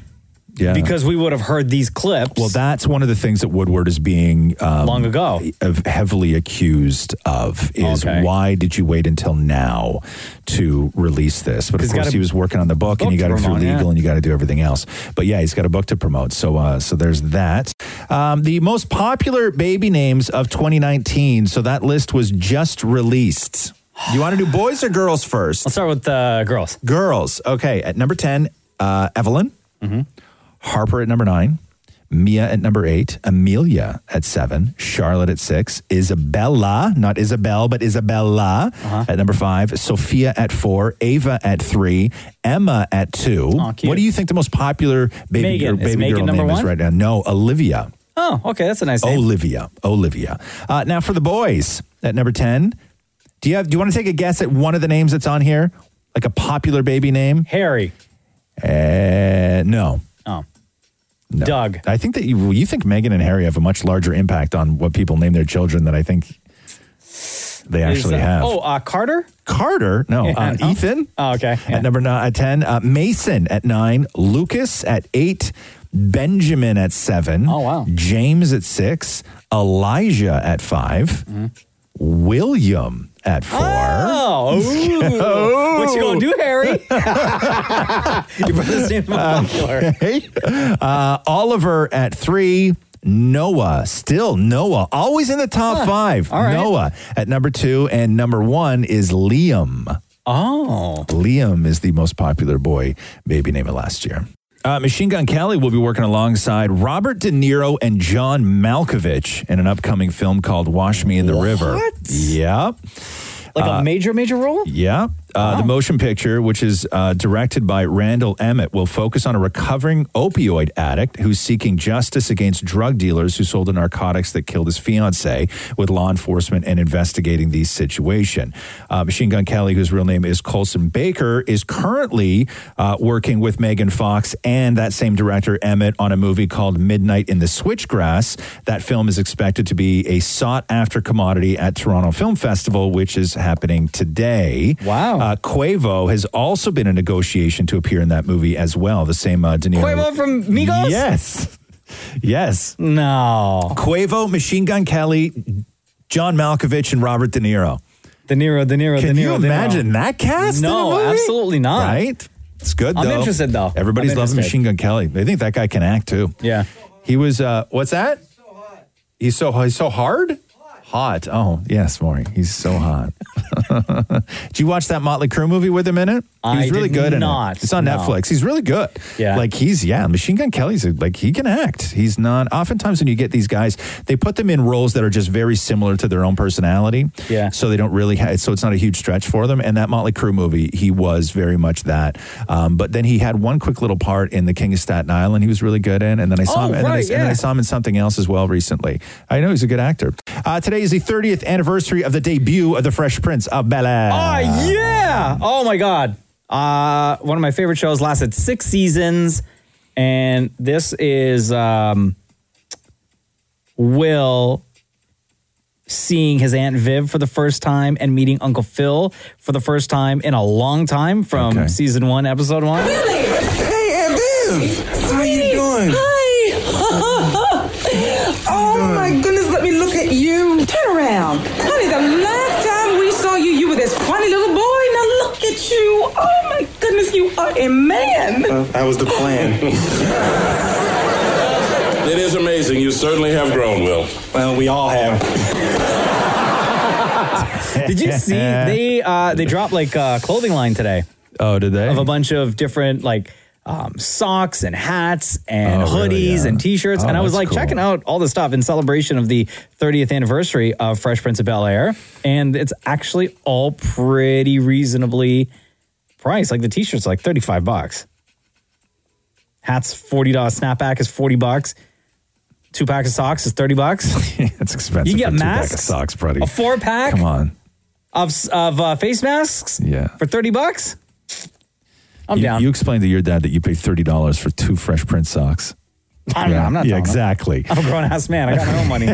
S8: Yeah.
S3: Because we would have heard these clips.
S8: Well, that's one of the things that Woodward is being um, long ago heavily accused of is
S3: Okay.
S8: why did you wait until now to release this? But of
S3: He's got
S8: course,
S3: a
S8: he was working on the book, and
S3: book
S8: you
S3: to
S8: got to through
S3: promote, yeah.
S8: legal and you got to do everything else. But yeah, he's got a book to promote, so uh, so there's that. Um, the most popular baby names of 2019. So that list was just released. Do you want to do boys or girls first? Let's
S3: start with uh, girls.
S8: Girls. Okay. At number 10, uh, Evelyn.
S3: Mm-hmm.
S8: Harper at number nine. Mia at number eight. Amelia at seven. Charlotte at six. Isabella, not Isabel, but Isabella
S3: Uh-huh.
S8: at number five. Sophia at four. Ava at three. Emma at two. what do you think the most popular baby,
S3: Megan.
S8: girl,
S3: Is
S8: baby
S3: Megan
S8: girl
S3: number
S8: name is
S3: one?
S8: right now? No, Olivia.
S3: Oh, okay. That's a nice name.
S8: Olivia. Olivia. Uh, now for the boys at number ten. Do you have? Do you want to take a guess at one of the names that's on here? Like a popular baby name?
S3: Harry.
S8: Uh, no.
S3: Oh.
S8: Doug. I think that you you think Megan and Harry have a much larger impact on what people name their children than I think they
S3: Is,
S8: actually
S3: uh,
S8: have.
S3: Oh, uh, Carter?
S8: Carter, no,
S3: Yeah,
S8: uh,
S3: no.
S8: Ethan.
S3: Oh, okay.
S8: At number nine, at ten, uh, Mason at nine, Lucas at eight, Benjamin at seven. Oh wow. James at six, Elijah at 5
S3: Mm-hmm.
S8: William at four.
S3: Oh, ooh. what you gonna do, Harry? Your brother's name is popular.
S8: Okay. Uh, Oliver at three. Noah, still Noah, always in the top five.
S3: Ah, all right.
S8: Noah at number two, and number one is Liam.
S3: Oh,
S8: Liam is the most popular boy baby name of last year. Uh, Machine Gun Kelly will be working alongside Robert De Niro and John Malkovich in an upcoming film called Wash Me in the River. Yep.
S3: Like a
S8: Uh,
S3: major, major role?
S8: yeah. Uh, The motion picture, which is uh, directed by Randall Emmett, will focus on a recovering opioid addict who's seeking justice against drug dealers who sold the narcotics that killed his fiance, with law enforcement and investigating the situation. Uh, Machine Gun Kelly, whose real name is Colson Baker, is currently uh, working with Megan Fox and that same director, Emmett, on a movie called Midnight in the Switchgrass. That film is expected to be a sought after commodity at Toronto Film Festival, which is happening today. Wow. Uh, Quavo has also been in negotiation to appear in that movie as well. The same uh, De Niro.
S3: Quavo from Migos?
S8: Yes. Yes.
S3: No.
S8: Quavo, Machine Gun Kelly, John Malkovich, and Robert De Niro.
S3: De Niro, De Niro,
S8: Can
S3: De Niro.
S8: you
S3: De Niro.
S8: imagine that cast? in a
S3: No,
S8: movie?
S3: absolutely not.
S8: Right? It's good though.
S3: I'm interested, though.
S8: Everybody's
S3: I'm
S8: loving
S3: interested.
S8: Machine Gun Kelly. They think that guy can act too.
S3: Yeah.
S8: He was uh what's that? He's so he's so hard? Hot. Uh, Oh, yes, Maury. He's so hot. Did you watch that Motley Crue movie with him in it? He was
S3: I
S8: really
S3: did
S8: good in
S3: not
S8: it. It's on
S3: know.
S8: Netflix. He's really good.
S3: Yeah.
S8: Like he's yeah, Machine Gun Kelly's a, like he can act. He's not oftentimes when you get these guys, they put them in roles that are just very similar to their own personality.
S3: Yeah.
S8: So they don't really ha- so it's not a huge stretch for them. And that Motley Crue movie, he was very much that. Um, but then he had one quick little part in The King of Staten Island. He was really good in, and then I saw
S3: Oh,
S8: him, and, then I,
S3: right,
S8: and then I
S3: yeah.
S8: saw him in something else as well recently. I know he's a good actor. Uh, today is the 30th anniversary of the debut of The Fresh Prince of Bel Air.
S3: Ah, yeah. Oh my God. Uh, one of my favorite shows lasted six seasons, and this is um, Will seeing his aunt Viv for the first time and meeting Uncle Phil for the first time in a long time from season one, episode one.
S17: Hey,
S13: Aunt
S17: Viv! How you doing? Hi! oh my goodness, let me look at you. Turn around. Honey, the last time we saw you, you were this funny little boy. Now look at you. Oh my goodness, you are a man.
S7: that was the plan. it is amazing. You certainly have grown, Will. Well, we all have.
S3: did you see they uh they dropped like a clothing line today
S8: oh did they
S3: of a bunch of different like um, socks and hats and
S8: Oh,
S3: hoodies
S8: really? Yeah.
S3: and t-shirts
S8: Oh,
S3: and i was
S8: that's
S3: like
S8: cool.
S3: checking out all the stuff in celebration of the 30th anniversary of fresh prince of bel-air and it's actually all pretty reasonably priced like the t-shirts are like 35 bucks hats $40 snapback is 40 bucks two pack of socks is 30 bucks
S8: it's expensive
S3: you can get
S8: for two pack of
S3: masks
S8: socks, buddy.
S3: a four pack
S8: Come on.
S3: of of uh, face masks.
S8: Yeah.
S3: for thirty bucks. I'm
S8: you,
S3: down.
S8: You explained to your dad that you paid thirty dollars for two Fresh Prince socks.
S3: I don't know. I'm not
S8: Yeah,
S3: telling him.
S8: exactly.
S3: I'm a grown ass Oh, man. I got my own money.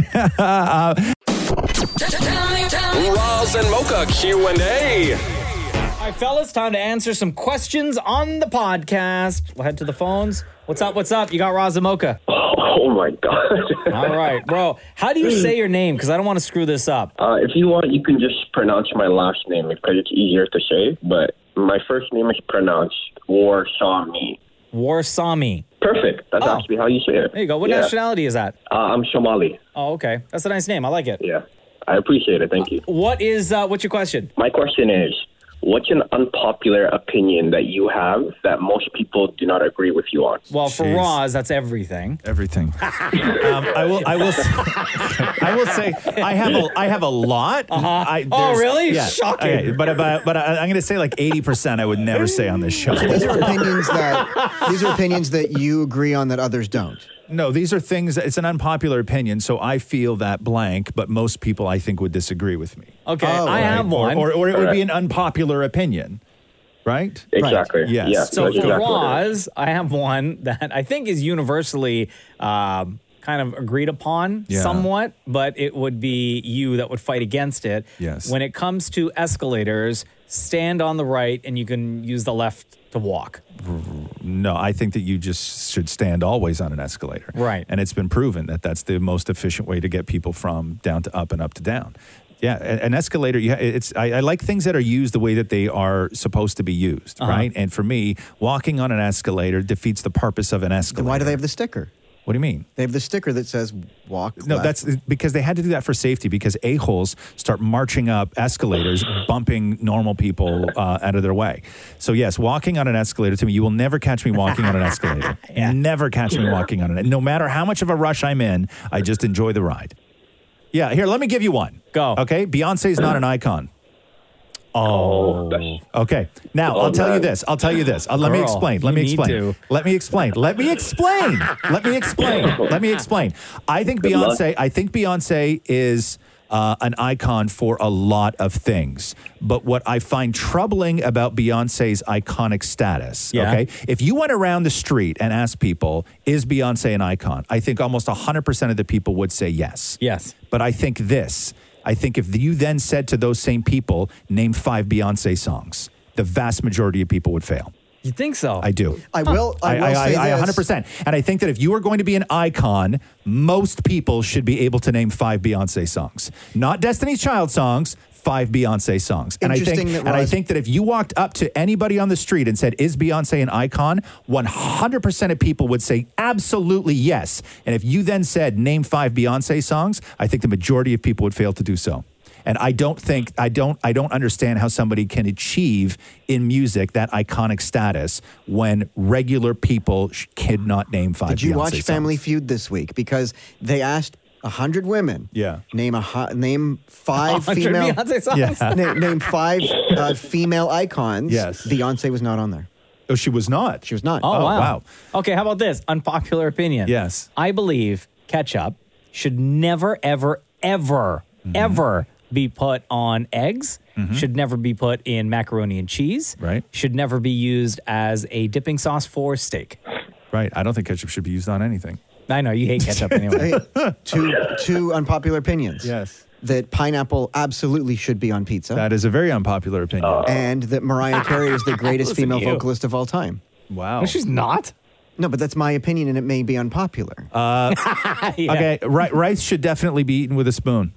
S16: Roz and Mocha Q&A.
S3: All right, fellas, time to answer some questions on the podcast. We'll head to the phones. What's up? What's up? You got Razamoka.
S18: Oh my god!
S3: All right, bro. How do you
S18: Hmm.
S3: say your name? Because I don't want to screw this up.
S18: Uh, if you want, you can just pronounce my last name because it's easier to say. But my first name is pronounced Warsami.
S3: Warsami. Oh.
S18: Perfect. That's actually how you say it.
S3: There you go. What
S18: Yeah.
S3: nationality is that?
S18: Uh, I'm Somali.
S3: Oh, okay. That's a nice name. I like it.
S18: Yeah. I appreciate it. Thank you.
S3: What is uh, what's your question?
S18: My question is, what's an unpopular opinion that you have that most people do not agree with you on?
S3: Well, for
S18: Jeez.
S3: Roz, that's everything.
S8: Everything. um, I will. I will. s- I will say I have a. I have a lot. I,
S3: Oh,
S8: there's-
S3: really? Shocking.
S8: but but but I, I'm going to say like eighty percent. I would never say on this show.
S11: So these are opinions that these are opinions that you agree on that others don't.
S8: No, these are things. It's an unpopular opinion, so I feel that blank. But most people, I think, would disagree with me.
S3: Okay, I
S8: Right?
S3: have one.
S8: Or, or, or it would be an unpopular opinion, right?
S18: Exactly.
S8: Right. Yes.
S3: So for Roz, I have one that I think is universally um, kind of agreed upon
S8: Yeah.
S3: somewhat, but it would be you that would fight against it.
S8: Yes.
S3: When it comes to escalators, stand on the right and you can use the left to walk.
S8: No, I think that you just should stand always on an escalator.
S3: Right.
S8: And it's been proven that that's the most efficient way to get people from down to up and up to down. Yeah, a- an escalator. You ha- it's I, I like things that are used the way that they are supposed to be used,
S11: Uh-huh.
S8: right? And for me, walking on an escalator defeats the purpose of an escalator.
S11: Why do they have the sticker?
S8: What do you mean?
S11: They have the sticker that says "walk."
S8: No,
S11: left."
S8: that's because they had to do that for safety because a-holes start marching up escalators, bumping normal people uh, out of their way. So, yes, walking on an escalator to me, you will never catch me walking on an escalator. Never catch me walking on it. No matter how much of a rush I'm in, I just enjoy the ride. Yeah, here, let me give you one. Go. Okay, Beyonce's not an icon. Oh. Okay. Now, I'll tell you this. I'll tell you this. Uh, let me
S3: Girl,
S8: explain. Let
S3: you
S8: me
S3: need
S8: explain.
S3: to.
S8: Let me explain. Let me explain. Let me explain. Let me explain. I think
S3: Good luck.
S8: Beyonce. I think Beyonce is. Uh, an icon for a lot of things. But what I find troubling about Beyonce's iconic status,
S3: Yeah.
S8: okay? If you went around the street and asked people, is Beyonce an icon? I think almost 100% of the people would say yes.
S3: Yes.
S8: But I think this I think if you then said to those same people, name five Beyonce songs, the vast majority of people would fail.
S3: You think so?
S8: I do.
S11: I will- I will
S8: I,
S11: say
S8: I,
S11: this.
S8: 100%. And I think that if you are going to be an icon, most people should be able to name five Beyonce songs, not Destiny's Child songs. Five Beyonce songs, and I think,
S11: Interesting that
S8: and I
S11: Roz-
S8: think that if you walked up to anybody on the street and said, "Is Beyonce an icon?" one hundred percent of people would say, "Absolutely yes." And if you then said, "Name five Beyonce songs," I think the majority of people would fail to do so. And I don't think I don't I don't understand how somebody can achieve in music that iconic status when regular people sh- could not name five.
S11: Did you
S8: Beyonce
S11: watch
S8: songs.
S11: Family Feud this week? Because they asked hundred women.
S8: Yeah.
S11: Name a hu- name five
S8: 100
S11: female.
S8: Beyonce songs? Yeah.
S11: Na- name five uh, female icons.
S8: Yes.
S11: Beyonce was not on there.
S8: Oh, she was not.
S11: She was not.
S3: Oh, wow. Okay, how about this? Unpopular opinion. Yes. I believe ketchup should never, ever, ever,
S8: Mm-hmm.
S3: ever be put on eggs, should never be put in macaroni and cheese, right. should never be used as a dipping sauce for steak.
S8: Right. I don't think ketchup should be used on anything.
S3: I know. You hate ketchup anyway.
S11: Hey, two two unpopular opinions. Yes. That pineapple absolutely should be on pizza. Uh.
S8: That is a very unpopular opinion.
S11: and that Mariah Carey is the greatest
S8: Listen to
S11: female
S8: you.
S11: vocalist of all time.
S8: Wow.
S11: No, she's
S3: not.
S11: No, but that's my opinion, and it may be unpopular.
S8: Uh,
S11: Yeah.
S8: Okay, ri- rice should definitely be eaten with a spoon.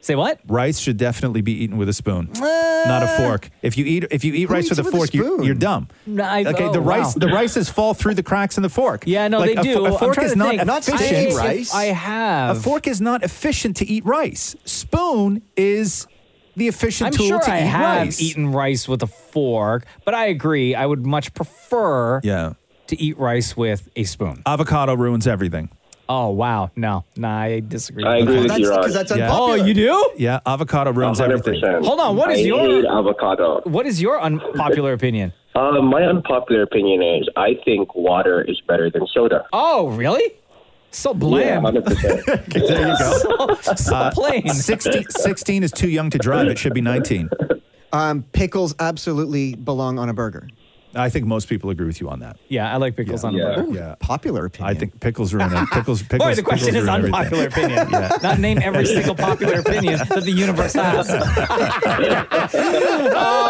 S3: Say what? Uh.
S8: Rice should definitely be eaten with a spoon, not a fork. If you eat if you eat
S3: Who
S8: rice
S3: eats
S8: with a
S3: it with a
S8: fork, you,
S3: spoon?
S8: you're dumb.
S3: No, I-
S8: okay, the
S3: oh,
S8: rice
S3: wow.
S8: the rices fall through the cracks in the fork.
S3: Yeah, no,
S8: Like,
S3: they
S8: a
S3: do.
S8: fo- A,
S3: I'm
S8: fork
S3: trying
S8: is
S3: to
S8: not
S3: think. Not
S8: efficient.
S3: fishing I- if rice. I have.
S8: A fork is not efficient to eat rice. Spoon is the efficient
S3: I'm
S8: tool
S3: sure
S8: to
S3: I
S8: eat
S3: have
S8: rice.
S3: eaten rice with a fork, but I agree. I would much prefer
S8: yeah.
S3: to eat rice with a spoon.
S8: Avocado ruins everything.
S3: Oh wow, no, no, I disagree.
S8: I agree with That's- you, Raj.
S3: because
S8: because that's
S3: Oh,
S8: unpopular.
S3: you do?
S8: Yeah, avocado ruins everything.
S3: Hold on, what is
S8: I
S3: your
S8: hate
S18: avocado?
S3: What is your unpopular opinion?
S18: Uh, my unpopular opinion is I think water is better than soda.
S3: Oh, really? So bland.
S18: Yeah, 100%.
S8: There you go.
S3: so plain.
S8: 16, 16 Uh, is too young to drive. It should be 19.
S11: Um, pickles absolutely belong on a burger.
S8: I think most people agree with you on that.
S3: Yeah, I like pickles
S8: Yeah.
S3: on a
S8: Yeah.
S3: burger.
S8: Yeah.
S11: Popular opinion.
S8: I think pickles ruin it. Pickles, pickles.
S3: Boy, the question
S8: pickles
S3: is
S8: ruin
S3: unpopular
S8: everything.
S3: opinion. Not name every single popular opinion that the universe has. oh,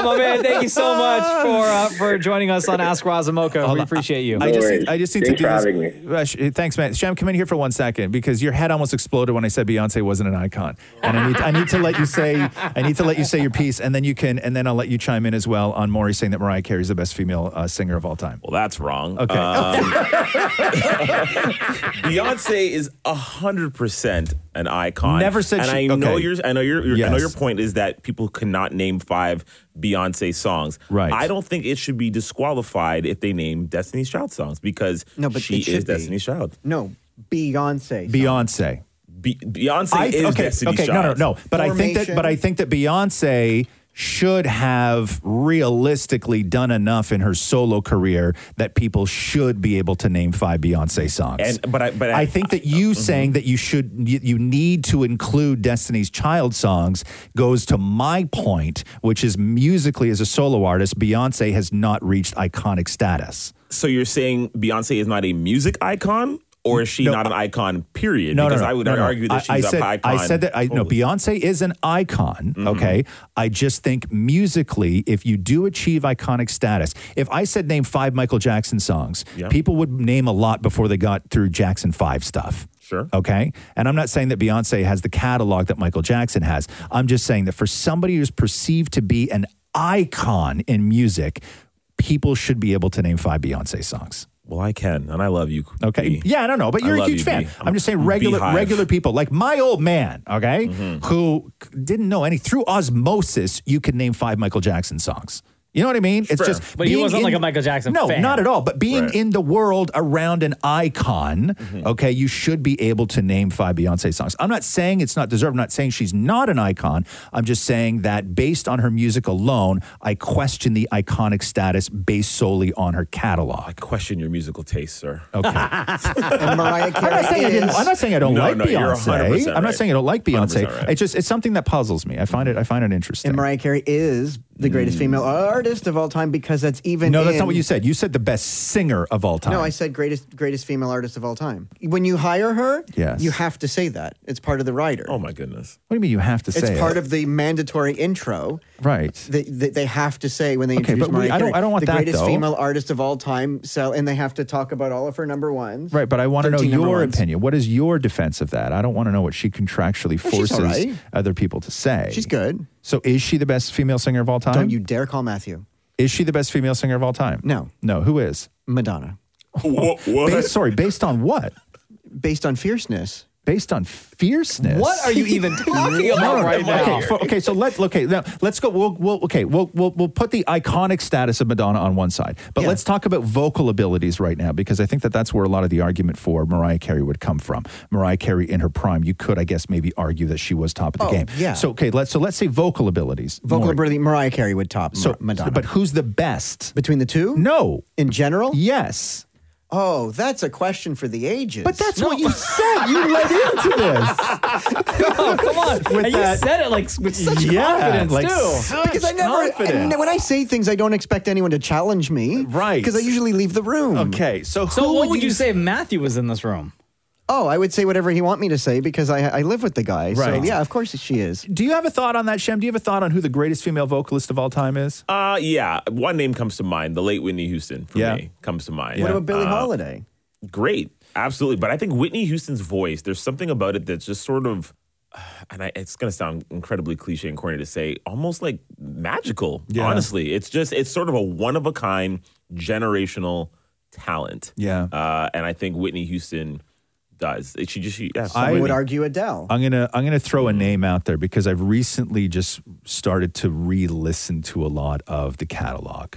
S3: my man, thank you so much for uh, for joining us on Ask Razamoka. We appreciate you.
S8: I just, need, I just need to do this. Uh, sh- Thanks, man. Sham, come in here for one second because your head almost exploded when I said Beyonce wasn't an icon, and I need, I need to let you say, I need to let you say your piece, and then you can, and then I'll let you chime in as well on Maury saying that Mariah Carey is the best female uh, singer of all time.
S20: Well, that's wrong.
S8: Okay.
S20: Um, Beyonce is hundred percent an icon.
S8: Never said
S20: and
S8: she-
S20: I know
S8: okay.
S20: your, I know your, your I know
S8: Yes.
S20: your point is that people cannot name five Beyonce songs.
S8: Right.
S20: I don't think it should be disqualified if they name Destiny's Child songs because
S11: No, but
S20: she
S11: it should
S20: is
S11: be.
S20: Destiny's Child.
S11: No, Beyonce.
S8: Beyonce.
S20: Be- Beyonce
S8: I-
S20: is
S8: okay,
S20: Destiny's
S8: okay, no, no,
S20: Child.
S8: no. But I think
S20: Formation.
S8: that, but I think that Beyonce should have realistically done enough in her solo career that people should be able to name five Beyonce songs.
S20: And but I but I,
S8: I think that you
S3: Mm-hmm.
S8: saying that you should you, you need to include Destiny's Child songs goes to my point, which is musically as a solo artist, Beyonce has not reached iconic status.
S20: So you're saying Beyonce is not a music icon, or is she not an icon? Period. because I would argue that she's
S8: I
S20: a
S8: said,
S20: icon. Mm-hmm.
S8: I said that I no Beyonce is an icon. Okay, I just think musically, if you do achieve iconic status, if I said name five Michael Jackson songs,
S21: Yeah.
S8: people would name a lot before they got through Jackson Five stuff.
S20: Sure.
S8: Okay. And I'm not saying that Beyonce has the catalog that Michael Jackson has. I'm just saying that for somebody who's perceived to be an icon in music, people should be able to name five Beyonce songs.
S20: Well, I can, and I love you.
S8: Okay.
S20: B.
S8: Yeah, I don't know, but
S20: I
S8: you're a
S20: love
S8: huge
S20: you,
S8: fan.
S20: B.
S8: I'm just saying regular
S20: Beehive.
S8: regular people like my old man, okay, who c- didn't know any through osmosis, you could name five Michael Jackson songs. You know what I mean? It's
S3: Sure.
S8: just
S3: But he
S8: being
S3: wasn't
S8: in-
S3: like a Michael Jackson
S8: No,
S3: fan.
S8: not at all. But being
S3: Right.
S8: in the world around an icon, okay, you should be able to name five Beyonce songs. I'm not saying it's not deserved. I'm not saying she's not an icon. I'm just saying that based on her music alone, I question the iconic status based solely on her catalog. I
S20: question your musical taste, sir.
S8: Okay.
S11: And Mariah Carey
S8: I'm not saying I, didn't,
S11: is-
S8: I'm not saying I don't
S20: No,
S8: like
S20: no, you're
S8: Beyonce.
S20: 100%
S8: I'm not
S20: right.
S8: saying I don't like Beyonce.
S20: 100% right.
S8: It's just it's something that puzzles me. I find it I find it interesting. Hmm.
S11: And Mariah Carey is the greatest female artist of all time because that's even.
S8: no, that's
S11: in-
S8: not what you said. You said the best singer of all time.
S11: No, I said greatest greatest female artist of all time. When you hire her,
S8: Yes.
S11: you have to say that. It's part of the writer. Oh
S20: my goodness.
S8: what do you mean you have to
S11: it's
S8: say?
S11: part
S8: it?
S11: of the mandatory intro
S8: right.
S11: that, that they have to say when they
S8: Okay,
S11: introduce
S8: but we-
S11: Mariah
S8: I don't-
S11: Carey,
S8: I don't want
S11: the
S8: that,
S11: greatest
S8: though.
S11: female artist of all time. So, and they have to talk about all of her number ones.
S8: Right, but I want to know
S11: 13 number
S8: your
S11: ones.
S8: opinion. What is your defense of that? I don't want to know what she contractually
S11: Oh, she's
S8: forces
S11: all right.
S8: other people to say.
S11: She's good.
S8: So is she the best female singer of all time?
S11: Don't you dare call Matthew.
S8: Is she the best female singer of all time?
S11: No.
S8: No, who is?
S11: Madonna.
S8: Based- sorry, based on what?
S11: Based on fierceness.
S8: based on fierceness.
S21: What are you even talking about right now?
S8: Okay, for- okay, so let's okay, now, let's go. We'll, we'll okay, we'll, we'll we'll put the iconic status of Madonna on one side, but let's talk about vocal abilities right now because I think that that's where a lot of the argument for Mariah Carey would come from. Mariah Carey in her prime, you could, I guess, maybe argue that she was top of the
S11: Oh,
S8: game.
S11: yeah.
S8: So okay, let's so let's say vocal abilities.
S11: Vocal
S8: Maury.
S11: ability, Mariah Carey would top
S8: So-
S11: so, Madonna.
S8: but who's the best
S11: between the two?
S8: No,
S11: in general,
S8: yes.
S11: Oh, that's a question for the ages.
S8: But that's what you said. You led into this.
S11: oh, come on.
S8: And you said it, like, with such Yeah, confidence, like, too. such
S11: because I never,
S8: confidence.
S11: and when I say things, I don't expect anyone to challenge me.
S8: Right.
S11: Because I usually leave the room.
S8: Okay. So,
S3: So what would you say if Matthew was in this room?
S11: Oh, I would say whatever he want me to say because I, I live with the guy. So,
S8: Right.
S11: yeah, of course she is.
S8: Do you have a thought on that, Shem? Do you have a thought on who the greatest female vocalist of all time is?
S20: Uh, yeah. One name comes to mind. The late Whitney Houston for me comes to mind.
S11: What about Billie
S20: Uh,
S11: Holiday?
S20: Great. Absolutely. But I think Whitney Houston's voice, there's something about it that's just sort of, and I, it's going to sound incredibly cliche and corny to say, almost like magical,
S8: Yeah.
S20: honestly. It's just, it's sort of a one of a kind generational talent.
S8: Yeah.
S20: Uh, and I think Whitney Houston does. She just, she, yeah,
S11: I would
S20: Whitney.
S11: argue Adele.
S8: I'm gonna I'm gonna throw a name out there because I've recently just started to re-listen to a lot of the catalog.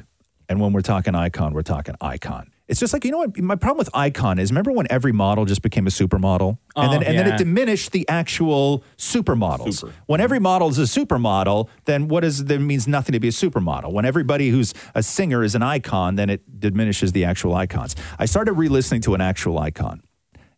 S8: And when we're talking icon, we're talking icon. It's just like you know what my problem with icon is. Remember when every model just became a supermodel, and
S21: Oh,
S8: then and then
S21: yeah.
S8: it diminished the actual supermodels. When every model is a supermodel, then what is then means nothing to be a supermodel. When everybody who's a singer is an icon, then it diminishes the actual icons. I started re-listening to an actual icon,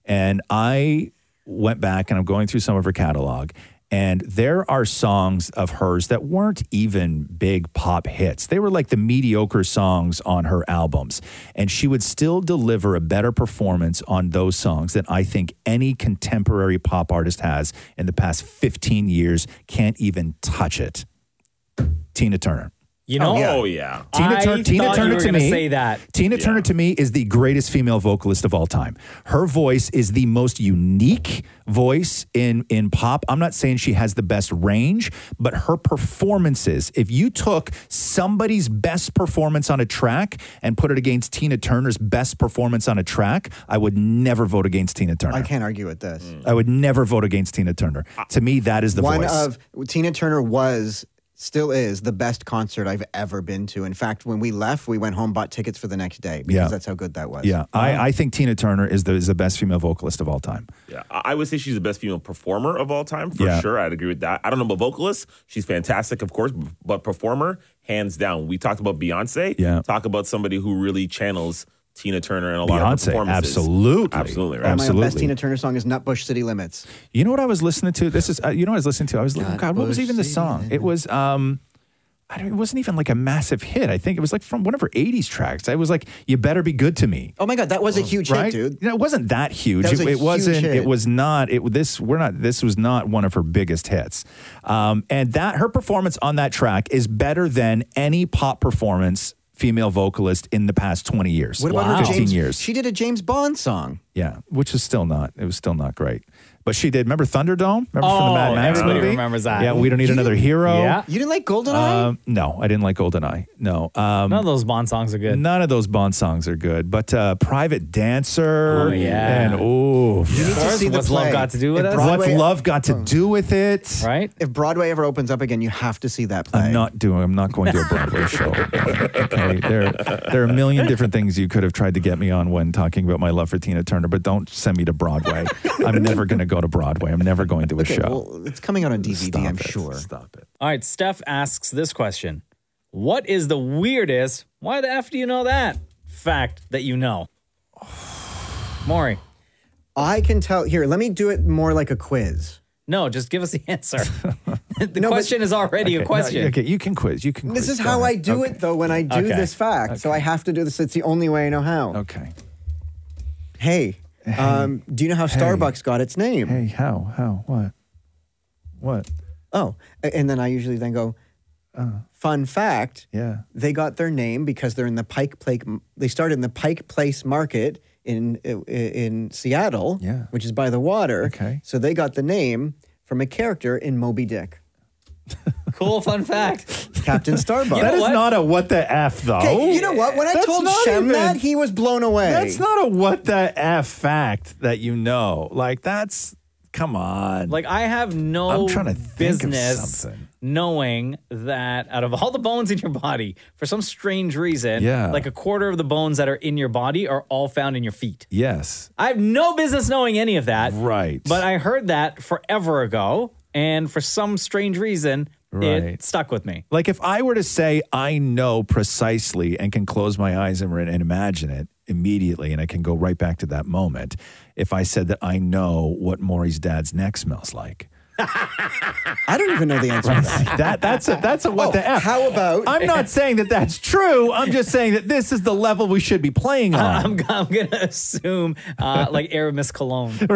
S8: and I went back and I'm going through some of her catalog. And there are songs of hers that weren't even big pop hits. They were like the mediocre songs on her albums. And she would still deliver a better performance on those songs than I think any contemporary pop artist has in the past 15 years. Can't even touch it. Tina Turner.
S3: You know?
S20: Oh, yeah.
S8: Tina,
S3: I
S8: Tur- Tina
S3: thought you
S8: Turner
S3: were
S8: to
S3: gonna
S8: me.
S3: say that.
S8: Tina Turner to me is the greatest female vocalist of all time. Her voice is the most unique voice in in pop. I'm not saying she has the best range, but her performances. If you took somebody's best performance on a track and put it against Tina Turner's best performance on a track, I would never vote against Tina Turner.
S11: I
S8: I,
S11: can't argue with this.
S8: would never vote against Tina Turner. To me, that is the
S11: One
S8: voice.
S11: of Tina Turner was, still is, the best concert I've ever been to. In fact, when we left, we went home, bought tickets for the next day because
S8: Yeah.
S11: that's how good that was.
S8: yeah, I, I think Tina Turner is the is the best female vocalist of all time.
S20: Yeah, I I would say she's the best female performer of all time for
S8: Yeah.
S20: sure. I'd agree with that. I don't know about vocalist; she's fantastic, of course, b- but performer, hands down. We talked about Beyonce.
S8: Yeah.
S20: talk about somebody who really channels Tina Turner and a lot of
S8: Beyonce,
S20: her performances.
S8: absolutely.
S20: absolutely, right?
S11: Oh, My best
S8: Absolutely.
S11: Tina Turner song is Nutbush City Limits.
S8: You know what I was listening to? This is uh, you know what I was listening to. I was like, God, what was even the song? It was um, I don't. It wasn't even like a massive hit. I think it was like from one of her '80s tracks. It was like, "You Better Be Good to Me."
S11: Oh my God, that was a huge hit,
S8: right?
S11: dude.
S8: No, it wasn't that huge.
S11: That was
S8: it,
S11: a
S8: it wasn't.
S11: huge hit.
S8: It was not. It this we're not. This was not one of her biggest hits. Um, and that her performance on that track is better than any pop performance female vocalist in the past 20 years.
S11: What about her
S8: 15
S11: James?
S8: years?
S11: She did a James Bond song.
S8: Yeah, which is still not. It was still not great. But she did. Remember Thunderdome? Remember from the Mad
S3: Oh,
S8: Max
S3: everybody
S8: movie?
S3: remembers that.
S8: Yeah, we don't need
S3: You-
S8: another hero.
S3: Yeah.
S11: You didn't like Goldeneye?
S8: Um, no, I didn't like Goldeneye. No. Um,
S3: None of those Bond songs are good.
S8: None of those Bond songs are good. But uh, Private Dancer.
S3: Oh, yeah.
S8: And oh,
S11: You need to see the play. If
S8: What's
S11: Broadway- Oh.
S8: love got to do with it?
S3: Right?
S11: If Broadway ever opens up again, you have to see that play.
S8: I'm not doing. I'm not going to a Broadway show. Okay, there, there are a million different things you could have tried to get me on when talking about my love for Tina Turner, but don't send me to Broadway. I'm never going to go to Broadway. I'm never going to a
S11: Okay,
S8: show.
S11: well, it's coming out on DVD, I'm sure.
S8: Stop it.
S3: All right, Steph asks this question. What is the weirdest, why the F do you know that? Fact that you know. Maury.
S11: I can tell. Here, let me do it more like a quiz.
S3: No, just give us the answer. the question is already
S8: Okay,
S3: a
S8: no,
S3: question.
S8: okay, you can quiz. You can.
S11: This is
S8: quiz. Go
S11: how I
S8: ahead.
S11: do
S8: Okay.
S11: it, though, when I do
S8: Okay.
S11: this fact. So I have to do this. It's the only way I know how.
S8: Okay.
S11: Hey, Um, do you know how Starbucks got its name?
S8: Hey, how? How? What? What?
S11: Oh, a- and then I usually then go,
S8: Uh.
S11: fun fact.
S8: Yeah.
S11: They got their name because they're in the Pike Place. They started in the Pike Place market in in- in Seattle,
S8: Yeah.
S11: which is by the water.
S8: Okay.
S11: So they got the name from a character in Moby Dick,
S3: Cool fun fact.
S11: Captain Starbuck.
S8: that is not a what the f though.
S11: Okay, you know what? When I
S8: Oh. That's
S11: told
S8: not
S11: Shem
S8: even-
S11: that, he was blown away.
S8: That's not a what the f fact that you know. Like that's Come on.
S3: Like I have no
S8: I'm trying to think of
S3: business
S8: something.
S3: knowing that out of all the bones in your body, for some strange reason,
S8: Yeah.
S3: like a quarter of the bones that are in your body are all found in your feet.
S8: Yes.
S3: I have no business knowing any of that.
S8: Right.
S3: But I heard that forever ago, and for some strange reason,
S8: Right.
S3: it stuck with me.
S8: Like if I were to say I know precisely and can close my eyes and, and imagine it immediately and I can go right back to that moment. If I said that I know what Maury's dad's neck smells like.
S11: I don't even know the answer to that. Oh,
S8: that's a that's a what the f.
S11: How about
S8: I'm not saying that that's true. I'm just saying that this is the level we should be playing
S11: Um,
S8: on.
S3: I'm, I'm gonna assume uh, like Aramis Cologne.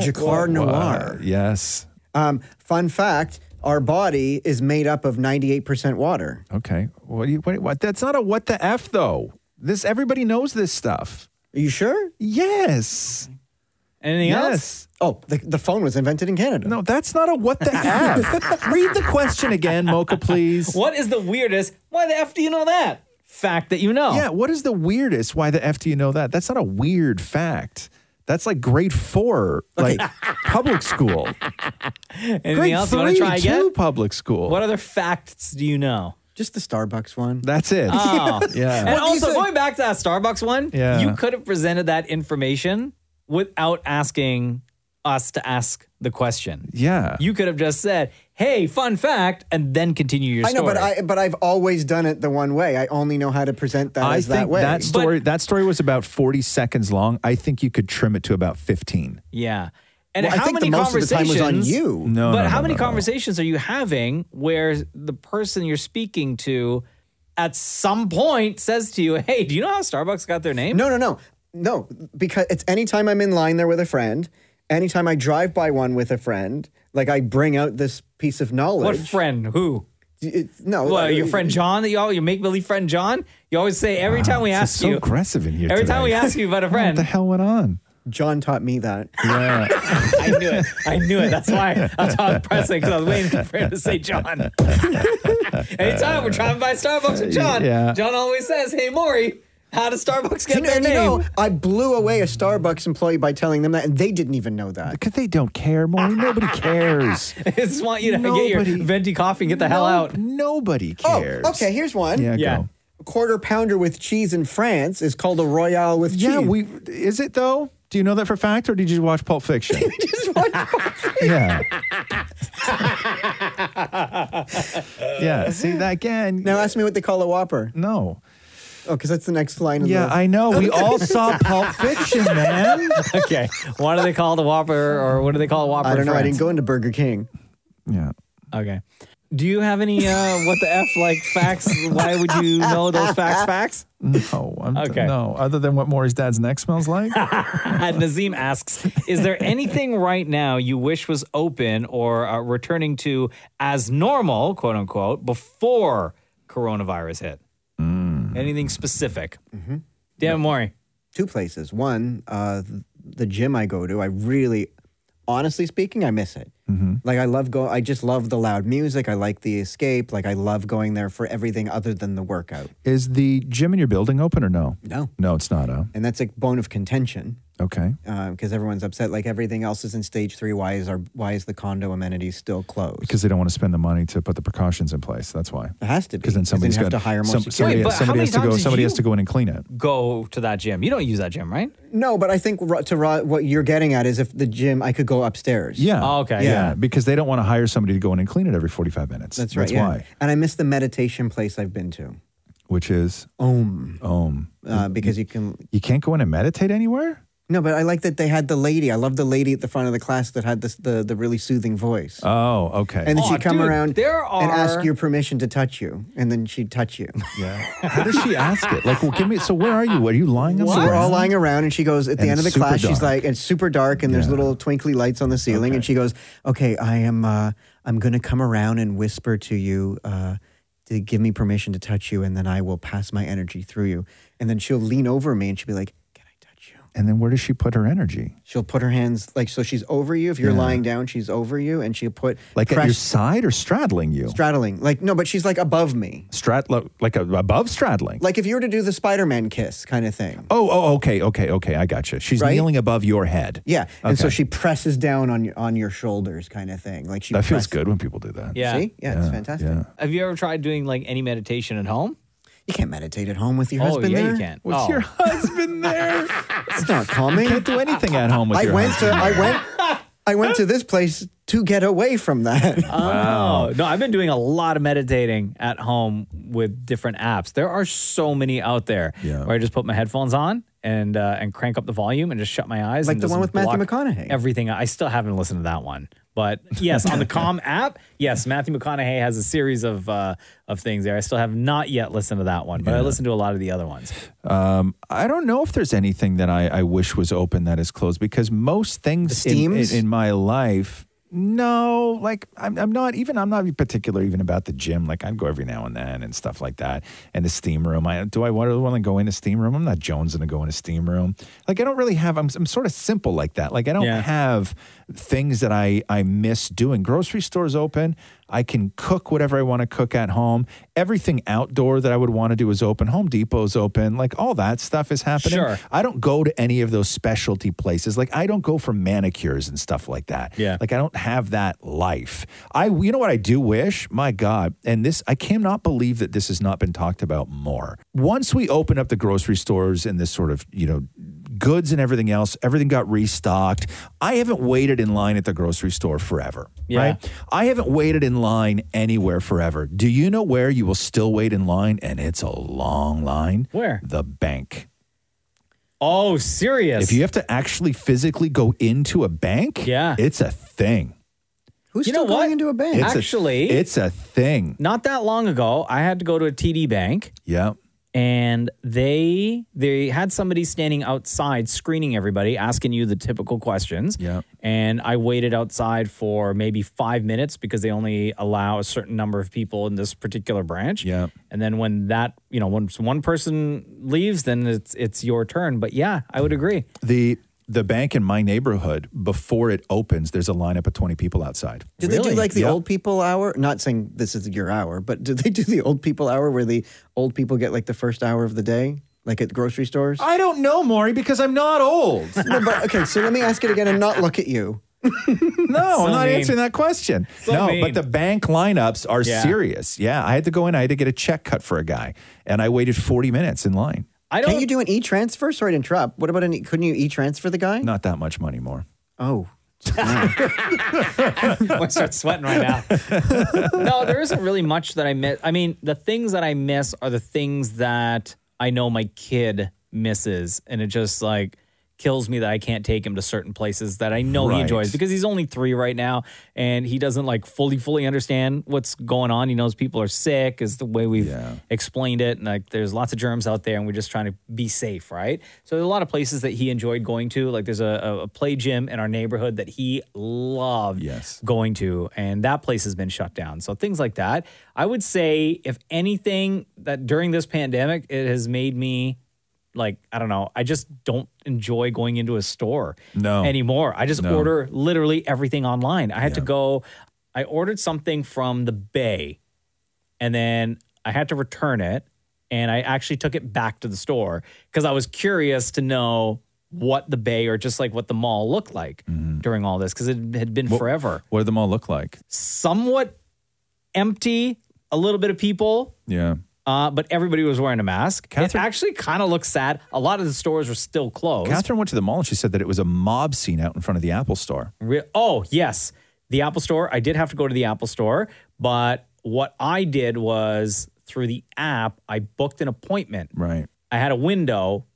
S11: Jacquard Noir?
S8: Yes.
S11: Um, fun fact: Our body is made up of 98% water.
S8: Okay. What do you what, what that's not a what the f though. This everybody knows this stuff.
S11: Are you sure?
S8: Yes.
S3: Anything
S8: yes.
S11: Oh, the, the phone was invented in Canada.
S8: No, that's not a what the f. Read the question again, Mocha, please.
S3: What is the weirdest? Why the f do you know that fact that you know?
S8: Yeah, what is the weirdest? Why the F do you know that? That's not a weird fact. That's like grade four, like public school.
S3: Anything
S8: grade
S3: else you want to try
S8: too,
S3: again?
S8: public school.
S3: What other facts do you know?
S11: Just the Starbucks one.
S8: That's it.
S3: Oh.
S8: yeah.
S3: And also going back to that Starbucks one,
S8: Yeah.
S3: you could have presented that information without asking us to ask the question.
S8: Yeah.
S3: You could have just said, "Hey, fun fact," and then continue your
S11: I know,
S3: story.
S11: but I but I've always done it the one way. I only know how to present that
S8: I
S11: as
S8: think
S11: that way.
S8: that story that story was about 40 seconds long. I think you could trim it to about 15.
S3: yeah. And
S11: Well, I
S3: how
S11: think
S3: many
S11: the most of the time
S3: conversations
S11: was on you.
S8: No,
S3: but
S8: no,
S3: how
S8: no,
S3: many
S8: no, no.
S3: conversations are you having where the person you're speaking to at some point says to you, "Hey, do you know how Starbucks got their name?"
S11: No, no, no. No, because it's anytime I'm in line there with a friend, anytime I drive by one with a friend, like I bring out this piece of
S3: What
S11: knowledge.
S3: friend? Who?
S11: It's- no,
S3: Well,
S11: uh,
S3: your friend John that you all your make believe friend John. You always say every time we
S8: It's
S3: ask
S8: just so
S3: you.
S8: aggressive in here.
S3: Every
S8: today.
S3: time we ask you about a
S8: What the
S3: friend,
S8: hell went on?
S11: John taught me that.
S8: Yeah.
S3: I knew it. I knew it. That's why I was on pressing because I was waiting for him to say John. Anytime we're driving by Starbucks with John,
S11: Yeah.
S3: John always says, "Hey, Maury, how does Starbucks get
S11: You know,
S3: their
S11: and you know,
S3: name?"
S11: I blew away a Starbucks employee by telling them that, and they didn't even know that.
S8: Because they don't care, Maury. Nobody cares.
S3: I just want you to get your venti coffee and get the hell
S11: No-
S3: out.
S8: Nobody
S11: Oh,
S8: cares.
S11: okay. Here's one.
S8: Yeah, Yeah. go.
S11: A quarter pounder with cheese in France is called a royale with
S8: Yeah,
S11: cheese.
S8: we is it though? Do you know that for fact, or did you watch Pulp Fiction? yeah,
S3: Uh-huh.
S8: yeah. See that again.
S11: Now ask me what they call a Whopper.
S8: No.
S11: Oh, because that's the next line. in
S8: Yeah,
S11: the-
S8: I know. We all saw Pulp Fiction, man.
S3: okay, what do they call the Whopper, or what do they call a Whopper?
S11: I don't
S3: in
S11: know. I
S3: France?
S11: didn't go into Burger King.
S8: Yeah.
S3: Okay. Do you have any uh, what the f like facts? Why would you know those facts? Facts?
S8: No, I'm
S3: Okay.
S8: no. Other than what Maury's dad's neck smells like.
S3: And Nazim asks, is there anything right now you wish was open or uh, returning to as normal, quote unquote, before coronavirus hit? Anything specific? Mm-hmm. Dan Maury.
S11: Two places. One, uh, th- the gym I go to. I really, honestly speaking, I miss it.
S8: Mm-hmm.
S11: Like I love go. I just love the loud music. I like the escape. Like I love going there for everything other than the workout.
S8: Is the gym in your building open or no?
S11: No.
S8: No, it's not. Oh,
S11: And that's a bone of contention.
S8: okay.
S11: because everyone's upset. Like everything else is in stage three. Why is our why is the condo amenities still closed?
S8: Because they don't want to spend the money to put the precautions in place. That's why.
S11: It has to be.
S8: Because then
S11: you
S8: somebody's
S11: have
S8: got
S11: to hire more
S8: some-
S11: security.
S8: somebody,
S3: Wait, but how
S8: somebody
S3: many
S8: has to
S3: times
S8: go.
S3: did
S8: Somebody has
S3: you-
S8: to go in and clean it.
S3: Go to that gym. You don't use that gym, right?
S11: No, but I think ro- to ro- what you're getting at is if the gym, I could go upstairs.
S8: Yeah.
S3: Oh, okay.
S8: Yeah.
S3: Yeah.
S8: Because they don't want to hire somebody to go in and clean it every 45 minutes.
S11: that's right.
S8: That's
S11: yeah.
S8: why.
S11: And I miss the meditation place I've been to,
S8: Which is
S11: Om.
S8: Om.
S11: uh, because you can.
S8: You can't go in and meditate anywhere?
S11: No, but I like that they had the lady. I love the lady at the front of the class that had this, the the really soothing voice.
S8: Oh, okay.
S11: and then she'd come
S3: dude,
S11: around
S3: there are-
S11: and ask your permission to touch you, and then she'd touch you.
S8: Yeah. How does she ask it? Like, well, give me. So where are you? Are you lying on
S11: So
S8: the
S11: we're all
S8: ground?
S11: lying around, and she goes at the
S8: And
S11: end of the
S8: it's super
S11: class. She's
S8: dark.
S11: like, "It's super dark, and there's little twinkly lights on the ceiling." And she goes, "Okay, I am. Uh, I'm going to come around and whisper to you uh, to give me permission to touch you, and then I will pass my energy through you." And then she'll lean over me, and she'll be like,
S8: And then where does she put her energy?
S11: She'll put her hands like so. She's over you. If you're
S8: Yeah.
S11: lying down, she's over you, and she'll put
S8: Like at your
S11: press-
S8: side or straddling you?
S11: straddling. Like no, but she's like above me.
S8: Strat lo- like a, above straddling.
S11: Like if you were to do the Spider-Man kiss kind of thing.
S8: Oh, oh, okay, okay, okay. I gotcha. She's
S11: Right?
S8: kneeling above your head.
S11: Yeah, and so
S8: Okay.
S11: she presses down on your on your shoulders, kind of thing. Like she.
S8: That feels
S11: presses-
S8: good when people do that.
S11: Yeah. See? Yeah, it's fantastic.
S21: Have you ever tried doing like any meditation at home?
S11: You can't meditate at home with your
S21: oh,
S11: husband
S21: yeah,
S11: there.
S21: you can.
S11: What's
S21: oh.
S11: your
S8: husband there?
S11: It's not calming.
S8: Can't do anything at home with
S11: I
S8: your
S11: went to
S8: husband.
S11: I went I went to this place to get away from that.
S3: Oh, no, I've been doing a lot of meditating at home with different apps. There are so many out there where I just put my headphones on and uh, and crank up the volume and just shut my eyes.
S11: Like
S3: and
S11: the one
S3: just
S11: with Matthew
S3: block
S11: McConaughey.
S3: Everything. I still haven't listened to that one. But yes, on the Calm app, yes, Matthew McConaughey has a series of uh, of things there. I still have not yet listened to that one, but I listened to a lot of the other ones.
S8: Um, I don't know if there's anything that I, I wish was open that is closed because most things in, in,
S3: Steams?
S8: in my life, no, like I'm, I'm not even, I'm not particular even about the gym. Like I'd go every now and then and stuff like that. And the steam room, I, do I want to, want to go in a steam room? I'm not jonesing to go in a steam room. Like I don't really have, I'm, I'm sort of simple like that. Like I don't
S15: Yeah.
S8: have things that I, I miss doing. Grocery stores open. I can cook whatever I want to cook at home. Everything outdoor that I would want to do is open. Home Depot's open. Like all that stuff is happening.
S3: Sure.
S8: I don't go to any of those specialty places. Like I don't go for manicures and stuff like that.
S3: Yeah.
S8: Like I don't have that life. I you know what I do wish? My God. And this I cannot believe that this has not been talked about more. Once we opened up the grocery stores and this sort of, you know, goods and everything else, everything got restocked. I haven't waited in line at the grocery store forever.
S15: Yeah.
S8: Right? I haven't waited in line anywhere forever. Do you know where you will still wait in line? And it's a long line. Where? The bank.
S3: Oh, serious?
S8: If you have to actually physically go into a bank, yeah, it's a thing.
S11: Who's
S3: you know what?
S11: into a bank?
S8: It's a-
S3: Actually,
S8: it's a thing.
S3: Not that long ago, I had to go to a TD bank.
S8: Yeah.
S3: And they they had somebody standing outside screening everybody, asking you the typical questions. Yeah. And I waited outside for maybe five minutes because they only allow a certain number of people in this particular branch.
S8: Yeah.
S3: And then when that you know once one person leaves, then it's it's your turn. But yeah, I would agree.
S8: The the bank in my neighborhood before it opens, there's a lineup of 20 people outside.
S11: Did they do like the old people hour? Not saying this is your hour, but did they do the old people hour where the old people get like the first hour of the day, like at grocery stores?
S8: I don't know, Maury, because I'm not old.
S11: no, but okay, so let me ask it again and not look at you.
S8: No,
S11: So
S8: I'm not
S11: mean.
S8: answering that question.
S11: So
S8: no,
S11: mean.
S8: but the bank lineups are
S3: Yeah.
S8: serious. Yeah, I had to go in. I had to get a check cut for a guy, and I waited 40 minutes in line.
S3: I
S11: don't. Can't you do an e transfer? Sorry to interrupt. What about an? E- couldn't you e transfer the guy?
S8: Not that much money more.
S11: Oh,
S3: I start sweating right now. no, there isn't really much that I miss. I mean, the things that I miss are the things that I know my kid misses, and it just like kills me that I can't take him to certain places that I know
S8: Right.
S3: he enjoys because he's only three right now, and he doesn't like fully fully understand what's going on. He knows people are sick, is the way we've explained it, and like there's lots of germs out there, and we're just trying to be safe, right? So there's a lot of places that he enjoyed going to. Like there's a, a, a play gym in our neighborhood that he loved yes. going to, and that place has been shut down. So things like that. I would say, if anything, that during this pandemic, it has made me like I don't know. I just don't enjoy going into a store
S8: No.
S3: anymore. I just
S8: No.
S3: order literally everything online. I had to go. I ordered something from the Bay, and then I had to return it, and I actually took it back to the store because I was curious to know what the Bay or just like what the mall looked like during all this because it had been forever.
S8: Mm-hmm. What did the mall look like?
S3: Somewhat empty, a little bit of people,
S8: Yeah.
S3: uh, but everybody was wearing a mask. it actually kind of looks sad. A lot of the stores were still closed.
S8: Catherine went to the mall and she said that it was a mob scene out in front of the Apple store.
S3: Re- oh, yes. The Apple Store. I did have to go to the Apple Store, but what I did was through the app, I booked an appointment.
S8: Right.
S3: I had a window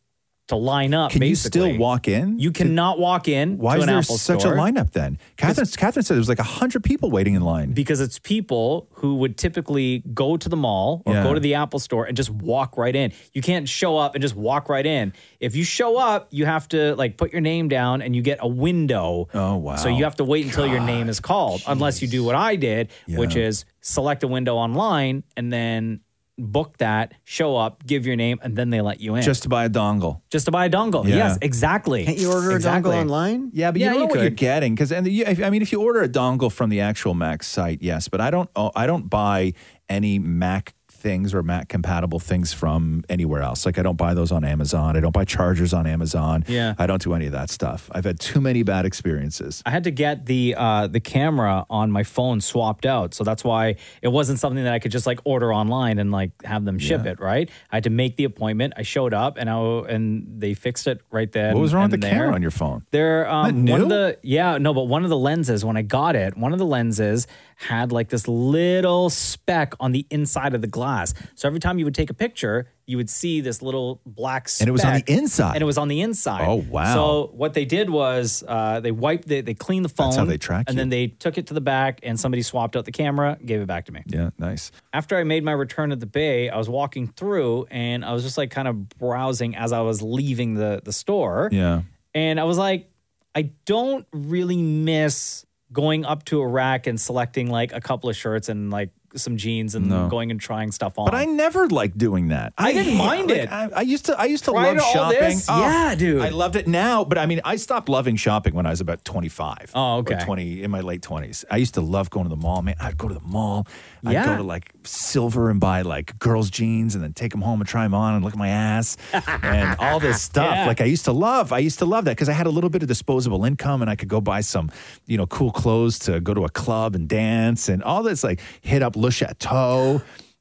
S3: to line up.
S8: Can you
S3: basically.
S8: still walk in?
S3: You cannot walk in.
S8: Why
S3: to
S8: is
S3: an
S8: there
S3: Apple
S8: such
S3: store
S8: a lineup then? Catherine, Catherine said there was like 100 people waiting in line.
S3: Because it's people who would typically go to the mall or
S8: Yeah.
S3: go to the Apple store and just walk right in. You can't show up and just walk right in. If you show up, you have to like put your name down and you get a window. Oh wow. So you have to wait until your name is called unless you do what I did, which is select a window online and then book that, show up, give your name, and then they let you in.
S8: Just to buy a dongle.
S3: Just to buy a dongle.
S8: Yeah.
S3: Yes, exactly.
S8: Can't you order a dongle
S3: Exactly.
S11: online?
S8: Yeah, but
S3: Yeah,
S8: you don't
S3: you
S8: know what you're
S3: could.
S8: getting because and the, you- if- I mean, if you order a dongle from the actual Mac site, yes, but I don't oh, I don't buy any Mac things or Mac compatible things from anywhere else. Like I don't buy those on Amazon. I don't buy chargers on Amazon.
S3: Yeah.
S8: I don't do any of that stuff. I've had too many bad experiences.
S3: I had to get the uh, the camera on my phone swapped out, so that's why it wasn't something that I could just like order online and like have them ship it. Right, I had to make the appointment. I showed up and I and they fixed it right there.
S8: what was wrong with the
S3: there.
S8: camera on your phone?
S3: There, um, one
S8: new?
S3: of the yeah, no, but one of the lenses when I got it, one of the lenses had like this little speck on the inside of the glass. So every time you would take a picture, you would see this little black speck,
S8: And it was on the inside.
S3: and it was on the inside.
S8: Oh, wow.
S3: So what they did was uh, they wiped, they they cleaned the phone.
S8: That's how they track
S3: And
S8: you.
S3: then they took it to the back, and somebody swapped out the camera, gave it back to me.
S8: Yeah, nice.
S3: After I made my return at the bay, I was walking through, and I was just like kind of browsing as I was leaving the the store.
S8: Yeah.
S3: And I was like, I don't really miss going up to a rack and selecting like a couple of shirts and like some jeans and
S8: No.
S3: going and trying stuff on.
S8: But I never liked doing that.
S3: I didn't
S8: hate-
S3: mind
S8: like,
S3: it.
S8: I, I used to. I used to
S3: Prior
S8: love
S3: to all
S8: shopping. Oh,
S3: this? Yeah, dude.
S8: I loved it now, but I mean, I stopped loving shopping when I was about twenty five.
S3: Oh, okay.
S8: Twenty in my late twenties. I used to love going to the mall. Man, I'd go to the mall. I'd go
S3: Yeah.
S8: to like Silver and buy like girls' jeans, and then take them home and try them on and look at my ass and all this stuff.
S16: Yeah.
S8: Like I used to love. I used to love that because I had a little bit of disposable income, and I could go buy some, you know, cool clothes to go to a club and dance and all this. Like hit up Le Chateau,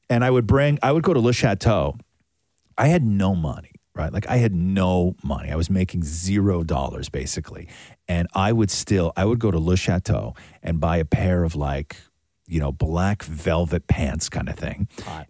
S8: and I would bring. I would go to Le Chateau. I had no money, right? Like I had no money. I was making zero dollars basically. And I would still, I would go to Le Chateau and buy a pair of like, you know, black velvet pants kind of thing.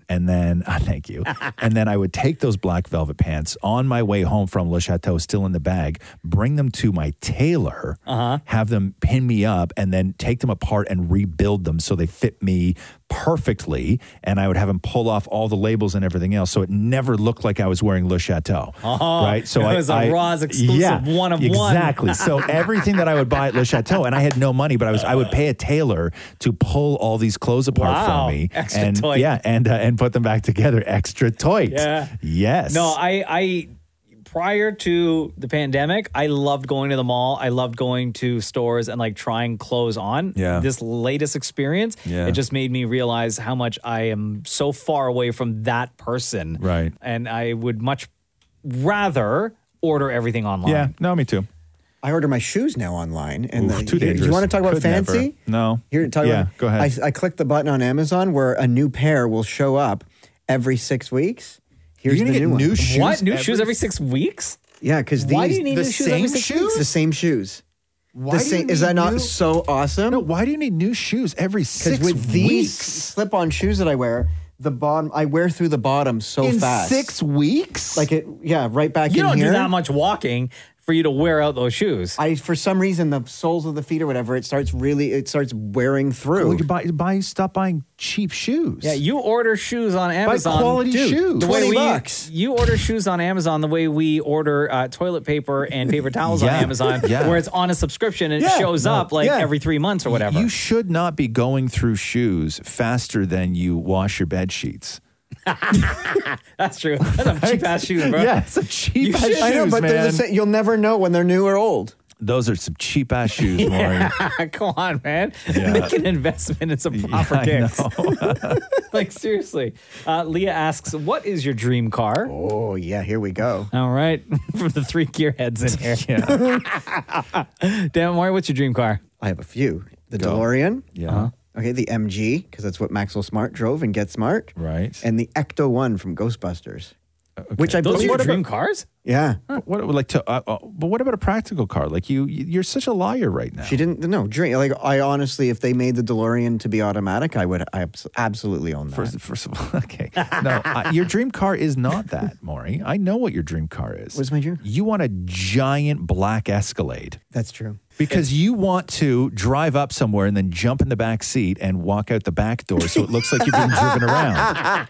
S8: And then, ah, thank you. and then I would take those black velvet pants on my way home from Le Chateau, still in the bag, bring them to my tailor, uh-huh. have them pin me up, and then take them apart and rebuild them so they fit me perfectly. And I would have them pull off all the labels and everything else. So it never looked like I was wearing Le Chateau.
S3: Oh,
S8: right? So
S3: it
S8: I
S3: was a
S8: I-
S3: Roz exclusive
S8: yeah,
S3: one of one.
S8: exactly. So everything that I would buy at Le Chateau, and I had no money, but I was I would pay a tailor to pull all these clothes apart
S3: Wow,
S8: for me,
S3: extra
S8: and
S3: tight.
S8: yeah, and uh, and put them back together extra tight.
S3: Yeah.
S8: Yes.
S3: No, I I prior to the pandemic, I loved going to the mall. I loved going to stores and like trying clothes on.
S8: Yeah.
S3: This latest experience,
S8: Yeah.
S3: it just made me realize how much I am so far away from that person.
S8: Right.
S3: And I would much rather order everything online.
S8: Yeah. No, me too.
S11: I order my shoes now online, and
S8: Oof,
S11: the,
S8: too
S11: you-
S8: dangerous.
S11: You want to talk about
S8: Could never.
S11: fancy?
S8: No.
S11: Here, talk
S8: yeah.
S11: about,
S8: go ahead.
S11: I, I clicked the button on Amazon where a new pair will show up every six weeks. Here's
S3: You're gonna
S11: the
S3: get
S11: new
S3: new
S11: one.
S3: shoes What? New every- shoes every six weeks?
S11: Yeah, because these
S3: Why do you need
S11: the
S3: new shoes
S11: same
S3: every six weeks?
S11: The same shoes.
S8: Why
S11: The
S8: do you
S11: same- is
S8: need
S11: that not
S8: new-
S11: so awesome? No.
S8: Why do you need new shoes every six
S11: Because with these
S8: weeks?
S11: slip-on shoes that I wear, the bottom I wear through the bottom so
S8: In
S11: fast.
S8: six weeks?
S11: Like it? Yeah, right back
S3: You
S11: in
S3: don't
S11: here.
S3: do that much walking for you to wear out those shoes.
S11: I for some reason the soles of the feet or whatever it starts really it starts wearing through.
S8: Well, you buy, buy stop buying cheap shoes.
S3: Yeah, you order shoes on Amazon.
S8: quality
S3: Dude,
S8: shoes.
S3: The way
S8: 20
S3: we,
S8: bucks.
S3: You order shoes on Amazon the way we order uh, toilet paper and paper towels
S8: Yeah.
S3: on Amazon,
S8: Yeah.
S3: where it's on a subscription and
S8: Yeah.
S3: it shows
S8: No.
S3: up like
S8: Yeah.
S3: every three months or whatever.
S8: You should not be going through shoes faster than you wash your bed sheets.
S3: That's true. That's some cheap ass shoes, bro.
S8: Yeah, it's a cheap ass
S11: I know,
S8: shoes,
S11: but they're
S8: man.
S11: the same. You'll never know when they're new or old.
S8: Those are some cheap ass shoes, Maureen.
S3: Yeah, come on, man.
S8: Yeah.
S3: Make an investment in some proper
S8: I
S3: kicks. like seriously. Uh, Leah asks, "What is your dream car?"
S11: Oh yeah, here we go.
S3: All right, from the three gearheads in here. Damn, Mario, what's your dream car?
S11: I have a few. The DeLorean. Uh-huh.
S8: Yeah.
S11: Okay, the MG because that's what Maxwell Smart drove in Get Smart.
S8: Right.
S11: And the Ecto One from Ghostbusters, which I
S3: Those are
S11: believe.
S3: your dream cars?
S11: Yeah.
S8: But What like to? Uh, uh, but what about a practical car? Like you, you- you're such a liar right now.
S11: She didn't. No, dream. Like I honestly, if they made the DeLorean to be automatic, I would. I abs- absolutely own that.
S8: First, first of all, okay. No, uh, your dream car is not that, Maury. I know what your dream car is. What's
S11: my dream?
S8: You want a giant black Escalade.
S11: that's true.
S8: Because you want to drive up somewhere and then jump in the back seat and walk out the back door, so it looks like you're being driven around.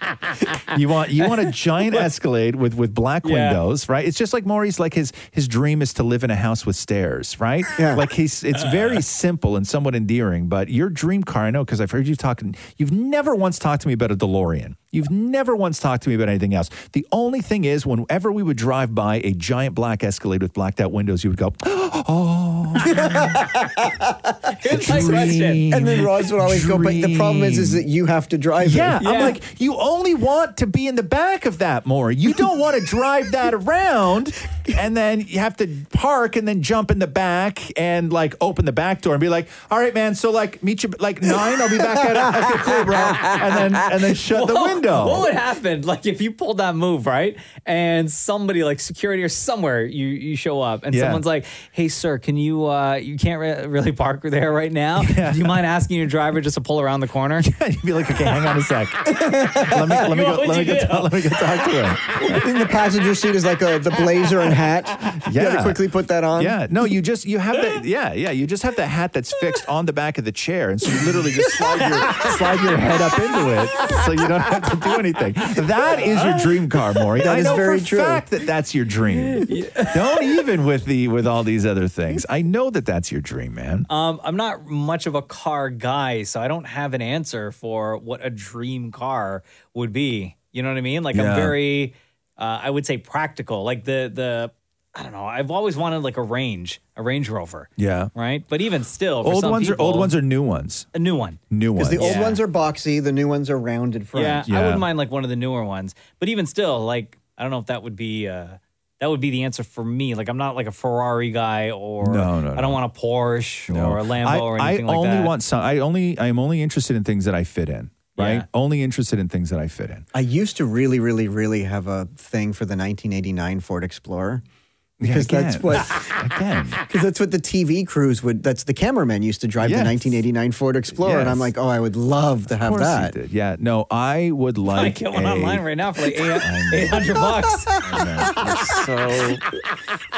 S8: You want you want a giant Escalade with with black windows, right? It's just like Maury's. Like his his dream is to live in a house with stairs, right?
S11: Yeah.
S8: Like he's it's very simple and somewhat endearing. But your dream car, I know, because I've heard you talking. You've never once talked to me about a DeLorean. You've never once talked to me about anything else. The only thing is, whenever we would drive by a giant black Escalade with blacked out windows, you would go, "Oh,
S11: It's my question. And then Roz would always go, but the problem is, is that you have to drive
S8: yeah."
S11: it.
S8: I'm like, you only want to be in the back of that more. You don't want to drive that around, and then you have to park and then jump in the back and like open the back door and be like, "All right, man. So like, meet you like nine. I'll be back at okay, cool, bro." And then and then shut the
S3: Whoa,
S8: window.
S3: What would happen? Like if you pulled that move, right? And somebody like security or somewhere you you show up and
S8: Yeah.
S3: someone's like, "Hey sir, can you uh you can't re- really park there right now. Do you mind asking your driver just to pull around the corner?" Yeah,
S8: you'd be like, "Okay, hang on a sec. let me let me go,
S3: What would
S8: let
S3: you
S8: me go,
S3: do?
S8: talk, let me go talk to him.
S11: In the passenger seat is like a, the blazer and hat. You got
S8: Yeah.
S11: to quickly put that on.
S8: Yeah, no, you just you have the yeah yeah you just have the hat that's fixed on the back of the chair, and so you literally just slide your slide your head up into it, so you don't have to do anything. That is your dream car, Maury.
S11: That
S8: I
S11: is
S8: know
S11: very
S8: for a
S11: true.
S8: fact that that's your dream. Don't even with the with all these other things. I know that that's your dream, man.
S3: Um, I'm not much of a car guy, so I don't have an answer for what a dream car would be. You know what I mean? Like
S8: Yeah.
S3: I'm very, uh, I would say practical. Like the the, I don't know. I've always wanted like a Range, a Range Rover,
S8: Yeah,
S3: right? But even still, for
S8: old
S3: some
S8: ones
S3: people,
S8: are old ones are new ones.
S3: a new one.
S8: New
S11: Because
S8: ones.
S11: the old
S3: Yeah.
S11: ones are boxy, the new ones are rounded front.
S3: Yeah, I wouldn't mind like one of the newer ones. But even still, like I don't know if that would be uh that would be the answer for me. Like I'm not like a Ferrari guy or
S8: No, no,
S3: I don't want a Porsche
S8: No.
S3: or a Lambo
S8: I,
S3: or
S8: I
S3: anything like
S8: only
S3: that.
S8: want some. I only. I am only interested in things that I fit in. Right. Only interested in things that I fit in.
S11: I used to really, really, really have a thing for the 1989 Ford Explorer. Because that's
S8: again.
S11: what
S8: again.
S11: Because that's what the TV crews would. That's the cameraman used to drive
S8: Yes.
S11: the 1989 Ford Explorer, and I'm
S8: Yes.
S11: like, oh, I would love to have
S8: course you
S11: that.
S8: did. Yeah. No, I would like.
S3: I get one
S8: a-
S3: online right now for like eight hundred bucks.
S8: so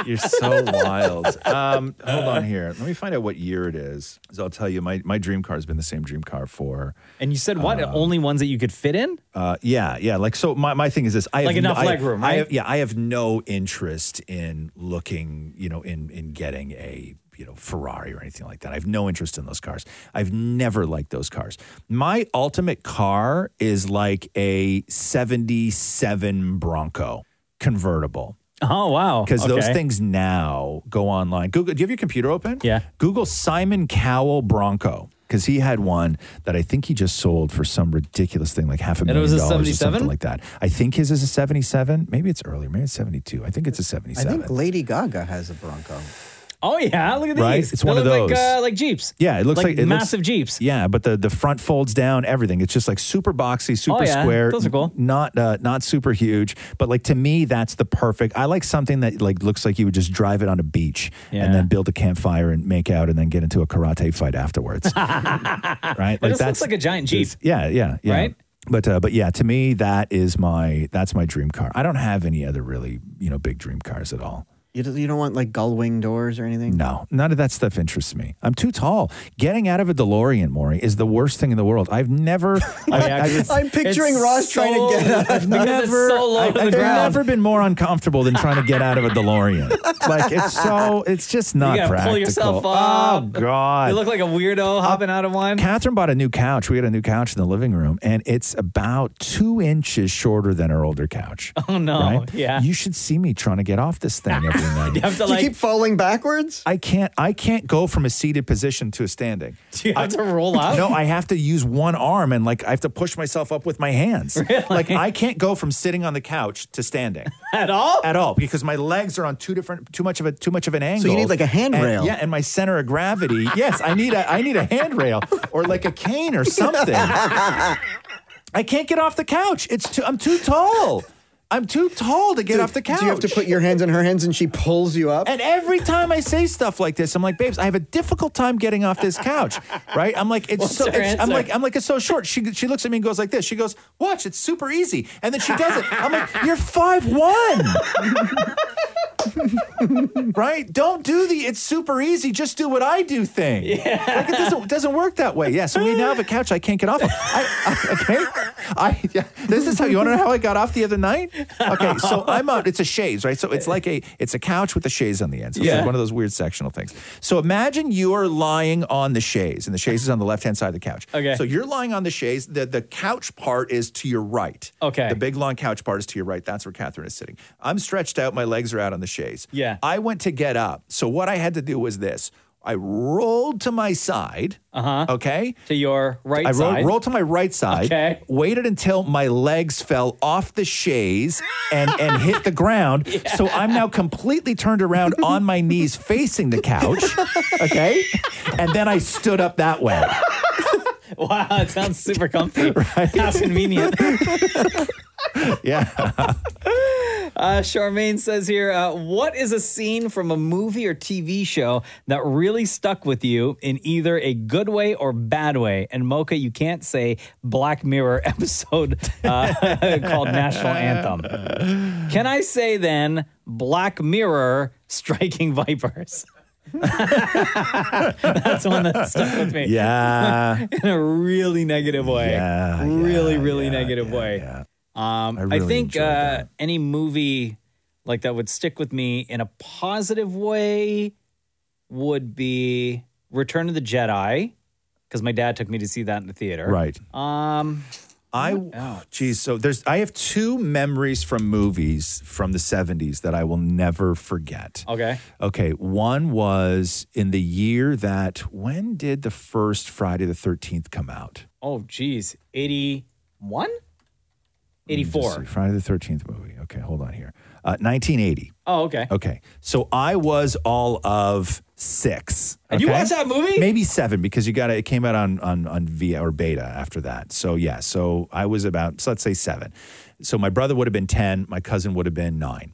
S8: you're so wild. Um, hold on here. Let me find out what year it is. So I'll tell you. My my dream car has been the same dream car for.
S3: And you said what? only ones that you could fit in?
S8: Uh, yeah, yeah. Like so, my, my thing is this. I
S3: Like
S8: have
S3: enough
S8: I-
S3: leg room,
S8: I
S3: right?
S8: have- yeah, I have no interest in looking, you know, in in getting a you know Ferrari or anything like that. I have no interest in those cars. I've never liked those cars. My ultimate car is like a '77 Bronco convertible.
S3: Oh wow!
S8: Because those
S3: Okay.
S8: things now go online. Google, do you have your computer open? Yeah. Google Simon Cowell Bronco because he had one that I think he just sold for some ridiculous thing, like half a
S3: And it was
S8: million
S3: a
S8: dollars or
S3: 77?
S8: something like that. I think his is a seventy-seven. Maybe it's earlier. Maybe it's seventy-two. I think it's a
S11: I
S8: seventy-seven.
S11: think Lady Gaga has a Bronco.
S3: Oh yeah, look at
S8: Right?
S3: these.
S8: It's
S3: They
S8: one of
S3: look
S8: those.
S3: like, uh, like Jeeps.
S8: yeah, it looks like, it looks-
S3: massive Jeeps.
S8: Yeah, but the the front folds down, everything. It's just like super boxy,
S3: Oh,
S8: super
S3: yeah.
S8: square.
S3: Those are cool.
S8: Not uh, not super huge, but like to me, that's the perfect. I like something that like looks like you would just drive it on a beach
S3: Yeah.
S8: and then build a campfire and make out and then get into a karate fight afterwards. right?
S3: It just looks like a giant Jeep.
S8: Yeah, yeah, yeah.
S3: Right?
S8: But uh, but yeah, to me that is my that's my dream car. I don't have any other really you know big dream cars at all.
S11: You don't, you don't want like gull wing doors or anything.
S8: No, none of that stuff interests me. I'm too tall. Getting out of a DeLorean, Maury, is the worst thing in the world. I've never.
S11: yeah, 'cause it's- I'm picturing it's Ross trying to get so- out.
S8: I've
S11: because it's
S8: never.
S11: so low
S8: I,
S11: to the
S8: have
S11: ground.
S8: never been more uncomfortable than trying to get out of a DeLorean. Like it's so. It's just not
S3: you gotta
S8: practical.
S3: pull yourself
S8: Oh
S3: up.
S8: God!
S3: You look like a weirdo hopping out of one.
S8: Catherine bought a new couch. We had a new couch in the living room, and it's about two inches shorter than our older couch.
S3: Oh no!
S8: Right?
S3: Yeah.
S8: You should see me trying to get off this thing every night.
S3: You have to
S11: Do
S3: like.
S11: you keep falling backwards?
S8: I can't. I can't go from a seated position to a standing.
S3: do you have to roll out?
S8: No, I have to use one arm and like I have to push myself up with my hands. Like I can't go from sitting on the couch to standing
S3: at all.
S8: At all because my legs are on two different, too much of a too much of an angle.
S11: you need, like, a handrail.
S8: And, yeah, and my center of gravity. yes, I need a I need a handrail or like a cane or something. I can't get off the couch. It's too. I'm too tall. I'm too tall to get
S11: Do-
S8: off the couch.
S11: Do you have to put your hands in her hands and she pulls you up?
S8: And every time I say stuff like this, I'm like, babes, I have a difficult time getting off this couch, right? I'm like, it's
S3: What's
S8: so,
S3: her
S8: it's, I'm
S3: answer?
S8: like, I'm like, it's so short. She she looks at me and goes like this. She goes, watch, it's super easy, and then she does it. I'm like, you're five one. right? Don't do the it's super easy, just do what I do thing. Like it doesn't, it doesn't work that way. Yeah, so we now have a couch I can't get off of. I, I, okay? I, yeah, this is how you want to know how I got off the other night? Okay, so I'm out. It's a chaise, right? So it's like a it's a couch with a chaise on the end. So it's
S1: Yeah.
S8: like one of those weird sectional things. So imagine you are lying on the chaise, and the chaise is on the left hand side of the couch.
S1: Okay.
S8: So you're lying on the chaise. The the couch part is to your right.
S1: Okay.
S8: The big long couch part is to your right. That's where Catherine is sitting. I'm stretched out. My legs are out on the chaise.
S1: Yeah.
S8: I went to get up. So what I had to do was this. I rolled to my side.
S1: Uh-huh.
S8: Uh huh. Okay.
S3: To your right
S8: I rolled,
S3: side.
S8: rolled to my right side.
S3: Okay.
S8: Waited until my legs fell off the chaise and, and hit the ground. So I'm now completely turned around on my knees facing the couch. Okay. And then I stood up that way.
S3: wow, it sounds super comfy. How convenient.
S8: Yeah.
S3: Uh, Charmaine says here, uh, what is a scene from a movie or TV show that really stuck with you in either a good way or bad way? And Mocha, you can't say Black Mirror episode uh, called National Anthem. Can I say then Black Mirror Striking Vipers? That's one that stuck with me.
S8: Yeah.
S3: in a really negative way.
S8: Yeah,
S3: really, really negative way. Um, I,
S8: really
S3: think uh, any movie like that would stick with me in a positive way would be Return of the Jedi because my dad took me to see that in the theater.
S8: Right.
S3: Um,
S8: I
S3: what else?
S8: Geez, so there's I have two memories from movies from the 70s that I will never forget.
S3: okay.
S8: Okay, one was in the year that when did the first Friday the 13th come out?
S3: Oh, geez, eighty-one.
S8: Let me just
S3: 84.
S8: see, Friday the 13th movie. Okay, hold on here. Uh, 1980.
S3: Oh, okay.
S8: Okay. So I was all of six.
S3: And you
S8: okay?
S3: watched that movie?
S8: Maybe seven because you got it. It came out on on on via or beta after that. So yeah. So I was about so let's say seven. So my brother would have been ten. My cousin would have been nine.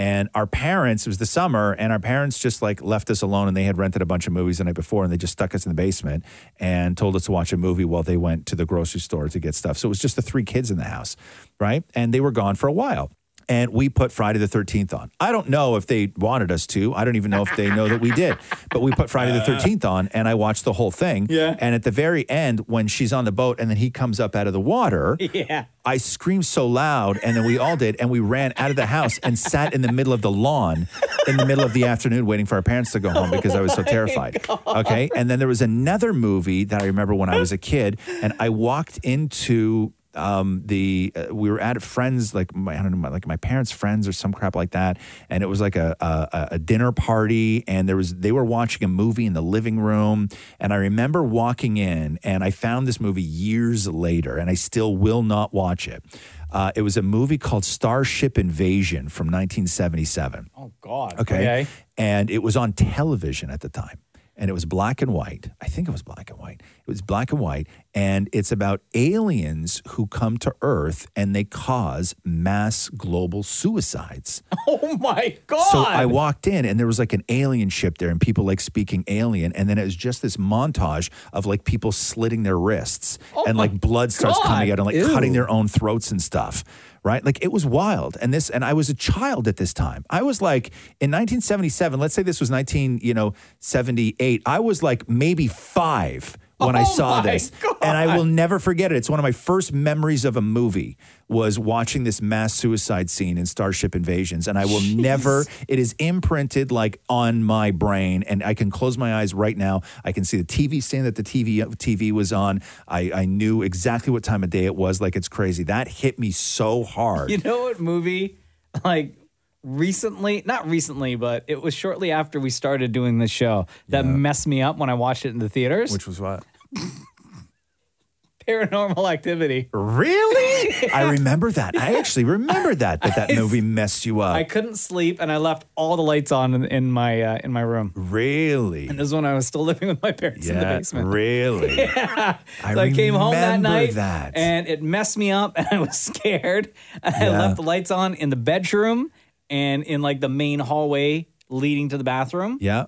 S8: And our parents, it was the summer, and our parents just like left us alone and they had rented a bunch of movies the night before and they just stuck us in the basement and told us to watch a movie while they went to the grocery store to get stuff. So it was just the three kids in the house, right? And they were gone for a while. And we put Friday the 13th on. I don't know if they wanted us to. I don't even know if they know that we did. But we put Friday the 13th on and I watched the whole thing. Yeah. And at the very end, when she's on the boat and then he comes up out of the water,
S3: Yeah.
S8: I screamed so loud, and then we all did, and we ran out of the house and sat in the middle of the lawn in the middle of the afternoon waiting for our parents to go home because I was so terrified. Okay. And then there was another movie that I remember when I was a kid, and I walked into um the uh, we were at a friends like my, I don't know my, like my parents friends or some crap like that and it was like a, a a dinner party and there was they were watching a movie in the living room and I remember walking in and I found this movie years later and I still will not watch it uh, it was a movie called Starship Invasion from 1977
S3: Oh God.
S8: Okay. And it was on television at the time. And it was black and white. I think it was black and white. It was black and white. And it's about aliens who come to Earth and they cause mass global suicides.
S3: Oh my God.
S8: So I walked in and there was like an alien ship there and people like speaking alien. And then it was just this montage of like people slitting their wrists and like blood starts
S1: Oh God.
S8: coming out and like
S1: Ew.
S8: cutting their own throats and stuff. Right. Like it was wild. And this, and I was a child at this time. I was like in 1977, let's say this was 19, you know, 78. I was like maybe five when I
S1: Oh
S8: saw
S1: my
S8: this.
S1: God.
S8: And I will never forget it. It's one of my first memories of a movie was watching this mass suicide scene in Starship Invasions. And I will never, it is imprinted like on my brain. And I can close my eyes right now. I can see the TV stand that the TV TV was on. I, I knew exactly what time of day it was. Like it's crazy. That hit me so hard.
S3: You know what movie? Like recently, not recently, but it was shortly after we started doing this show that messed me up when I watched it in the theaters. Which
S8: was what?
S3: Paranormal Activity.
S8: Really? I remember that. I actually remember that, that that
S3: I-
S8: movie messed you up.
S3: I couldn't sleep, and I left all the lights on in, in my uh, in my room.
S8: Really?
S3: And this is when I was still living with my parents in the
S8: Yeah,
S3: basement.
S8: really?
S3: Yeah.
S8: I
S3: so I came home that
S8: remember
S3: night,
S8: that.
S3: and it messed me up, and I was scared. And I
S8: Yeah.
S3: left the lights on in the bedroom and in like the main hallway leading to the bathroom.
S8: yeah.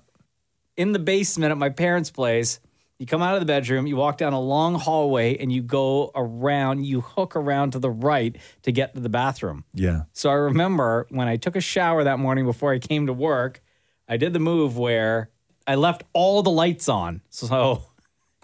S3: in the basement at my parents' place. You come out of the bedroom, you walk down a long hallway, and you go around, you hook around to the right to get to the bathroom.
S8: Yeah.
S3: So I remember when I took a shower that morning before I came to work, I did the move where I left all the lights on. So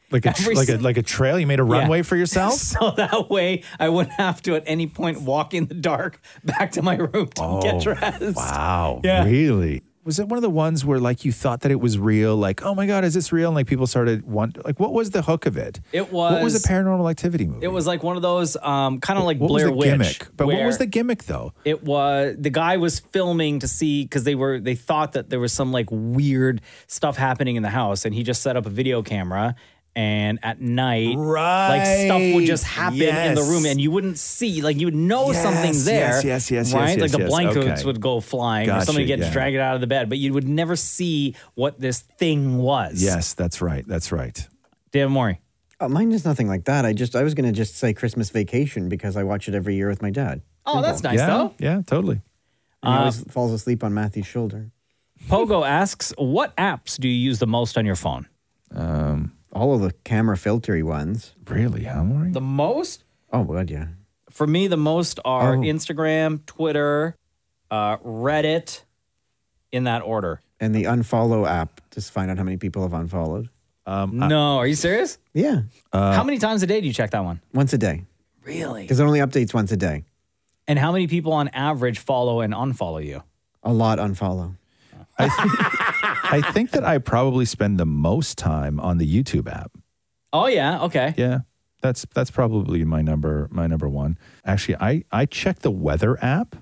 S8: Like a, tr-
S3: Every
S8: like
S3: si-
S8: a like a trail. You made a runway
S3: Yeah.
S8: for yourself.
S3: so that way I wouldn't have to at any point walk in the dark back to my room to get dressed.
S8: Oh, Wow.
S3: Yeah.
S8: Really? Was it one of the ones where like you thought that it was real? Like, oh my God, is this real? And like people started want like what was the hook of it?
S3: It
S8: What was
S3: was-
S8: the paranormal activity movie?
S3: It was like one of those, um, kind of like
S8: what was
S3: Blair
S8: the
S3: Witch.
S8: gimmick? But what was
S3: where
S8: the gimmick though?
S3: It was the guy was filming to see because they were they thought that there was some like weird stuff happening in the house, and he just set up a video camera. And at night, like stuff would just
S8: Right.
S3: happen in the room,
S8: Yes.
S3: and you wouldn't see, like you would know
S8: Yes,
S3: something's there.
S8: yes, yes, yes, yes,
S3: right?
S8: yes,
S3: like the
S8: yes.
S3: blankets
S8: Okay.
S3: would go flying, or
S8: Gotcha,
S3: somebody gets
S8: yeah.
S3: dragged out of the bed, but you would never see what this thing was.
S8: Yes, that's right. That's right.
S3: Dan Mori.
S11: Uh, mine is nothing like that. I just I was gonna just say Christmas Vacation because I watch it every year with my dad.
S3: Oh, that's nice
S11: Yeah.
S3: though.
S8: Yeah, totally.
S11: And
S3: Uh,
S11: he always falls asleep on Matthew's shoulder.
S3: Pogo asks, "What apps do you use the most on your phone?"
S11: Um, all of the camera filtery ones.
S8: Really, huh? Maury?
S3: The most
S11: Oh, God, yeah.
S3: for me, the most are
S11: Oh.
S3: Instagram, Twitter, uh, Reddit, in that order.
S11: And the unfollow app to find out how many people have unfollowed.
S8: Um,
S3: no, are you serious?
S11: Yeah.
S3: how many times a day do you check that one?
S11: Once a day.
S3: Really?
S11: Uh, Because it only updates once a day.
S3: And how many people on average follow and unfollow you?
S11: A lot unfollow.
S8: I think that I probably spend the most time on the YouTube app.
S3: Oh yeah, okay.
S8: Yeah. That's that's probably my number my number one. Actually, I I check the weather app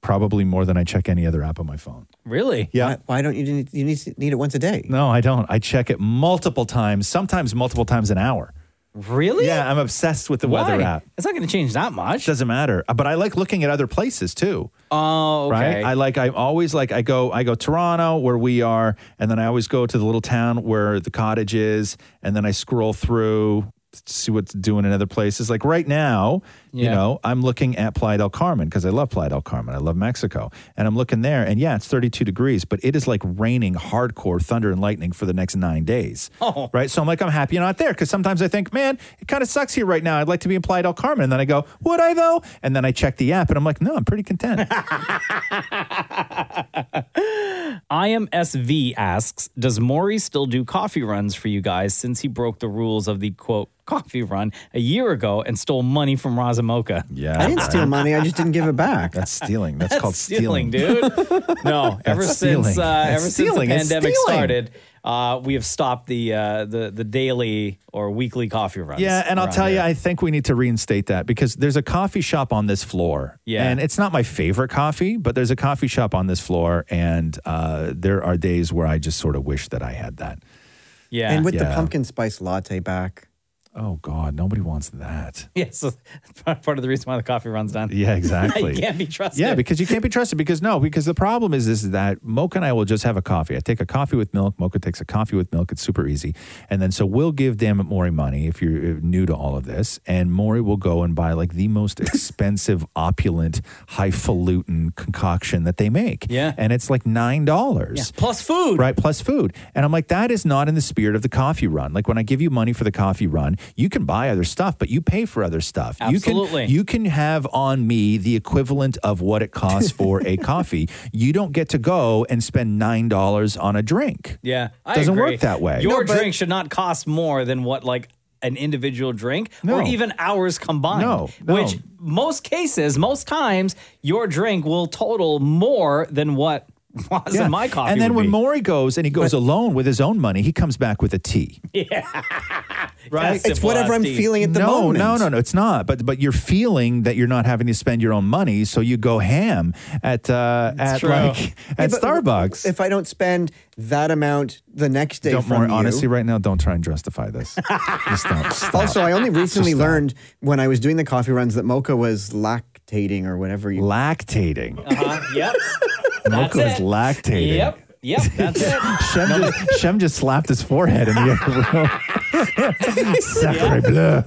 S8: probably more than I check any other app on my phone.
S3: Really?
S8: Yeah.
S11: Why, why don't you need, you need to- need it once a day?
S8: No, I don't. I check it multiple times, sometimes multiple times an hour.
S3: Really?
S8: Yeah, I'm obsessed with the
S3: Why?
S8: weather app.
S3: It's not going to change that much.
S8: Doesn't matter. Uh, But I like looking at other places too.
S3: Oh, okay.
S8: Right? I like I'm always like I go I go Toronto where we are and then I always go to the little town where the cottage is and then I scroll through to see what's doing in other places. Like right now, you
S27: Yeah.
S8: know, I'm looking at Playa del Carmen because I love Playa del Carmen. I love Mexico. And I'm looking there and yeah, it's 32 degrees, but it is like raining hardcore thunder and lightning for the next 9 days.
S3: Oh.
S8: Right? So I'm like I'm happy you're not there because sometimes I think, man, it kind of sucks here right now. I'd like to be in Playa del Carmen and then I go, "Would I though?" And then I check the app and I'm like, "No, I'm pretty content."
S3: IMSV asks, does Maury still do coffee runs for you guys since he broke the rules of the quote coffee run a year ago and stole money from Razamoka?
S8: Yeah.
S11: I didn't steal money. I just didn't give it back.
S8: That's stealing. That's,
S3: That's
S8: called stealing,
S3: dude. No, ever
S8: That's
S3: since
S8: stealing.
S3: uh,
S8: That's
S3: ever since the
S8: stealing. It's
S3: pandemic
S8: stealing.
S3: started, uh, we have stopped the uh, the the daily or weekly coffee runs.
S8: Yeah, and I'll
S3: around
S8: tell
S3: here.
S8: you, I think we need to reinstate that because there's a coffee shop on this floor.
S3: Yeah.
S8: And it's not my favorite coffee, but there's a coffee shop on this floor, and uh, there are days where I just sort of wish that I had that.
S3: yeah,
S11: And with the pumpkin spice latte back.
S8: Oh God, nobody wants that.
S3: yeah, so that's part- part of the reason why the coffee runs done.
S8: Yeah, exactly.
S3: you can't be trusted.
S8: Yeah, because you can't be trusted. Because no, because the problem is is that Mocha and I will just have a coffee. I take a coffee with milk. Mocha takes a coffee with milk. It's super easy. And then so we'll give Damn It Maury money if you're uh, new to all of this, and Maury will go and buy like the most expensive, opulent, highfalutin concoction that they make.
S3: Yeah.
S8: and it's like nine dollars
S3: plus food,
S8: right? Plus food. And I'm like, that is not in the spirit of the coffee run. Like when I give you money for the coffee run, you can buy other stuff, but you pay for other stuff.
S3: Absolutely.
S8: You can, you can have on me the equivalent of what it costs for a coffee. You don't get to go and spend nine dollars on a drink.
S3: Yeah, I
S8: Doesn't
S3: agree.
S8: work that way.
S3: Your
S8: No, but-
S3: drink should not cost more than what like an individual drink or
S8: No.
S3: even hours combined.
S8: No, no.
S3: which most cases, most times, your drink will total more than what was in my coffee.
S8: and then
S3: would
S8: when
S3: be.
S8: Maury goes and he goes alone with his own money, he comes back with a tea.
S3: yeah,
S8: right?
S3: Yes, it was tea.
S8: no, No, no, no, it's not. But but you're feeling that you're not having to spend your own money, so you go ham at uh, at
S11: true.
S8: like at
S11: Yeah, but
S8: Starbucks.
S11: If I don't spend that amount the next day
S8: don't
S11: from
S8: more
S11: you-
S8: honestly right now. Don't try and justify this. Just don't. Stop.
S11: Also, I only
S8: Just
S11: recently
S8: stop.
S11: learned when I was doing the coffee runs that Mocha was lactating or whatever you
S8: lactating.
S3: Uh-huh. Yep. That's
S8: Mocha is
S3: it.
S8: lactating.
S3: Yep. Yep. That's it.
S8: Shem just, Shem just slapped his forehead in the other room. Sacre bleu.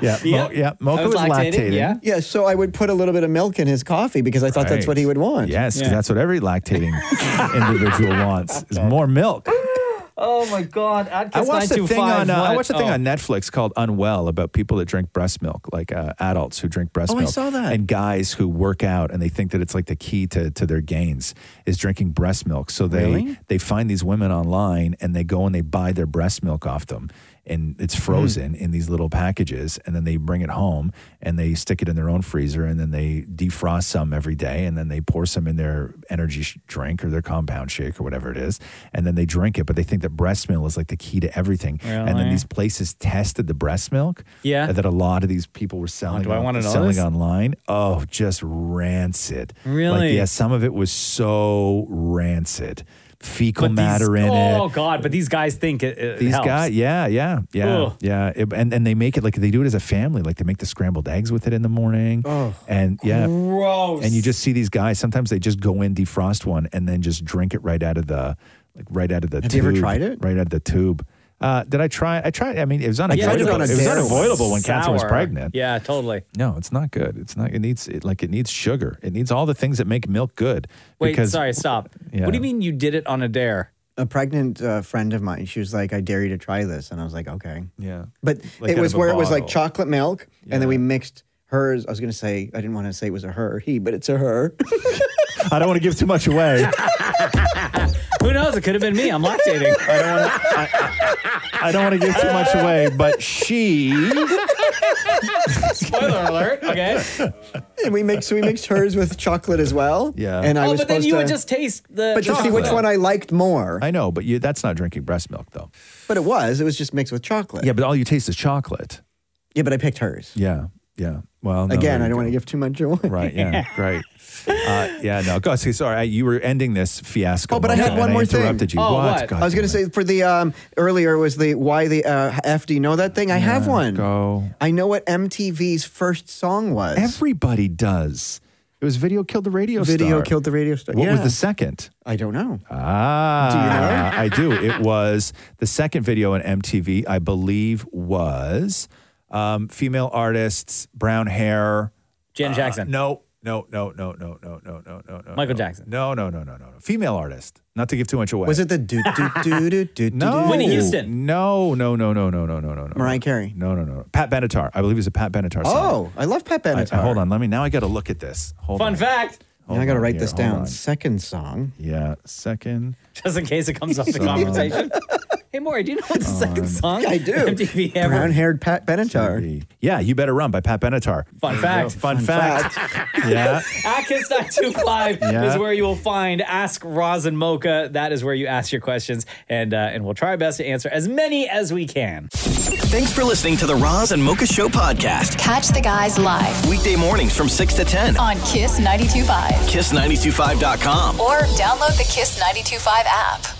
S8: yeah, Mo- yeah. Mocha was, lactating.
S11: Yeah, so I would put a little bit of milk in his coffee because I thought that's what he would want.
S8: Yes, because that's what every lactating individual wants is more milk.
S21: Oh my God!
S8: I
S21: Atkins
S8: watched a thing
S21: 925,
S8: on uh, I
S21: what?
S8: watched a thing
S21: Oh.
S8: on Netflix called Unwell about people that drink breast milk, like uh, adults who drink breast
S21: Oh, I
S8: milk.
S21: saw that.
S8: And guys who work out and they think that it's like the key to to their gains is drinking breast milk. So they
S21: Really?
S8: they find these women online and they go and they buy their breast milk off them. And it's frozen in these little packages, and then they bring it home and they stick it in their own freezer, and then they defrost some every day, and then they pour some in their energy sh- drink or their compound shake or whatever it is, and then they drink it. But they think that breast milk is like the key to everything. And then
S21: Really?
S8: these places tested the breast milk.
S21: Yeah.
S8: that a lot of these people were selling.
S21: do I
S8: on-
S21: wanna know
S8: selling
S21: this?
S8: online? Oh, just rancid. Like,
S21: Really?
S8: yeah, some of it was so rancid.
S3: But
S8: Fecal
S3: these-
S8: matter in
S3: oh,
S8: it.
S3: God! But these guys think it, it
S8: These
S3: helps.
S8: guys, yeah, yeah, yeah,
S3: Ugh.
S8: yeah, It- and and they make it like they do it as a family. Like they make the scrambled eggs with it in the morning, and yeah,
S21: gross.
S8: And you just see these guys. Sometimes they just go in defrost one and then just drink it right out of the like right out of the.
S11: Have you
S8: tube,
S11: ever tried it?
S8: Right out of the tube. Uh, did I try? I tried. I mean, it was
S3: I tried it
S8: unavoidable.
S3: on a
S8: it was
S3: dare
S8: unavoidable when
S3: once.
S8: Catherine was
S3: Sour.
S8: pregnant.
S3: Yeah, totally.
S8: No, it's not good. It's not. It needs it, like it needs sugar. It needs all the things that make milk good.
S3: Wait,
S8: because-
S3: sorry, stop.
S8: Yeah.
S3: What do you mean you did it on a dare?
S11: A pregnant uh, friend of mine, she was like, "I dare you to try this," and I was like, "Okay."
S8: Yeah.
S11: But
S8: Like
S11: it
S8: out
S11: was
S8: of a
S11: where it was like
S8: bottle.
S11: chocolate milk, and then we mixed hers. I was gonna say I didn't want to say it was a her, or he, but it's a her.
S8: I don't want to give too much away.
S3: Who knows? It could have been me. I'm lactating. I don't want to.
S8: I don't want to give too much away, but she.
S3: Spoiler alert. Okay.
S11: and we mixed so we mixed hers with chocolate as well.
S8: Yeah.
S11: And I
S3: oh,
S11: was
S3: but then
S11: supposed
S3: you
S11: to,
S3: would just taste the.
S11: but to see which
S3: chocolate.
S11: one I liked more.
S8: I know, but you, that's not drinking breast milk though.
S11: But it was. It was just mixed with chocolate.
S8: Yeah, but all you taste is chocolate.
S11: Yeah, but I picked hers.
S8: Yeah, yeah. Well, no,
S11: Again,
S8: there
S11: I
S8: you
S11: don't want
S8: go.
S11: to give too much away.
S8: Right. Yeah. Great. Uh, yeah. No. Go. see, sorry. I, you were ending this fiasco.
S11: Oh, but I had
S8: moment,
S11: one
S8: and
S11: more thing.
S8: interrupted
S3: Oh,
S8: you. God
S11: I was going to say for the um, earlier was the why the uh, F do you know that thing? I have one.
S8: Go.
S11: I know what MTV's first song was.
S8: Everybody does. It was video killed the radio
S11: Video
S8: star.
S11: killed the radio star.
S8: What was
S11: Yeah.
S8: the second?
S11: I don't know.
S8: Ah, do I do. It was the second video on MTV. I believe was um, female artists, brown hair.
S3: Jen
S8: Uh,
S3: Jackson.
S8: no, no, no, no, no, no, no, no, no, no.
S3: Michael
S8: no.
S3: Jackson.
S8: No, no, no, no, no, no. Female artist. Not to give too much away.
S11: Was it the do do do do do? do,
S8: No,
S11: do?
S8: No, no, no, no, no, no, no, no, no.
S11: Mariah Carey.
S8: No, no, no. Pat Benatar. I believe it was a Pat Benatar song.
S11: Oh, I love Pat
S8: I- I-
S11: Benatar.
S8: hold on. Let me. Now I got to look at this. Hold
S3: Fun
S8: on.
S3: fact.
S11: Now
S8: Hold
S11: I got to
S8: on
S11: write
S8: here,
S11: this
S8: hold
S11: down.
S8: on.
S11: Second song.
S8: Yeah. Second.
S3: Just in case it comes up in
S8: Song.
S3: conversation. hey, Maury, do you know what the second song?
S11: I do.
S3: MTV ever.
S11: Brown-haired Pat Benatar.
S8: Yeah. You better run by Pat Benatar.
S3: Fun fact.
S8: Fun, fact. yeah.
S3: Atkins925
S8: Yeah.
S3: is where you will find Ask Roz and Mocha. That is where you ask your questions, and uh, and we'll try our best to answer as many as we can.
S1: Thanks for listening to the Roz and Mocha Show podcast.
S14: Catch the guys live
S1: Weekday mornings from 6 to 10.
S14: on Kiss 92.5
S1: Kiss925.com.
S14: or download the Kiss 92.5 app.